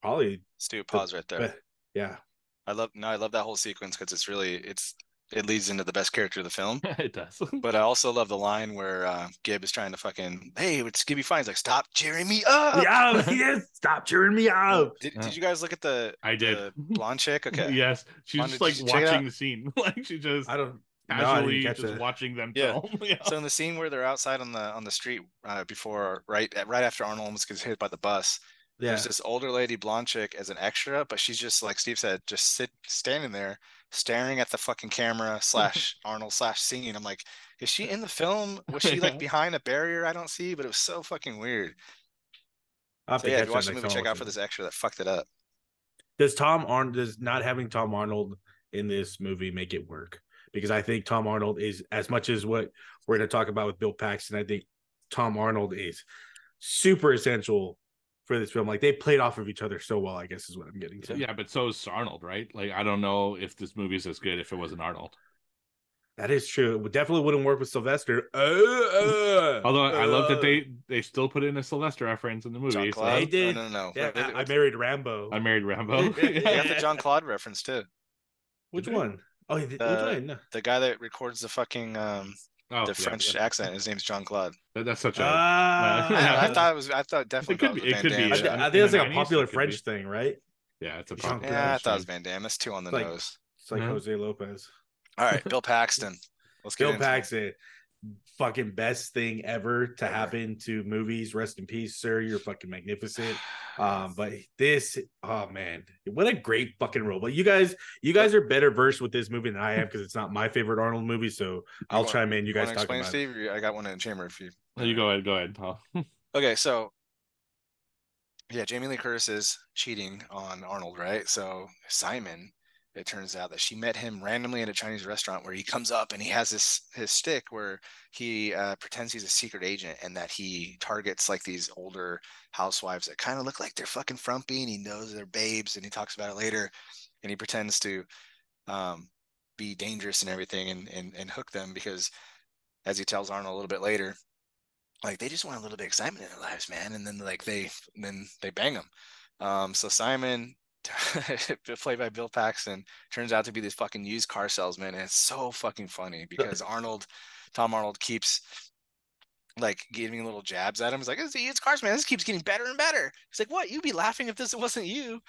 [SPEAKER 3] probably
[SPEAKER 2] Stu, pause right there.
[SPEAKER 3] but- yeah.
[SPEAKER 2] I love no, I love that whole sequence because it's really it's it leads into the best character of the film.
[SPEAKER 1] it does.
[SPEAKER 2] But I also love the line where uh, Gib is trying to fucking hey, it's Gibby Fine. He's like, stop cheering me up.
[SPEAKER 3] yeah, yes, stop cheering me out.
[SPEAKER 2] Did,
[SPEAKER 1] Yeah.
[SPEAKER 2] did you guys look at the
[SPEAKER 1] I did.
[SPEAKER 2] the blonde chick? Okay.
[SPEAKER 1] Yes, she's
[SPEAKER 2] Why
[SPEAKER 1] just
[SPEAKER 2] don't
[SPEAKER 1] like
[SPEAKER 2] you check it
[SPEAKER 1] watching
[SPEAKER 2] out?
[SPEAKER 1] the scene, like she just
[SPEAKER 3] I don't no, I didn't
[SPEAKER 1] casually
[SPEAKER 3] catch
[SPEAKER 1] just
[SPEAKER 3] that.
[SPEAKER 1] watching them
[SPEAKER 2] Yeah.
[SPEAKER 1] film. Yeah.
[SPEAKER 2] So in the scene where they're outside on the on the street uh, before right right after Arnold almost gets hit by the bus,
[SPEAKER 3] Yeah.
[SPEAKER 2] there's this older lady blonde chick as an extra, but she's just like Steve said, just sit standing there staring at the fucking camera slash Arnold slash scene. I'm like, is she in the film? Was she like
[SPEAKER 1] Yeah.
[SPEAKER 2] behind a barrier? I don't see, but it was so fucking weird.
[SPEAKER 3] I'll have
[SPEAKER 2] So
[SPEAKER 3] to
[SPEAKER 2] yeah,
[SPEAKER 3] catch
[SPEAKER 2] if you watch
[SPEAKER 3] that
[SPEAKER 2] the
[SPEAKER 3] next
[SPEAKER 2] movie,
[SPEAKER 3] time I
[SPEAKER 2] check
[SPEAKER 3] watch
[SPEAKER 2] out for
[SPEAKER 3] it.
[SPEAKER 2] this extra that fucked it up.
[SPEAKER 3] Does Tom Arnold does not having Tom Arnold in this movie make it work? Because I think Tom Arnold is as much as what we're going to talk about with Bill Paxton. I think Tom Arnold is super essential for this film. Like they played off of each other so well. I guess is what I'm getting to.
[SPEAKER 1] yeah, but so is Arnold, right? Like I don't know if this movie's as good if it wasn't Arnold.
[SPEAKER 3] that is true. It would- definitely wouldn't work with Sylvester. Uh, uh,
[SPEAKER 1] Although I love that
[SPEAKER 3] uh.
[SPEAKER 1] they they still put in a Sylvester reference in the
[SPEAKER 2] John
[SPEAKER 1] movie. So
[SPEAKER 2] Claude? Oh,
[SPEAKER 3] They did.
[SPEAKER 2] No, no, no.
[SPEAKER 3] Yeah,
[SPEAKER 2] They-
[SPEAKER 3] I, I
[SPEAKER 2] they-
[SPEAKER 3] married Rambo.
[SPEAKER 1] I married Rambo.
[SPEAKER 2] they got the John Claude reference too.
[SPEAKER 3] Which one? Oh, he did-
[SPEAKER 2] Uh,
[SPEAKER 3] which one? No.
[SPEAKER 2] The guy that records the fucking um
[SPEAKER 1] Oh, yeah,
[SPEAKER 2] the French Uh,
[SPEAKER 1] that-
[SPEAKER 2] accent. His name's John Claude.
[SPEAKER 1] that- that's such a.
[SPEAKER 3] Ah.
[SPEAKER 2] I, I
[SPEAKER 1] Yeah.
[SPEAKER 2] thought it was. I thought definitely.
[SPEAKER 1] It could
[SPEAKER 2] thought
[SPEAKER 1] be- it
[SPEAKER 2] Van
[SPEAKER 1] could be,
[SPEAKER 2] Damme.
[SPEAKER 3] I,
[SPEAKER 1] yeah.
[SPEAKER 3] thi-
[SPEAKER 1] in
[SPEAKER 3] I
[SPEAKER 1] the
[SPEAKER 3] think it's like a
[SPEAKER 1] 90s,
[SPEAKER 3] popular
[SPEAKER 1] it could
[SPEAKER 3] French
[SPEAKER 1] be.
[SPEAKER 3] thing, right?
[SPEAKER 1] yeah, it's a
[SPEAKER 3] Jean-
[SPEAKER 1] problem.
[SPEAKER 2] Yeah, I thought it was
[SPEAKER 3] Interesting.
[SPEAKER 2] Van Damme. It's two on the
[SPEAKER 3] Like-
[SPEAKER 2] nose.
[SPEAKER 3] It's like
[SPEAKER 1] Yeah.
[SPEAKER 3] Jose Lopez.
[SPEAKER 2] All right, Bill Paxton. Let's get
[SPEAKER 3] Bill
[SPEAKER 2] into it.
[SPEAKER 3] Paxton, fucking best thing ever to
[SPEAKER 2] Ever.
[SPEAKER 3] happen to movies. Rest in peace, sir. You're fucking magnificent. Um, but this, oh man, what a great fucking role. But you guys, you guys are better versed with this movie than I am because it's not my favorite Arnold movie. So I'll
[SPEAKER 2] want-
[SPEAKER 3] chime in. You guys
[SPEAKER 2] Wanna
[SPEAKER 3] talk
[SPEAKER 2] explain,
[SPEAKER 3] about it.
[SPEAKER 2] Steve? Or I got one in the chamber. If you
[SPEAKER 1] No, you go ahead. Go ahead. Paul.
[SPEAKER 2] okay, so yeah, Jamie Lee Curtis is cheating on Arnold, right? So Simon, it turns out that she met him randomly at a Chinese restaurant where he comes up and he has this his stick where he uh, pretends he's a secret agent and that he targets like these older housewives that kind of look like they're fucking frumpy and he knows they're babes and he talks about it later and he pretends to um, be dangerous and everything and, and and hook them because as he tells Arnold a little bit later like they just want a little bit of excitement in their lives man and then like they then they bang him um, so Simon played by Bill Paxton turns out to be this fucking used car salesman and it's so fucking funny because Arnold Tom Arnold keeps like giving little jabs at him. He's like, it's, it's cars, man. This keeps getting better and better. He's like, what? You'd be laughing if this wasn't you.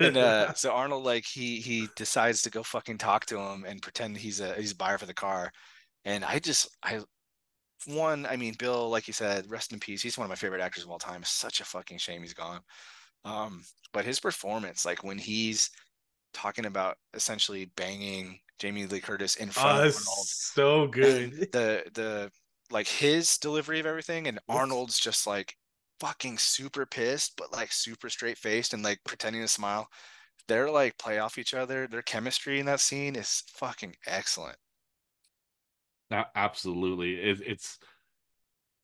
[SPEAKER 2] And uh, so Arnold, like, he he decides to go fucking talk to him and pretend he's a he's a buyer for the car. And I just I one, I mean, Bill, like you said, rest in peace. He's one of my favorite actors of all time. It's such a fucking shame he's gone. Um, but his performance, like when he's talking about essentially banging Jamie Lee Curtis in front
[SPEAKER 3] Oh,
[SPEAKER 2] of
[SPEAKER 3] it's
[SPEAKER 2] Arnold
[SPEAKER 3] so good.
[SPEAKER 2] the the like his delivery of everything and
[SPEAKER 3] Yes.
[SPEAKER 2] Arnold's just like fucking super pissed but like super straight faced and like pretending to smile. They're like play off each other. Their chemistry in that scene is fucking excellent.
[SPEAKER 1] A- absolutely it, it's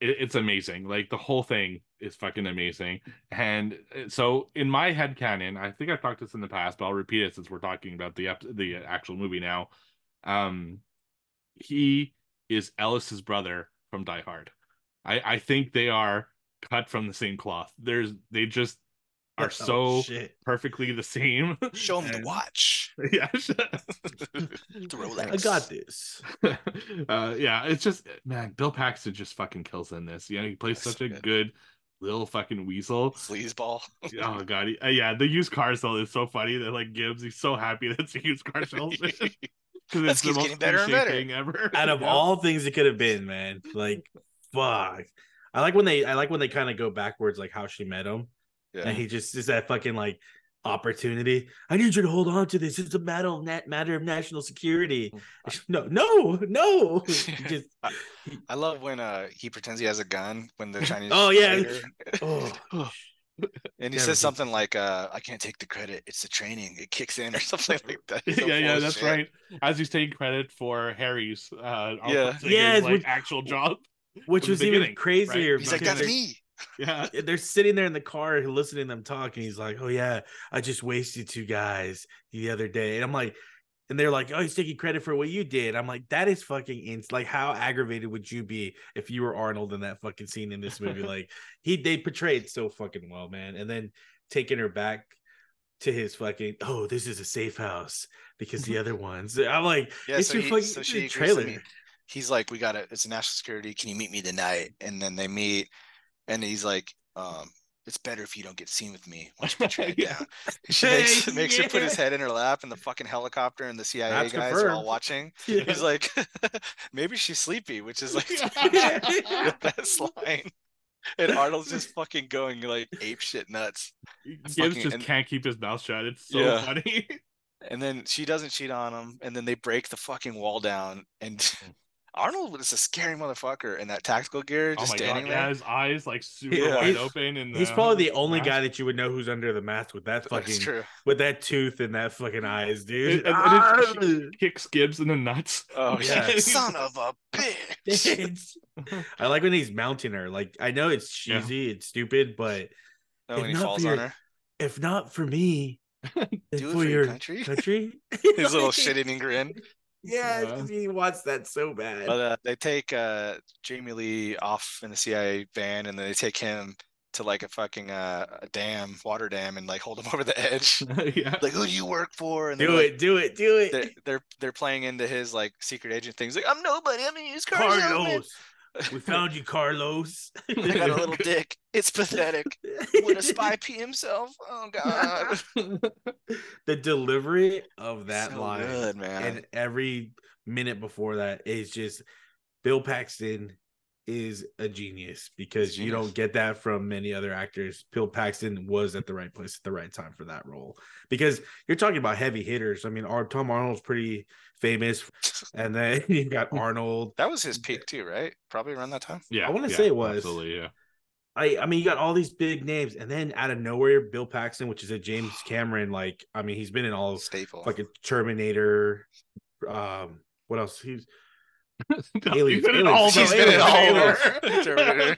[SPEAKER 1] it, it's amazing like the whole thing is fucking amazing and uh, so in my head canon i think i've talked this in the past but i'll repeat it since we're talking about the ep- the actual movie now um he is ellis's brother from die hard i i think they are cut from the same cloth there's they just are so
[SPEAKER 3] Oh, shit.
[SPEAKER 1] perfectly the same
[SPEAKER 2] Show him the
[SPEAKER 3] And-
[SPEAKER 2] watch.
[SPEAKER 1] yeah
[SPEAKER 2] The
[SPEAKER 3] I
[SPEAKER 2] Rolex.
[SPEAKER 3] got this.
[SPEAKER 1] uh yeah it's just man bill paxton just fucking kills in this yeah he plays
[SPEAKER 2] That's
[SPEAKER 1] such a
[SPEAKER 2] good.
[SPEAKER 1] good little fucking weasel.
[SPEAKER 2] Sleazeball.
[SPEAKER 1] Oh god, he- uh, yeah, the used car sale is so funny that like Gibbs, he's so happy that it's a used car sale because
[SPEAKER 2] Let's
[SPEAKER 1] it's the
[SPEAKER 2] keep
[SPEAKER 1] most
[SPEAKER 2] getting better and
[SPEAKER 1] cliche
[SPEAKER 2] better.
[SPEAKER 1] thing ever.
[SPEAKER 3] out of
[SPEAKER 1] Yeah.
[SPEAKER 3] all things it could have been, man. Like, fuck. I like when they I like when they kind of go backwards, like how she met him,
[SPEAKER 2] Yeah.
[SPEAKER 3] and he just is that fucking like opportunity. I need you to hold on to this. It's a matter of nat- matter of national security. No, no, no. He just,
[SPEAKER 2] I love when uh he pretends he has a gun when the Chinese
[SPEAKER 3] Oh, yeah.
[SPEAKER 2] leader-
[SPEAKER 3] oh,
[SPEAKER 2] and he
[SPEAKER 3] Yeah,
[SPEAKER 2] says
[SPEAKER 3] he-
[SPEAKER 2] something like uh I can't take the credit it's the training it kicks in or something like that He's so
[SPEAKER 1] yeah,
[SPEAKER 2] full
[SPEAKER 1] yeah,
[SPEAKER 2] of
[SPEAKER 1] that's
[SPEAKER 2] shit.
[SPEAKER 1] right. As he's taking credit for Harry's, uh, our
[SPEAKER 2] Yeah.
[SPEAKER 1] singer's,
[SPEAKER 3] Yes,
[SPEAKER 1] like
[SPEAKER 3] which-
[SPEAKER 1] actual job.
[SPEAKER 3] which
[SPEAKER 1] From the
[SPEAKER 3] was even
[SPEAKER 1] beginning,
[SPEAKER 3] crazier.
[SPEAKER 1] right?
[SPEAKER 2] He's like
[SPEAKER 3] because
[SPEAKER 2] that's
[SPEAKER 3] they're-
[SPEAKER 2] me
[SPEAKER 1] Yeah,
[SPEAKER 3] they're sitting there in the car listening to them talk and he's like oh yeah i just wasted two guys the other day and i'm like and they're like oh he's taking credit for what you did i'm like that is fucking ins- like how aggravated would you be if you were arnold in that fucking scene in this movie like he they portrayed so fucking well man and then taking her back to his fucking oh this is a safe house because the other ones i'm like
[SPEAKER 2] yeah
[SPEAKER 3] it's
[SPEAKER 2] so,
[SPEAKER 3] your
[SPEAKER 2] he,
[SPEAKER 3] fucking
[SPEAKER 2] so
[SPEAKER 3] it's
[SPEAKER 2] she
[SPEAKER 3] your
[SPEAKER 2] agrees
[SPEAKER 3] trailer
[SPEAKER 2] to meet. he's like we got it it's national security can you meet me tonight and then they meet and he's like um it's better if you don't get seen with me once you put your head
[SPEAKER 1] Yeah.
[SPEAKER 2] down she makes,
[SPEAKER 3] Hey,
[SPEAKER 2] makes her put his
[SPEAKER 3] yeah.
[SPEAKER 2] head in her lap and the fucking helicopter and the CIA
[SPEAKER 3] That's
[SPEAKER 2] guys are all
[SPEAKER 3] confirmed.
[SPEAKER 2] watching
[SPEAKER 3] Yeah.
[SPEAKER 2] he's like maybe she's sleepy which is like the
[SPEAKER 1] Yeah.
[SPEAKER 2] best line and Arnold's just fucking going like ape shit nuts
[SPEAKER 1] Gibbs
[SPEAKER 2] fucking-
[SPEAKER 1] just
[SPEAKER 2] and-
[SPEAKER 1] can't keep his mouth shut. It's so
[SPEAKER 2] Yeah.
[SPEAKER 1] funny.
[SPEAKER 2] And then she doesn't cheat on him, and then they break the fucking wall down. And
[SPEAKER 3] Mm.
[SPEAKER 2] Arnold is a scary motherfucker in that tactical gear,
[SPEAKER 1] Oh
[SPEAKER 2] just
[SPEAKER 1] my
[SPEAKER 2] standing
[SPEAKER 1] god,
[SPEAKER 2] there.
[SPEAKER 1] yeah, his eyes like super
[SPEAKER 2] Yeah.
[SPEAKER 1] wide
[SPEAKER 3] He's-
[SPEAKER 1] open, and
[SPEAKER 3] He's
[SPEAKER 1] uh,
[SPEAKER 3] probably the only
[SPEAKER 1] mask.
[SPEAKER 3] guy that you would know who's under the mask with
[SPEAKER 2] That's
[SPEAKER 3] that fucking
[SPEAKER 2] true.
[SPEAKER 3] with that tooth and that fucking eyes, dude.
[SPEAKER 1] And- and- and it kicks Gibbs in the nuts.
[SPEAKER 2] Oh
[SPEAKER 3] yeah.
[SPEAKER 2] yeah, son of a bitch.
[SPEAKER 3] It's- I like when he's mounting her. Like I know it's
[SPEAKER 1] Yeah.
[SPEAKER 3] cheesy, it's stupid, but
[SPEAKER 2] And when he
[SPEAKER 3] Enough of
[SPEAKER 2] falls
[SPEAKER 3] your-
[SPEAKER 2] on her,
[SPEAKER 3] if not for me, then
[SPEAKER 2] do it
[SPEAKER 3] for, your country.
[SPEAKER 2] His little
[SPEAKER 3] Like,
[SPEAKER 2] shit eating grin.
[SPEAKER 3] Yeah,
[SPEAKER 1] Yeah.
[SPEAKER 3] 'cause he wants that so bad.
[SPEAKER 2] But uh, they take uh, Jamie Lee off in the CIA van, and then they take him to like a fucking uh, a dam, water dam, and like hold him over the edge.
[SPEAKER 1] yeah,
[SPEAKER 2] Like, who do you work for? And they're
[SPEAKER 3] do
[SPEAKER 2] like,
[SPEAKER 3] it, do it, do
[SPEAKER 2] they're
[SPEAKER 3] it.
[SPEAKER 2] they're they're playing into his like secret agent things. Like I'm nobody. I'm a used car salesman.
[SPEAKER 3] Carlos. We found you, Carlos.
[SPEAKER 2] I got a little dick. It's pathetic. Would a spy pee himself? Oh god.
[SPEAKER 3] the delivery of that
[SPEAKER 2] so
[SPEAKER 3] line.
[SPEAKER 2] good, man.
[SPEAKER 3] and every minute before that is just Bill Paxton is a genius because you
[SPEAKER 2] genius.
[SPEAKER 3] don't get that from many other actors. Bill Paxton was at the right place at the right time for that role because you're talking about heavy hitters. I mean, our Tom Arnold's pretty famous, and then you got Arnold.
[SPEAKER 2] that was his peak too, right? Probably around that time.
[SPEAKER 1] yeah.
[SPEAKER 3] I wanna
[SPEAKER 1] yeah,
[SPEAKER 3] say it was.
[SPEAKER 1] absolutely, yeah.
[SPEAKER 3] I I mean, you got all these big names, and then out of nowhere, Bill Paxton, which is a James Cameron. Like, I mean, he's been in all of
[SPEAKER 2] Staple.
[SPEAKER 3] Oh, fucking Terminator. Um, what else? He's
[SPEAKER 1] He's
[SPEAKER 3] Aliens,
[SPEAKER 1] been in
[SPEAKER 3] aliens.
[SPEAKER 1] all
[SPEAKER 3] She's
[SPEAKER 1] those.
[SPEAKER 3] been in all
[SPEAKER 1] Terminator.
[SPEAKER 2] those. Terminator.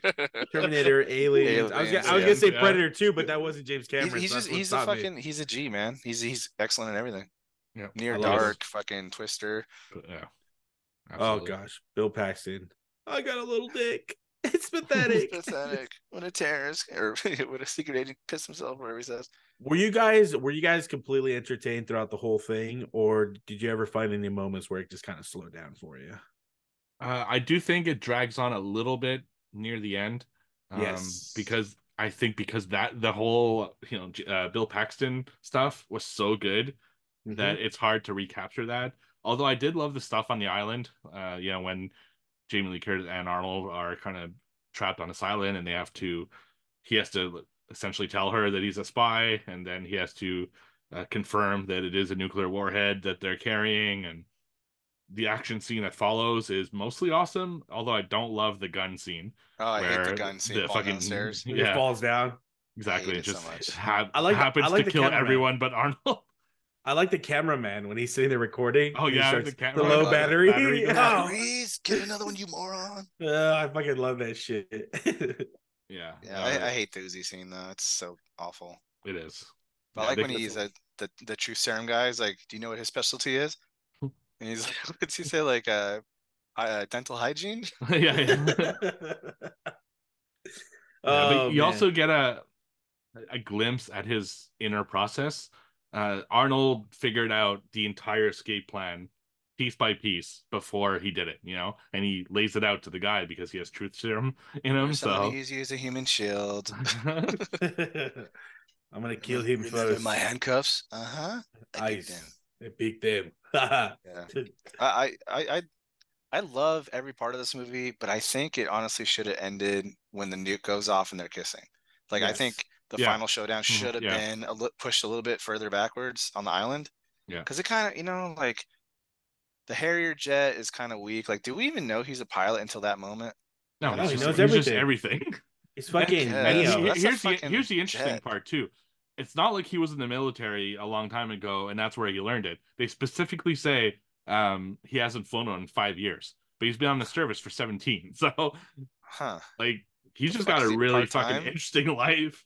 [SPEAKER 3] Terminator, Aliens. I was, gonna, I was gonna
[SPEAKER 1] Aliens,
[SPEAKER 3] say
[SPEAKER 1] yeah.
[SPEAKER 3] Predator too, but that wasn't James Cameron.
[SPEAKER 2] He's, he's
[SPEAKER 3] so that's
[SPEAKER 2] just
[SPEAKER 3] what
[SPEAKER 2] he's a
[SPEAKER 3] stopped me.
[SPEAKER 2] fucking he's a G man. He's he's excellent in everything.
[SPEAKER 1] Yeah.
[SPEAKER 2] Near
[SPEAKER 3] I love it.
[SPEAKER 2] Dark, fucking Twister.
[SPEAKER 1] Yeah.
[SPEAKER 3] Oh
[SPEAKER 1] Absolutely.
[SPEAKER 3] gosh, Bill Paxton. I got a little dick. It's
[SPEAKER 2] It's
[SPEAKER 3] pathetic.
[SPEAKER 2] pathetic. When a terrorist or when a secret agent pissed himself, whatever he says.
[SPEAKER 3] were you guys were you guys completely entertained throughout the whole thing, or did you ever find any moments where it just kind of slowed down for you?
[SPEAKER 1] Uh, I do think it drags on a little bit near the end. Um,
[SPEAKER 3] Yes.
[SPEAKER 1] because I think because that the whole you know J- uh, Bill Paxton stuff was so good that
[SPEAKER 3] Mm-hmm.
[SPEAKER 1] it's hard to recapture that. Although I did love the stuff on the island. Uh, you know when Jamie Lee Curtis and Arnold are kind of trapped on this island and they have to, he has to essentially tell her that he's a spy, and then he has to uh, confirm that it is a nuclear warhead that they're carrying and the action scene that follows is mostly awesome, although I don't love the gun scene.
[SPEAKER 2] Oh, I hate
[SPEAKER 1] where
[SPEAKER 2] the gun scene. falling downstairs.
[SPEAKER 3] It
[SPEAKER 1] Yeah,
[SPEAKER 3] falls down.
[SPEAKER 1] exactly.
[SPEAKER 2] hate
[SPEAKER 1] It
[SPEAKER 2] it so
[SPEAKER 1] just
[SPEAKER 2] much.
[SPEAKER 1] hap-
[SPEAKER 3] I like the-
[SPEAKER 1] happens
[SPEAKER 3] I like
[SPEAKER 1] to
[SPEAKER 3] the
[SPEAKER 1] kill
[SPEAKER 3] cameraman.
[SPEAKER 1] everyone but Arnold.
[SPEAKER 3] I like the cameraman when he's sitting there recording.
[SPEAKER 1] Oh,
[SPEAKER 3] and he
[SPEAKER 1] yeah,
[SPEAKER 3] starts-
[SPEAKER 1] the
[SPEAKER 3] the,
[SPEAKER 1] camera-
[SPEAKER 3] low
[SPEAKER 2] Like,
[SPEAKER 3] battery.
[SPEAKER 1] battery goes
[SPEAKER 3] Oh,
[SPEAKER 2] Batteries, get another one, you moron.
[SPEAKER 3] oh, I fucking love that shit.
[SPEAKER 1] Yeah,
[SPEAKER 2] Yeah,
[SPEAKER 1] uh,
[SPEAKER 2] I, I hate the Uzi scene though. It's so awful.
[SPEAKER 1] it is.
[SPEAKER 2] But I
[SPEAKER 1] Yeah,
[SPEAKER 2] like
[SPEAKER 1] they-
[SPEAKER 2] when he's a, the the true serum guy. He's like, "Do you know what his specialty is?" And he's like, "What's he say? Like, uh, hy- uh dental hygiene?"
[SPEAKER 1] yeah, yeah. Yeah,
[SPEAKER 3] Oh,
[SPEAKER 1] but you
[SPEAKER 3] man.
[SPEAKER 1] also get a a glimpse at his inner process. Uh, Arnold figured out the entire escape plan piece by piece before he did it, you know, and he lays it out to the guy because he has truth serum in him. So
[SPEAKER 2] Somebody use a human shield.
[SPEAKER 3] I'm gonna kill him
[SPEAKER 2] Remember
[SPEAKER 3] first.
[SPEAKER 2] My handcuffs. Uh huh. I dig them.
[SPEAKER 3] Ice. I picked them. I
[SPEAKER 2] Yeah. I, I I I- I love every part of this movie, but I think it honestly should have ended when the nuke goes off and they're kissing. Like I
[SPEAKER 3] Yes.
[SPEAKER 2] think the
[SPEAKER 1] Yeah. Mm-hmm.
[SPEAKER 2] final showdown should have
[SPEAKER 1] yeah.
[SPEAKER 2] been a li- pushed a little bit further backwards on the island.
[SPEAKER 1] Yeah.
[SPEAKER 2] Because it kind of you know like the Harrier jet is kind of weak. Like, do we even know he's a pilot until that moment?
[SPEAKER 1] no,
[SPEAKER 2] I
[SPEAKER 1] he's
[SPEAKER 2] know, he
[SPEAKER 1] just, he's
[SPEAKER 2] knows
[SPEAKER 1] just
[SPEAKER 3] everything.
[SPEAKER 1] everything.
[SPEAKER 3] It's fucking
[SPEAKER 2] Yeah.
[SPEAKER 1] And
[SPEAKER 2] Neo.
[SPEAKER 1] he-
[SPEAKER 2] That's a
[SPEAKER 1] here's the
[SPEAKER 2] fucking
[SPEAKER 1] here's the interesting
[SPEAKER 2] jet.
[SPEAKER 1] part too. It's not like he was in the military a long time ago and that's where he learned it. They specifically say um he hasn't flown on in five years, but he's been on the service for 17. So
[SPEAKER 2] Huh?
[SPEAKER 1] like he's just
[SPEAKER 2] fuck,
[SPEAKER 1] got
[SPEAKER 2] is
[SPEAKER 1] a
[SPEAKER 2] he
[SPEAKER 1] really
[SPEAKER 2] part-time?
[SPEAKER 1] fucking interesting life.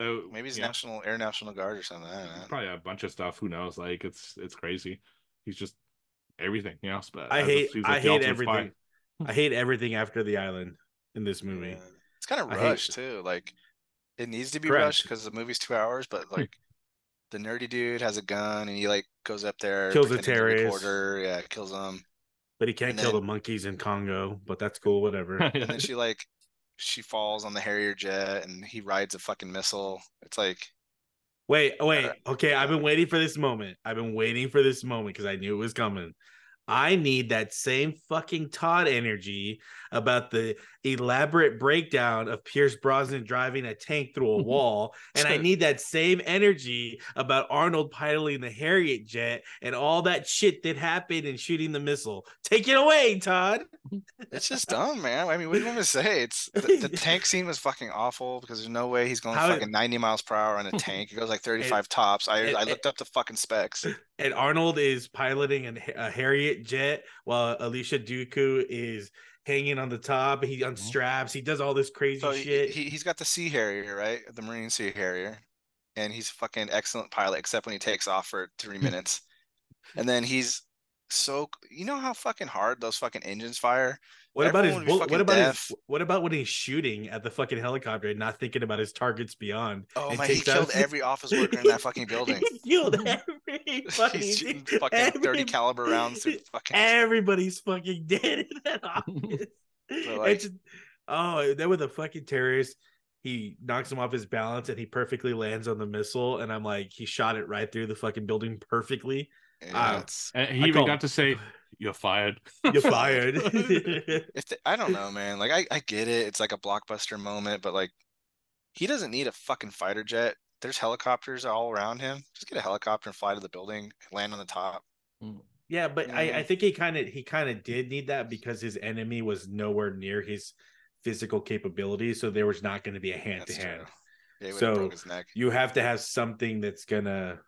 [SPEAKER 1] So,
[SPEAKER 2] Maybe he's
[SPEAKER 1] yeah,
[SPEAKER 2] National Air National Guard or something. I don't know.
[SPEAKER 1] probably a bunch of stuff. Who knows? Like it's it's crazy. He's just everything, you know. But
[SPEAKER 3] I
[SPEAKER 1] as a-
[SPEAKER 3] hate.
[SPEAKER 1] he's like
[SPEAKER 3] I
[SPEAKER 1] the
[SPEAKER 3] hate
[SPEAKER 1] ultimate
[SPEAKER 3] everything.
[SPEAKER 1] spy.
[SPEAKER 3] I hate everything after the island in this movie.
[SPEAKER 2] Yeah. It's kind of
[SPEAKER 3] I hate-
[SPEAKER 2] rushed too. Like it needs to be
[SPEAKER 3] Correct.
[SPEAKER 2] rushed because the movie's two hours, but like the nerdy dude has a gun and he like goes up there,
[SPEAKER 3] Kills a
[SPEAKER 2] pretending to be
[SPEAKER 3] terrorist.
[SPEAKER 2] reporter, yeah, kills him.
[SPEAKER 3] But he can't
[SPEAKER 2] And
[SPEAKER 3] kill
[SPEAKER 2] then-
[SPEAKER 3] the monkeys in Congo. But that's cool. Whatever.
[SPEAKER 2] And then she like she falls on the Harrier jet and he rides a fucking missile. It's like
[SPEAKER 3] wait. oh, Wait. Okay. I've been waiting for this moment. I've been waiting for this moment because I knew it was coming. I need that same fucking Todd energy about the elaborate breakdown of Pierce Brosnan driving a tank through a wall. And I need that same energy about Arnold piloting the Harriet jet and all that shit that happened and shooting the missile. Take it away, Todd.
[SPEAKER 2] it's just dumb, man. I mean, what do you want me to say? It's the, the tank scene was fucking awful because there's no way he's going
[SPEAKER 3] How-
[SPEAKER 2] fucking 90 miles per hour on a tank. It goes like 35 tops. I
[SPEAKER 3] and-
[SPEAKER 2] I looked up the fucking specs.
[SPEAKER 3] and Arnold is piloting an, a Harriet jet while Alicia Dooku is hanging on the top. He unstraps. He does all this crazy
[SPEAKER 2] Mhm. So he,
[SPEAKER 3] shit.
[SPEAKER 2] he he's got the Sea Harrier, right? The Marine Sea Harrier, and he's a fucking excellent pilot, except when he takes off for three minutes, and then he's so you know how fucking hard those fucking engines fire.
[SPEAKER 3] what about his?
[SPEAKER 2] everyone would be
[SPEAKER 3] Bull, what
[SPEAKER 2] fucking
[SPEAKER 3] about
[SPEAKER 2] deaf.
[SPEAKER 3] his? What about when he's shooting at the fucking helicopter and not thinking about his targets beyond?
[SPEAKER 2] Oh
[SPEAKER 3] and
[SPEAKER 2] my! He
[SPEAKER 3] takes out-
[SPEAKER 2] killed every office worker in that fucking building.
[SPEAKER 3] He killed every
[SPEAKER 2] he's
[SPEAKER 3] fucking,
[SPEAKER 2] shooting fucking
[SPEAKER 3] every-
[SPEAKER 2] thirty caliber rounds through the fucking.
[SPEAKER 3] Everybody's fucking dead in that office.
[SPEAKER 2] like-
[SPEAKER 3] it's, oh, then with a fucking terrorist, he knocks him off his balance and he perfectly lands on the missile. And I'm like, he shot it right through the fucking building perfectly.
[SPEAKER 2] Yeah,
[SPEAKER 3] uh,
[SPEAKER 2] it's-
[SPEAKER 1] And he
[SPEAKER 3] I
[SPEAKER 1] even
[SPEAKER 3] call-
[SPEAKER 1] got to say, You're fired.
[SPEAKER 3] You're
[SPEAKER 2] Oh
[SPEAKER 3] fired.
[SPEAKER 2] if the- I don't know, man. Like I, I get it. It's like a blockbuster moment, but like he doesn't need a fucking fighter jet. There's helicopters all around him. Just get a helicopter and fly to the building, land on the top.
[SPEAKER 3] yeah, but I, I think he kind of he kind of did need that because his enemy was nowhere near his physical capabilities, so there was not going to be a hand to
[SPEAKER 2] That's
[SPEAKER 3] hand.
[SPEAKER 2] true. Yeah, he would've
[SPEAKER 3] So,
[SPEAKER 2] broke his neck.
[SPEAKER 3] You have to have something that's gonna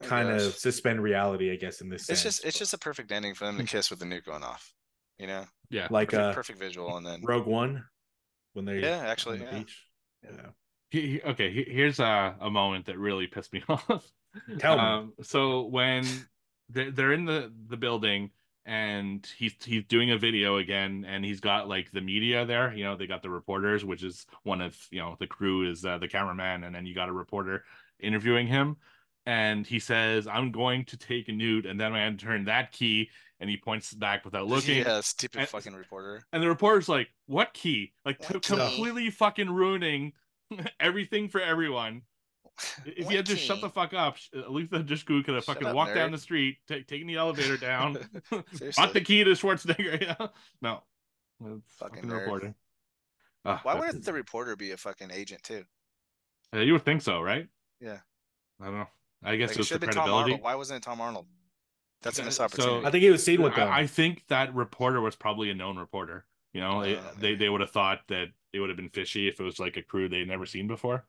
[SPEAKER 2] I
[SPEAKER 3] kind of
[SPEAKER 2] guess.
[SPEAKER 3] suspend reality, I guess, in this.
[SPEAKER 2] It's
[SPEAKER 3] sense.
[SPEAKER 2] just it's just a perfect ending for them to kiss with the nuke going off. You know,
[SPEAKER 1] Yeah.
[SPEAKER 3] like
[SPEAKER 2] perfect,
[SPEAKER 3] uh,
[SPEAKER 2] perfect visual, and then
[SPEAKER 3] Rogue One when they
[SPEAKER 2] yeah, actually,
[SPEAKER 3] on the
[SPEAKER 2] yeah.
[SPEAKER 3] beach. Yeah.
[SPEAKER 1] He- he- okay, he- here's a, a moment that really pissed me off.
[SPEAKER 3] Tell me.
[SPEAKER 1] Um, so when they're, they're in the, the building and he's he's doing a video again, and he's got like the media there. You know, they got the reporters, which is one of you know the crew is uh, the cameraman, and then you got a reporter interviewing him. And he says, "I'm going to take a nude," and then I had to turn that key, and he points back without looking.
[SPEAKER 2] yeah, uh, stupid
[SPEAKER 1] and-
[SPEAKER 2] fucking reporter.
[SPEAKER 1] And the reporter's like, "What key?" Like
[SPEAKER 2] What
[SPEAKER 1] co-
[SPEAKER 2] key?
[SPEAKER 1] completely fucking ruining everything for everyone. If you had just shut the
[SPEAKER 2] Winky.
[SPEAKER 1] fuck up, sh- uh, Luther Dishku could have
[SPEAKER 2] Shut
[SPEAKER 1] fucking
[SPEAKER 2] up,
[SPEAKER 1] walked down
[SPEAKER 2] nerd.
[SPEAKER 1] the street, ta- taking the elevator down, got
[SPEAKER 2] Seriously.
[SPEAKER 1] the key to Schwarzenegger. Yeah. No, It's
[SPEAKER 2] Fucking
[SPEAKER 1] fucking,
[SPEAKER 2] nerd.
[SPEAKER 1] reporter. Ah,
[SPEAKER 2] Why
[SPEAKER 1] but-
[SPEAKER 2] wouldn't the reporter be a fucking agent too?
[SPEAKER 1] uh, you would think so, right?
[SPEAKER 2] Yeah.
[SPEAKER 1] I don't know. I guess it
[SPEAKER 2] Like, it
[SPEAKER 1] was
[SPEAKER 2] should
[SPEAKER 1] the
[SPEAKER 2] have been Tom Arnold.
[SPEAKER 1] credibility.
[SPEAKER 2] Why wasn't it Tom Arnold? That's a
[SPEAKER 1] Uh,
[SPEAKER 2] missed
[SPEAKER 1] so-
[SPEAKER 2] opportunity.
[SPEAKER 3] I think it was seen with them.
[SPEAKER 1] I, I think that reporter was probably a known reporter. You know, it-
[SPEAKER 2] Ah,
[SPEAKER 1] they
[SPEAKER 2] maybe.
[SPEAKER 1] they would have thought that it would have been fishy if it was like a crew they'd never seen before.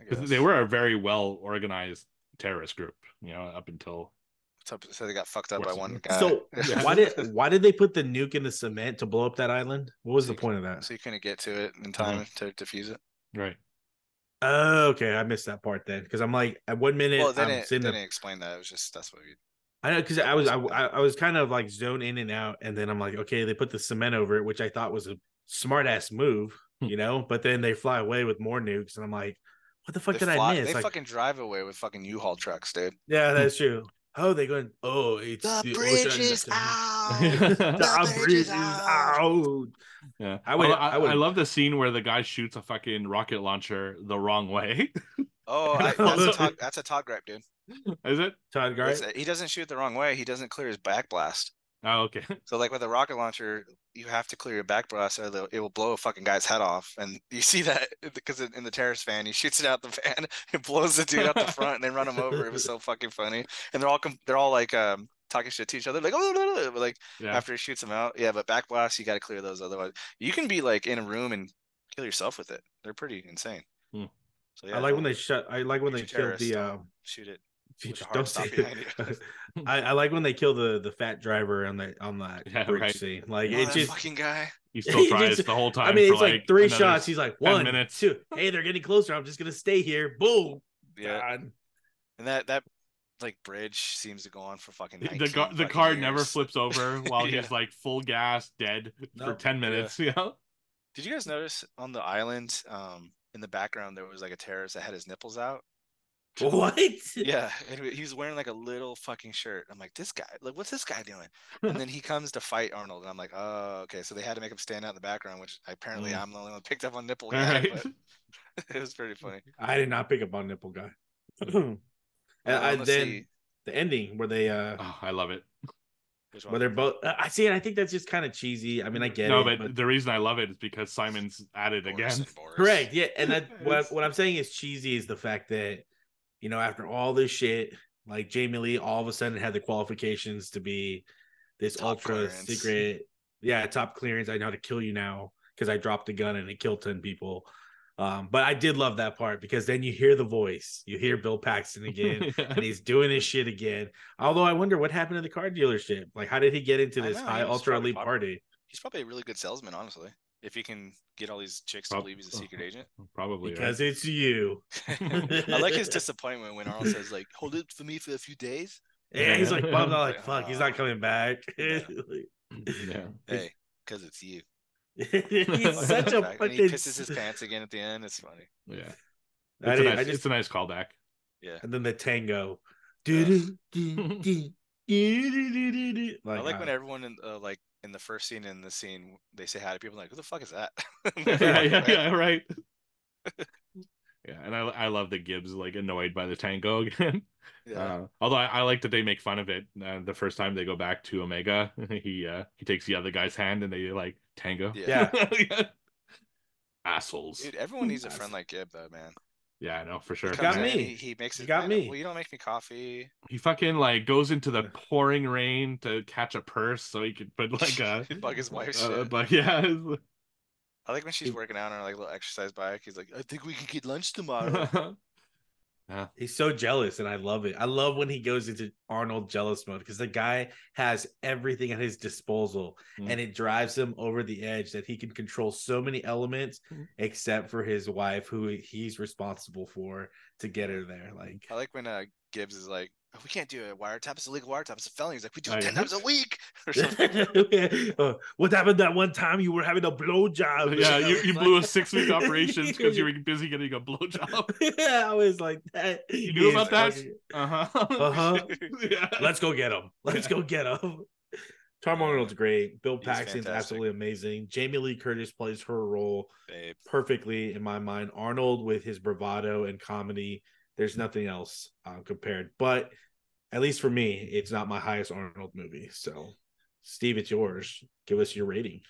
[SPEAKER 2] I
[SPEAKER 1] 'Cause They
[SPEAKER 2] guess.
[SPEAKER 1] were a very well organized terrorist group, you know, up until
[SPEAKER 2] So, so they got fucked up by
[SPEAKER 1] Worse.
[SPEAKER 2] one guy.
[SPEAKER 3] so
[SPEAKER 1] Yeah.
[SPEAKER 3] why did why did they put the nuke in the cement to blow up that island? What was the point of that?
[SPEAKER 2] so you couldn't get to it in time to defuse it?
[SPEAKER 1] right.
[SPEAKER 3] Oh, okay, I missed that part then because I'm like at one minute
[SPEAKER 2] Well, then
[SPEAKER 3] I'm
[SPEAKER 2] it
[SPEAKER 3] seeing
[SPEAKER 2] then
[SPEAKER 3] the
[SPEAKER 2] it explained that. It was just that's what we.
[SPEAKER 3] I know because I was I, I I was kind of like zoned in and out, and then I'm like, okay, they put the cement over it, which I thought was a smart ass move,
[SPEAKER 1] Hmm.
[SPEAKER 3] you know. But then they fly away with more nukes, and I'm like, what the fuck
[SPEAKER 2] they
[SPEAKER 3] did
[SPEAKER 2] fly-
[SPEAKER 3] I miss?
[SPEAKER 2] They
[SPEAKER 3] Like,
[SPEAKER 2] fucking drive away with fucking U-Haul trucks, dude.
[SPEAKER 3] yeah, that's true. Oh, they going. Oh, it's
[SPEAKER 2] The
[SPEAKER 3] ocean
[SPEAKER 2] bridge is
[SPEAKER 3] that's- Oh,
[SPEAKER 2] out.
[SPEAKER 3] the
[SPEAKER 2] bridge
[SPEAKER 3] bridge
[SPEAKER 2] is
[SPEAKER 3] is out.
[SPEAKER 1] Yeah,
[SPEAKER 3] I
[SPEAKER 1] I,
[SPEAKER 3] would-
[SPEAKER 1] I,
[SPEAKER 3] I would-
[SPEAKER 1] I love the scene where the guy shoots a fucking rocket launcher the wrong way.
[SPEAKER 2] Oh, I, that's, a Todd, that's a Todd gripe, dude.
[SPEAKER 1] Is it?
[SPEAKER 3] Todd Gart.
[SPEAKER 2] It's- He doesn't shoot the wrong way. He doesn't clear his back blast.
[SPEAKER 1] Oh, okay.
[SPEAKER 2] So like with a rocket launcher, you have to clear your back blast, or they'll- it will blow a fucking guy's head off. And you see that because in in the terrorist van, he shoots it out the van, it blows the dude out the front, and they run him over. It was so fucking funny. And they're all com- they're all like um talking shit to each other, like oh no, no, no," but like
[SPEAKER 1] Yeah.
[SPEAKER 2] after he shoots him out, yeah. But back blast, you got to clear those. Otherwise, you can be like in a room and kill yourself with it. They're pretty insane.
[SPEAKER 1] Hmm.
[SPEAKER 2] So yeah,
[SPEAKER 3] I like when
[SPEAKER 2] don't
[SPEAKER 3] they shut. I like when they
[SPEAKER 2] Future
[SPEAKER 3] killed the.
[SPEAKER 2] terrorist.
[SPEAKER 3] Um,
[SPEAKER 2] shoot it.
[SPEAKER 3] Future,
[SPEAKER 2] hard
[SPEAKER 3] don't
[SPEAKER 2] stop
[SPEAKER 3] say
[SPEAKER 2] behind
[SPEAKER 3] it. I, I like when they kill the the fat driver on the on that
[SPEAKER 1] Yeah,
[SPEAKER 3] bridge
[SPEAKER 1] right.
[SPEAKER 3] scene. Like
[SPEAKER 2] Oh,
[SPEAKER 3] it
[SPEAKER 2] that
[SPEAKER 3] just.
[SPEAKER 2] fucking guy.
[SPEAKER 1] He
[SPEAKER 3] He
[SPEAKER 1] still
[SPEAKER 3] just-
[SPEAKER 1] tries the whole time.
[SPEAKER 3] I mean,
[SPEAKER 1] for
[SPEAKER 3] it's like, three
[SPEAKER 1] another-
[SPEAKER 3] shots. He's like
[SPEAKER 1] 10
[SPEAKER 3] one,
[SPEAKER 1] minutes."
[SPEAKER 3] two. Hey, they're getting closer. I'm just gonna stay here. Boom.
[SPEAKER 2] Yeah,
[SPEAKER 3] God.
[SPEAKER 2] and that that like bridge seems to go on for fucking.
[SPEAKER 1] The-
[SPEAKER 2] 19
[SPEAKER 1] the car, the
[SPEAKER 2] fucking
[SPEAKER 1] car never
[SPEAKER 2] years.
[SPEAKER 1] flips over while
[SPEAKER 2] Yeah.
[SPEAKER 1] he's like full gas, dead for
[SPEAKER 3] Nope.
[SPEAKER 1] ten minutes. You know?
[SPEAKER 2] Did you guys notice on the island, um, in the background there was like a terrorist that had his nipples out?
[SPEAKER 3] What?
[SPEAKER 2] Yeah, and he he was wearing like a little fucking shirt. I'm like, this guy, like, what's this guy doing? And then he comes to fight Arnold, and I'm like, oh, okay. So they had to make him stand out in the background, which apparently
[SPEAKER 1] Mm.
[SPEAKER 2] I'm the only one that picked up on nipple.
[SPEAKER 1] All
[SPEAKER 2] guy,
[SPEAKER 1] right.
[SPEAKER 2] but it was pretty funny.
[SPEAKER 3] I did not pick up on nipple guy. and I,
[SPEAKER 2] let's
[SPEAKER 3] then
[SPEAKER 2] see.
[SPEAKER 3] the ending where they uh
[SPEAKER 1] Oh, I love it.
[SPEAKER 2] Which
[SPEAKER 3] where they're both. uh, I see. And I think that's just kind of cheesy. I mean, I get
[SPEAKER 1] Oh, no,
[SPEAKER 3] it.
[SPEAKER 1] but, the reason I love it is because Simon's at it
[SPEAKER 2] Boris
[SPEAKER 1] again.
[SPEAKER 2] and Boris.
[SPEAKER 3] Correct. Yeah, and that what,
[SPEAKER 1] It's-
[SPEAKER 3] what I'm saying is cheesy is the fact that you know after all this shit, like Jamie Lee all of a sudden had the qualifications to be this
[SPEAKER 2] Top
[SPEAKER 3] ultra
[SPEAKER 2] clearance.
[SPEAKER 3] secret, yeah, top clearance. I know how to kill you now because I dropped the gun and it killed ten people. Um, but I did love that part because then you hear the voice, you hear Bill Paxton again, and he's doing his shit again. Although I wonder what happened to the car dealership. Like, how did he get into
[SPEAKER 2] I
[SPEAKER 3] this
[SPEAKER 2] know,
[SPEAKER 3] high
[SPEAKER 2] he was
[SPEAKER 3] ultra
[SPEAKER 2] probably
[SPEAKER 3] elite
[SPEAKER 2] popular.
[SPEAKER 3] party?
[SPEAKER 2] He's probably a really good salesman, honestly. If he can get all these chicks to
[SPEAKER 1] Prob- oh.
[SPEAKER 2] believe he's a secret agent.
[SPEAKER 1] Probably right?
[SPEAKER 3] Because it's you.
[SPEAKER 2] I like his disappointment when Arnold says, like, hold it for me for a few days.
[SPEAKER 3] Yeah, he's like bummed out, like
[SPEAKER 2] Like,
[SPEAKER 3] fuck, he's
[SPEAKER 2] "Ah."
[SPEAKER 3] not coming back.
[SPEAKER 2] Yeah.
[SPEAKER 1] yeah.
[SPEAKER 2] Hey, because it's you.
[SPEAKER 3] he's
[SPEAKER 2] Like,
[SPEAKER 3] such a
[SPEAKER 2] fact-
[SPEAKER 3] fucking.
[SPEAKER 2] and he pisses his pants again at the end. It's funny.
[SPEAKER 1] Yeah.
[SPEAKER 3] I
[SPEAKER 1] It's a,
[SPEAKER 3] didn't-
[SPEAKER 1] nice,
[SPEAKER 3] I just-
[SPEAKER 1] it's a nice callback.
[SPEAKER 2] Yeah.
[SPEAKER 3] and then the tango.
[SPEAKER 2] Yeah.
[SPEAKER 3] Do-do-do-do-do-do-do.
[SPEAKER 1] Oh,
[SPEAKER 2] I like when
[SPEAKER 3] uh,
[SPEAKER 2] everyone in uh, like in the first scene and the scene they say hi to people like, who the fuck is that?
[SPEAKER 1] yeah, yeah, yeah, right. yeah, and I I love that Gibbs like annoyed by the tango again.
[SPEAKER 2] Yeah.
[SPEAKER 1] Uh, although I, I like that they make fun of it uh, the first time they go back to Omega, he uh, he takes the other guy's hand and they like tango.
[SPEAKER 2] Yeah.
[SPEAKER 1] Yeah. Assholes.
[SPEAKER 2] Dude, everyone needs a friend
[SPEAKER 3] Awesome.
[SPEAKER 2] like Gib though, man.
[SPEAKER 1] Yeah, I know for sure.
[SPEAKER 2] He
[SPEAKER 3] got
[SPEAKER 2] comes in,
[SPEAKER 3] me.
[SPEAKER 2] He, he makes
[SPEAKER 3] You
[SPEAKER 2] it.
[SPEAKER 3] got
[SPEAKER 2] I know,
[SPEAKER 3] me.
[SPEAKER 2] Well, you don't make me coffee.
[SPEAKER 1] He fucking like goes into the pouring rain to catch a purse so he could put like a
[SPEAKER 2] Bug his wife's
[SPEAKER 1] uh,
[SPEAKER 2] shit.
[SPEAKER 1] But yeah.
[SPEAKER 2] I like when she's
[SPEAKER 3] He-
[SPEAKER 2] working out on her like little exercise bike. He's like, I think we could get lunch tomorrow.
[SPEAKER 3] Uh,
[SPEAKER 1] yeah.
[SPEAKER 3] he's so jealous, and I love it. I love when he goes into Arnold jealous mode because the guy has everything at his disposal,
[SPEAKER 1] Mm.
[SPEAKER 3] and it drives him over the edge that he can control so many elements
[SPEAKER 1] Mm.
[SPEAKER 3] except for his wife, who he's responsible for to get her there. Like,
[SPEAKER 2] I like when uh, Gibbs is like, "Oh, we can't do a wiretap. It's illegal wiretap. It's a felony. He's like, we do
[SPEAKER 1] Oh,
[SPEAKER 2] it 10
[SPEAKER 1] yeah.
[SPEAKER 2] times a week or something.
[SPEAKER 3] Uh, what happened that one time you were having a blowjob?
[SPEAKER 1] Yeah, you, you blew a six week
[SPEAKER 3] week
[SPEAKER 1] operations because you were busy getting a blowjob.
[SPEAKER 3] yeah, I was like that.
[SPEAKER 1] You knew
[SPEAKER 3] is
[SPEAKER 1] about that?
[SPEAKER 3] fucking-
[SPEAKER 1] Uh huh.
[SPEAKER 3] Uh-huh.
[SPEAKER 1] yeah.
[SPEAKER 3] Let's go get him. Let's go get him. Tom Arnold's great. Bill
[SPEAKER 2] He's
[SPEAKER 3] Paxton's
[SPEAKER 2] fantastic.
[SPEAKER 3] absolutely amazing. Jamie Lee Curtis plays her role
[SPEAKER 2] Babe.
[SPEAKER 3] perfectly in my mind. Arnold with his bravado and comedy. There's nothing else um, compared. But at least for me, it's not my highest Arnold movie. So, Steve, it's yours. Give us your rating.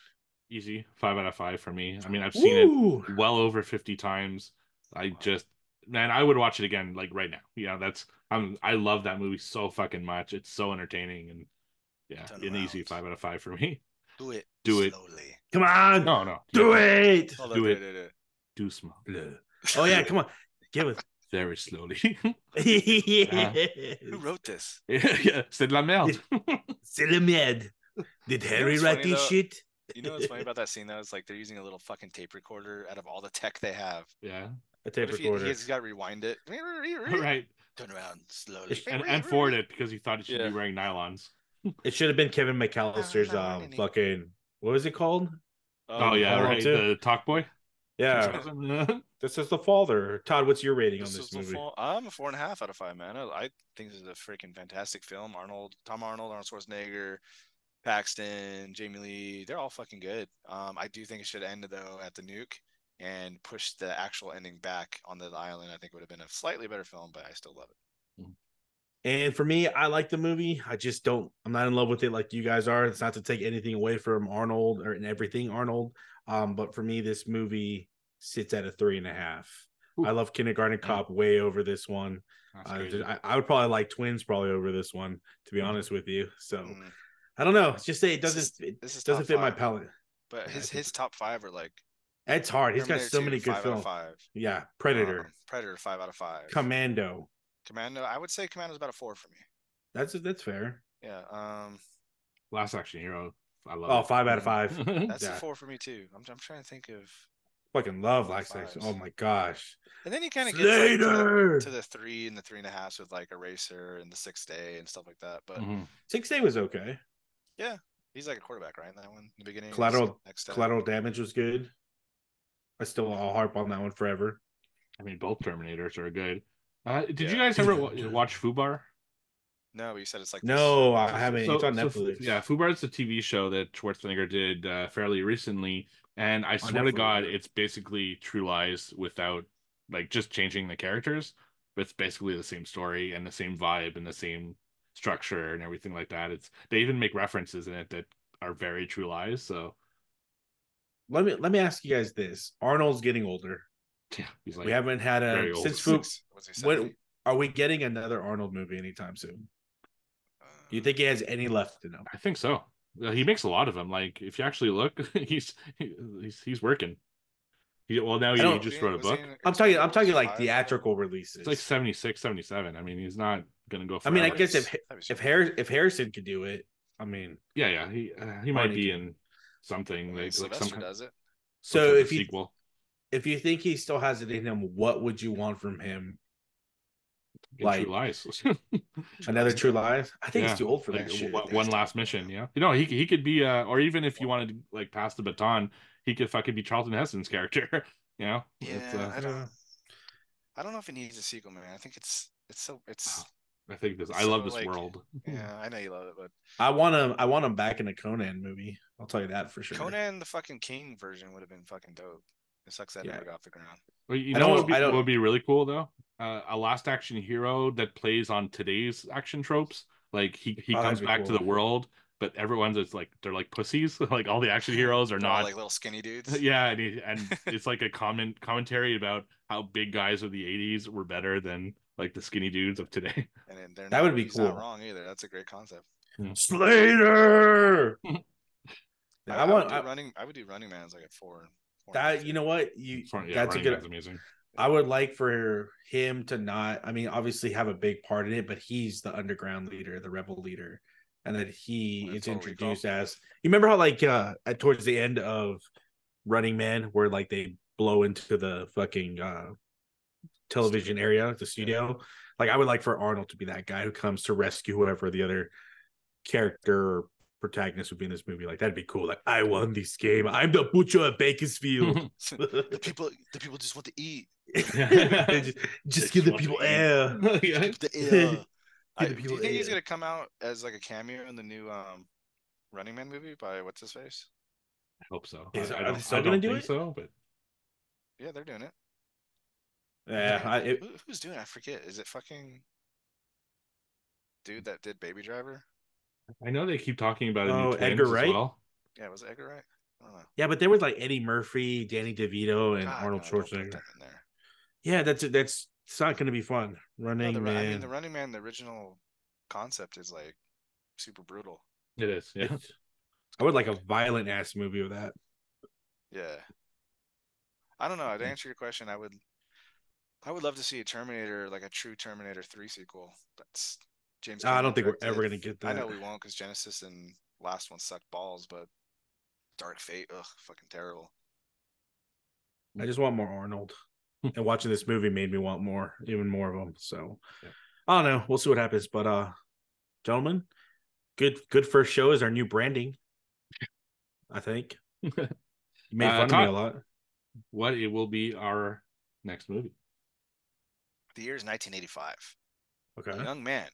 [SPEAKER 1] Easy. Five out of five for me. I mean, I've seen
[SPEAKER 3] Woo!
[SPEAKER 1] it well over 50 times. I just, man, I would watch it again like right now. You know, that's, I'm, I love that movie so fucking much. It's so entertaining and yeah,
[SPEAKER 2] Turn
[SPEAKER 1] an easy
[SPEAKER 2] around.
[SPEAKER 1] five out of five for me.
[SPEAKER 2] Do it.
[SPEAKER 1] Do it.
[SPEAKER 2] Slowly.
[SPEAKER 3] Come on,
[SPEAKER 1] No, no.
[SPEAKER 3] do
[SPEAKER 1] Yeah,
[SPEAKER 3] it.
[SPEAKER 2] Hold on,
[SPEAKER 1] Do
[SPEAKER 2] do
[SPEAKER 1] it.
[SPEAKER 2] it, do it, do it.
[SPEAKER 1] Do small.
[SPEAKER 3] Oh yeah, come on, give us.
[SPEAKER 1] Very slowly.
[SPEAKER 2] Who wrote this?
[SPEAKER 1] yeah, yeah. C'est de la merde.
[SPEAKER 3] Selamed. Did Harry
[SPEAKER 2] what's
[SPEAKER 3] write
[SPEAKER 2] funny,
[SPEAKER 3] this
[SPEAKER 2] though?
[SPEAKER 3] shit?
[SPEAKER 2] You know what's funny about that scene though? It's like they're using a little fucking tape recorder out of all the tech they have.
[SPEAKER 1] yeah.
[SPEAKER 3] A
[SPEAKER 2] What
[SPEAKER 3] tape
[SPEAKER 2] if he,
[SPEAKER 3] recorder.
[SPEAKER 2] he's got to rewind it.
[SPEAKER 1] All right.
[SPEAKER 2] Turn around slowly.
[SPEAKER 1] And, and forward it because he thought he should
[SPEAKER 2] Yeah.
[SPEAKER 1] be wearing nylons.
[SPEAKER 3] It should have been Kevin McAllister's
[SPEAKER 2] Uh,
[SPEAKER 3] um fucking what was it called?
[SPEAKER 1] Oh, yeah.
[SPEAKER 3] Nylon
[SPEAKER 1] Right.
[SPEAKER 3] too.
[SPEAKER 1] The talk boy.
[SPEAKER 3] Yeah, this is the father. Todd, what's your rating
[SPEAKER 2] This is
[SPEAKER 3] on this
[SPEAKER 2] the
[SPEAKER 3] movie?
[SPEAKER 2] full- I'm a four and a half out of five, man. I, I think this is a freaking fantastic film. Arnold, Tom Arnold, Arnold Schwarzenegger, Paxton, Jamie Lee, they're all fucking good. Um, I do think it should end though at the nuke and push the actual ending back on the island. I think would have been a slightly better film, but I still love it.
[SPEAKER 3] And for me, I like the movie. I just don't. I'm not in love with it like you guys are. It's not to take anything away from Arnold or and everything Arnold. Um, but for me, this movie sits at a three and a half.
[SPEAKER 1] Ooh.
[SPEAKER 3] I love Kindergarten Cop way over this one. I, I, I would probably like Twins probably over this one, to be honest with you. So
[SPEAKER 2] Mm,
[SPEAKER 3] I don't know. It's just say it
[SPEAKER 2] This
[SPEAKER 3] doesn't.
[SPEAKER 2] is-
[SPEAKER 3] it
[SPEAKER 2] this is
[SPEAKER 3] Oh. doesn't
[SPEAKER 2] top
[SPEAKER 3] fit my
[SPEAKER 2] five.
[SPEAKER 3] palate.
[SPEAKER 2] But
[SPEAKER 3] Yeah, I
[SPEAKER 2] his
[SPEAKER 3] think-
[SPEAKER 2] his top five are like
[SPEAKER 3] It's hard. He's got
[SPEAKER 2] Terminator
[SPEAKER 3] so
[SPEAKER 2] 2,
[SPEAKER 3] many
[SPEAKER 2] five
[SPEAKER 3] good
[SPEAKER 2] out of
[SPEAKER 3] films.
[SPEAKER 2] Five
[SPEAKER 3] Yeah, Predator,
[SPEAKER 2] Um, Predator five out of five.
[SPEAKER 3] Commando.
[SPEAKER 2] Commando. I would say Commando's about a four for me.
[SPEAKER 3] That's that's fair.
[SPEAKER 2] Yeah. Um,
[SPEAKER 1] Last Action Hero. I love
[SPEAKER 3] Oh,
[SPEAKER 1] it.
[SPEAKER 3] five
[SPEAKER 2] Mm.
[SPEAKER 3] out of five.
[SPEAKER 2] that's a
[SPEAKER 3] Yeah.
[SPEAKER 2] four for me too. I'm I'm trying to think of.
[SPEAKER 3] Fucking love Last Action.
[SPEAKER 2] Fives.
[SPEAKER 3] Oh my gosh.
[SPEAKER 2] And then he kind of gets like, to, the,
[SPEAKER 3] Slater.
[SPEAKER 2] to the three and the three and a halfs with like Eraser and the sixth day and stuff like that. But
[SPEAKER 3] Mm-hmm.
[SPEAKER 1] Mhm.
[SPEAKER 3] Six Day was okay.
[SPEAKER 2] he's like a quarterback, right? In that one, in the beginning. and
[SPEAKER 3] Collateral-
[SPEAKER 2] Next day.
[SPEAKER 3] Collateral Damage was good. I still I'll harp on that one forever.
[SPEAKER 1] I mean, both Terminators are good. Uh, did
[SPEAKER 2] Yeah.
[SPEAKER 1] you guys ever wa- watch Fubar?
[SPEAKER 2] No, but you said it's like.
[SPEAKER 3] No, I
[SPEAKER 2] this-
[SPEAKER 3] haven't. it's on Netflix.
[SPEAKER 1] yeah, Fubar is a TV show that Schwarzenegger did uh, fairly recently, and I swear to
[SPEAKER 3] Netflix.
[SPEAKER 1] God, it's basically True Lies without like just changing the characters, but it's basically the same story and the same vibe and the same structure and everything like that. It's they even make references in it that are very True Lies. So
[SPEAKER 3] Let me let me ask you guys this. Arnold's getting older.
[SPEAKER 1] yeah, he's like,
[SPEAKER 3] we haven't had
[SPEAKER 1] very
[SPEAKER 3] a
[SPEAKER 1] old.
[SPEAKER 3] since Fu-
[SPEAKER 2] six- was he
[SPEAKER 3] What
[SPEAKER 2] seven?
[SPEAKER 3] are we getting another Arnold movie anytime soon? Do you
[SPEAKER 2] Uh,
[SPEAKER 3] think he has any left in him?
[SPEAKER 1] I think so. Uh, He makes a lot of them. Like if you actually look, he's he's he's working. He, well, now
[SPEAKER 3] I
[SPEAKER 1] he
[SPEAKER 3] don't-
[SPEAKER 1] just
[SPEAKER 2] was he in-
[SPEAKER 1] wrote a
[SPEAKER 2] was he
[SPEAKER 1] book.
[SPEAKER 2] in-
[SPEAKER 3] I'm
[SPEAKER 2] was he
[SPEAKER 3] talking
[SPEAKER 2] in
[SPEAKER 3] I'm talking like
[SPEAKER 2] five?
[SPEAKER 3] theatrical releases.
[SPEAKER 1] It's like 76, 77. I mean, he's not gonna go.
[SPEAKER 3] I mean, I
[SPEAKER 1] forever.
[SPEAKER 3] guess if-
[SPEAKER 2] thought he was
[SPEAKER 3] if
[SPEAKER 2] younger.
[SPEAKER 3] Harris if Harrison could do it, I mean
[SPEAKER 1] Yeah, yeah. He uh, he might
[SPEAKER 3] Arnie
[SPEAKER 1] be
[SPEAKER 3] can-
[SPEAKER 1] in something
[SPEAKER 2] I mean,
[SPEAKER 1] like, like
[SPEAKER 2] Sylvester
[SPEAKER 1] some kind
[SPEAKER 2] does it.
[SPEAKER 1] some
[SPEAKER 3] so
[SPEAKER 1] sort of
[SPEAKER 3] if you
[SPEAKER 1] sequel.
[SPEAKER 3] if you think he still has it in him, what would you want from him
[SPEAKER 1] in
[SPEAKER 3] like-
[SPEAKER 1] True Lies.
[SPEAKER 3] Another
[SPEAKER 2] Lies.
[SPEAKER 3] True Lies. I think
[SPEAKER 1] Yeah,
[SPEAKER 3] he's too old for
[SPEAKER 1] Like,
[SPEAKER 3] that shit.
[SPEAKER 1] one, one last mission. Yeah. You know, he he could be uh, or even if you wanted to like pass the baton, he could fucking be Charlton Heston's character. you know. It's,
[SPEAKER 2] Yeah,
[SPEAKER 1] uh,
[SPEAKER 2] I
[SPEAKER 3] yeah.
[SPEAKER 2] don't. I don't know if it needs a sequel, man. I think it's it's so
[SPEAKER 3] Ah,
[SPEAKER 2] it's.
[SPEAKER 1] I think this. I
[SPEAKER 2] So,
[SPEAKER 1] love this
[SPEAKER 2] like,
[SPEAKER 1] world.
[SPEAKER 3] hmm.
[SPEAKER 2] Yeah, I know you love it, but
[SPEAKER 3] I want him. I want him back in a Conan movie. I'll tell you that for sure.
[SPEAKER 2] Conan the fucking King version would have been fucking dope. It sucks that
[SPEAKER 3] Yeah.
[SPEAKER 2] never got off the ground.
[SPEAKER 1] Well, you
[SPEAKER 3] I
[SPEAKER 1] know
[SPEAKER 3] don't-
[SPEAKER 1] what would be,
[SPEAKER 3] I don't-
[SPEAKER 1] what would be really cool though? Uh, a last action hero that plays on today's action tropes. Like he, he
[SPEAKER 3] Oh, that'd
[SPEAKER 1] comes
[SPEAKER 3] be
[SPEAKER 1] back to
[SPEAKER 3] cool.
[SPEAKER 1] the world, but everyone's it's like they're like pussies. like all the action heroes are
[SPEAKER 2] They're all
[SPEAKER 1] not.
[SPEAKER 2] like little skinny dudes.
[SPEAKER 1] yeah, and, he, and it's like a comment commentary about how big guys of the '80s were better than like the skinny dudes of today.
[SPEAKER 2] and then they're
[SPEAKER 3] That
[SPEAKER 2] not,
[SPEAKER 3] would be
[SPEAKER 2] he's
[SPEAKER 3] cool.
[SPEAKER 2] Not wrong either. That's a great concept.
[SPEAKER 3] Slater.
[SPEAKER 2] I,
[SPEAKER 3] I
[SPEAKER 2] I
[SPEAKER 3] want
[SPEAKER 2] would do
[SPEAKER 3] I,
[SPEAKER 2] running. I would do Running Man as like a four. four and a half.
[SPEAKER 3] that. You know what? You
[SPEAKER 1] For- yeah,
[SPEAKER 3] that's a
[SPEAKER 1] Running
[SPEAKER 3] good.
[SPEAKER 1] Man's amazing.
[SPEAKER 3] I would like for him to not. I mean, obviously have a big part in it, but he's the underground leader, the rebel leader, and that he
[SPEAKER 2] Like
[SPEAKER 3] is
[SPEAKER 2] Total Recall?
[SPEAKER 3] introduced as. You remember how like uh at towards the end of Running Man, where like they blow into the fucking uh television area, the studio. Like I would like for Arnold to be that guy who comes to rescue whoever the other character or protagonist would be in this movie. Like that'd be cool. Like I won this game. I'm the butcher of Bakersfield.
[SPEAKER 2] the people, the people just want to eat.
[SPEAKER 3] just just give the
[SPEAKER 1] Just
[SPEAKER 3] people
[SPEAKER 1] want to eat.
[SPEAKER 3] air.
[SPEAKER 1] Yeah.
[SPEAKER 2] The air. I,
[SPEAKER 3] the
[SPEAKER 2] do you
[SPEAKER 3] people
[SPEAKER 2] think he's
[SPEAKER 3] air.
[SPEAKER 2] gonna come out as like a cameo in the new um, Running Man movie by what's his face?
[SPEAKER 1] I hope so.
[SPEAKER 3] Is-
[SPEAKER 1] I, I
[SPEAKER 3] are they
[SPEAKER 1] don't,
[SPEAKER 3] still
[SPEAKER 1] I
[SPEAKER 3] gonna
[SPEAKER 1] don't
[SPEAKER 3] do
[SPEAKER 1] think
[SPEAKER 3] it?
[SPEAKER 1] so, but
[SPEAKER 2] Yeah, they're doing it.
[SPEAKER 3] Yeah, I, it,
[SPEAKER 2] Who, who's doing? it? I forget. Is it fucking dude that did Baby Driver?
[SPEAKER 1] I know they keep talking about a new
[SPEAKER 3] Oh,
[SPEAKER 1] twins
[SPEAKER 3] Edgar
[SPEAKER 1] as
[SPEAKER 3] Wright?
[SPEAKER 1] well.
[SPEAKER 2] Yeah, was it Edgar Wright? I don't know.
[SPEAKER 3] yeah, but there was like Eddie Murphy, Danny DeVito, and
[SPEAKER 2] God,
[SPEAKER 3] Arnold
[SPEAKER 2] no, don't put
[SPEAKER 3] Schwarzenegger.
[SPEAKER 2] them in there.
[SPEAKER 3] Yeah, that's that's it's not going to be fun.
[SPEAKER 2] No,
[SPEAKER 3] Running
[SPEAKER 2] the, Ru-
[SPEAKER 3] man.
[SPEAKER 2] I mean, the Running Man, the original concept is like super brutal.
[SPEAKER 1] It is. Yeah.
[SPEAKER 3] It's- I would like a violent ass movie with that.
[SPEAKER 2] Yeah. I don't know. To answer your question, I would, I would love to see a Terminator, like a true Terminator Three sequel. That's James.
[SPEAKER 3] I
[SPEAKER 2] Cameron
[SPEAKER 3] don't think we're
[SPEAKER 2] directed
[SPEAKER 3] ever
[SPEAKER 2] it.
[SPEAKER 3] going to get that.
[SPEAKER 2] I know we won't because Genesis and last one sucked balls, but Dark Fate, ugh, fucking terrible.
[SPEAKER 3] I just want more Arnold. and watching this movie made me want more, even more of them. So
[SPEAKER 1] Yeah.
[SPEAKER 3] I don't know. We'll see what happens. But uh gentlemen, good good first show is our new branding. I think. You made
[SPEAKER 1] Uh,
[SPEAKER 3] fun of me
[SPEAKER 1] Todd-
[SPEAKER 3] a lot.
[SPEAKER 1] what it will be our next movie.
[SPEAKER 2] The year is 1985.
[SPEAKER 3] Okay.
[SPEAKER 2] A young man,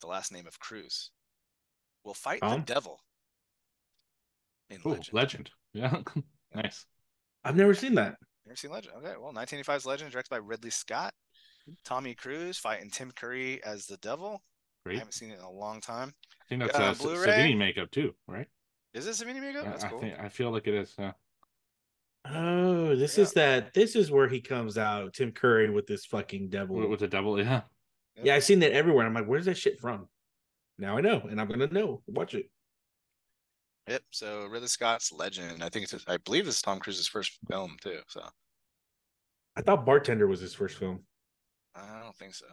[SPEAKER 2] the last name of Cruz, will fight
[SPEAKER 3] Tom?
[SPEAKER 2] the devil in
[SPEAKER 1] Ooh,
[SPEAKER 2] Legend.
[SPEAKER 1] legend. Yeah. nice.
[SPEAKER 3] I've never seen that.
[SPEAKER 2] Never seen Legend. Okay, well, 1985's Legend, directed by Ridley Scott. Tommy Cruise fighting Tim Curry as the devil. I
[SPEAKER 1] Great.
[SPEAKER 2] haven't seen it in a long time.
[SPEAKER 1] I think that's
[SPEAKER 2] uh,
[SPEAKER 1] uh, S-
[SPEAKER 2] Blu-ray?
[SPEAKER 1] Savini makeup too, right?
[SPEAKER 2] Is this a mini makeup?
[SPEAKER 1] I-
[SPEAKER 2] That's
[SPEAKER 1] I
[SPEAKER 2] cool.
[SPEAKER 1] think I feel like it is. Uh,
[SPEAKER 3] Oh, this
[SPEAKER 2] Yeah.
[SPEAKER 3] is that. This is where he comes out, Tim Curry, with this fucking devil.
[SPEAKER 1] with the devil. Yeah.
[SPEAKER 3] yeah, I've seen that everywhere. I'm like, where's that shit from? Now I know, and I'm gonna know. Watch it.
[SPEAKER 2] Yep. So Ridley Scott's Legend. I think it's. I believe it's Tom Cruise's first film too. So
[SPEAKER 3] I thought Bartender was his first film.
[SPEAKER 2] I don't think so.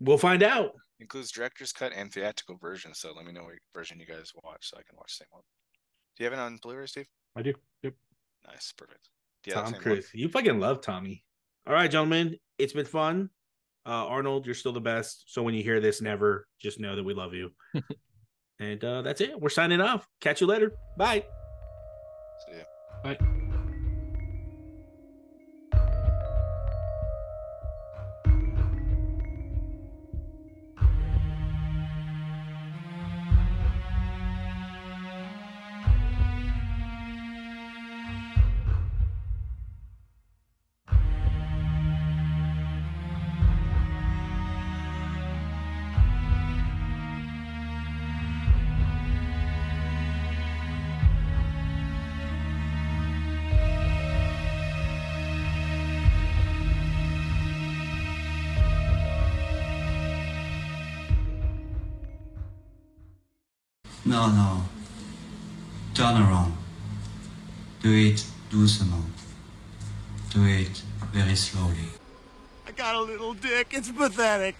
[SPEAKER 3] We'll find out.
[SPEAKER 2] Includes director's cut and theatrical version. So let me know what version you guys watch so I can watch the same one. Do you have it on Blu-ray, Steve?
[SPEAKER 1] I do. Yep.
[SPEAKER 2] Nice, perfect. Do you have the
[SPEAKER 3] Tom
[SPEAKER 2] same one?
[SPEAKER 3] Cruise. You fucking love Tommy. All right, gentlemen. It's been fun. Uh, Arnold, you're still the best. So when you hear this, never just know that we love you. and uh, that's it. We're signing off. Catch you later. Bye.
[SPEAKER 2] See ya.
[SPEAKER 1] Bye.
[SPEAKER 5] No, no. Turn around. Do it loose amount. Do it very slowly.
[SPEAKER 6] I got a little dick. It's pathetic.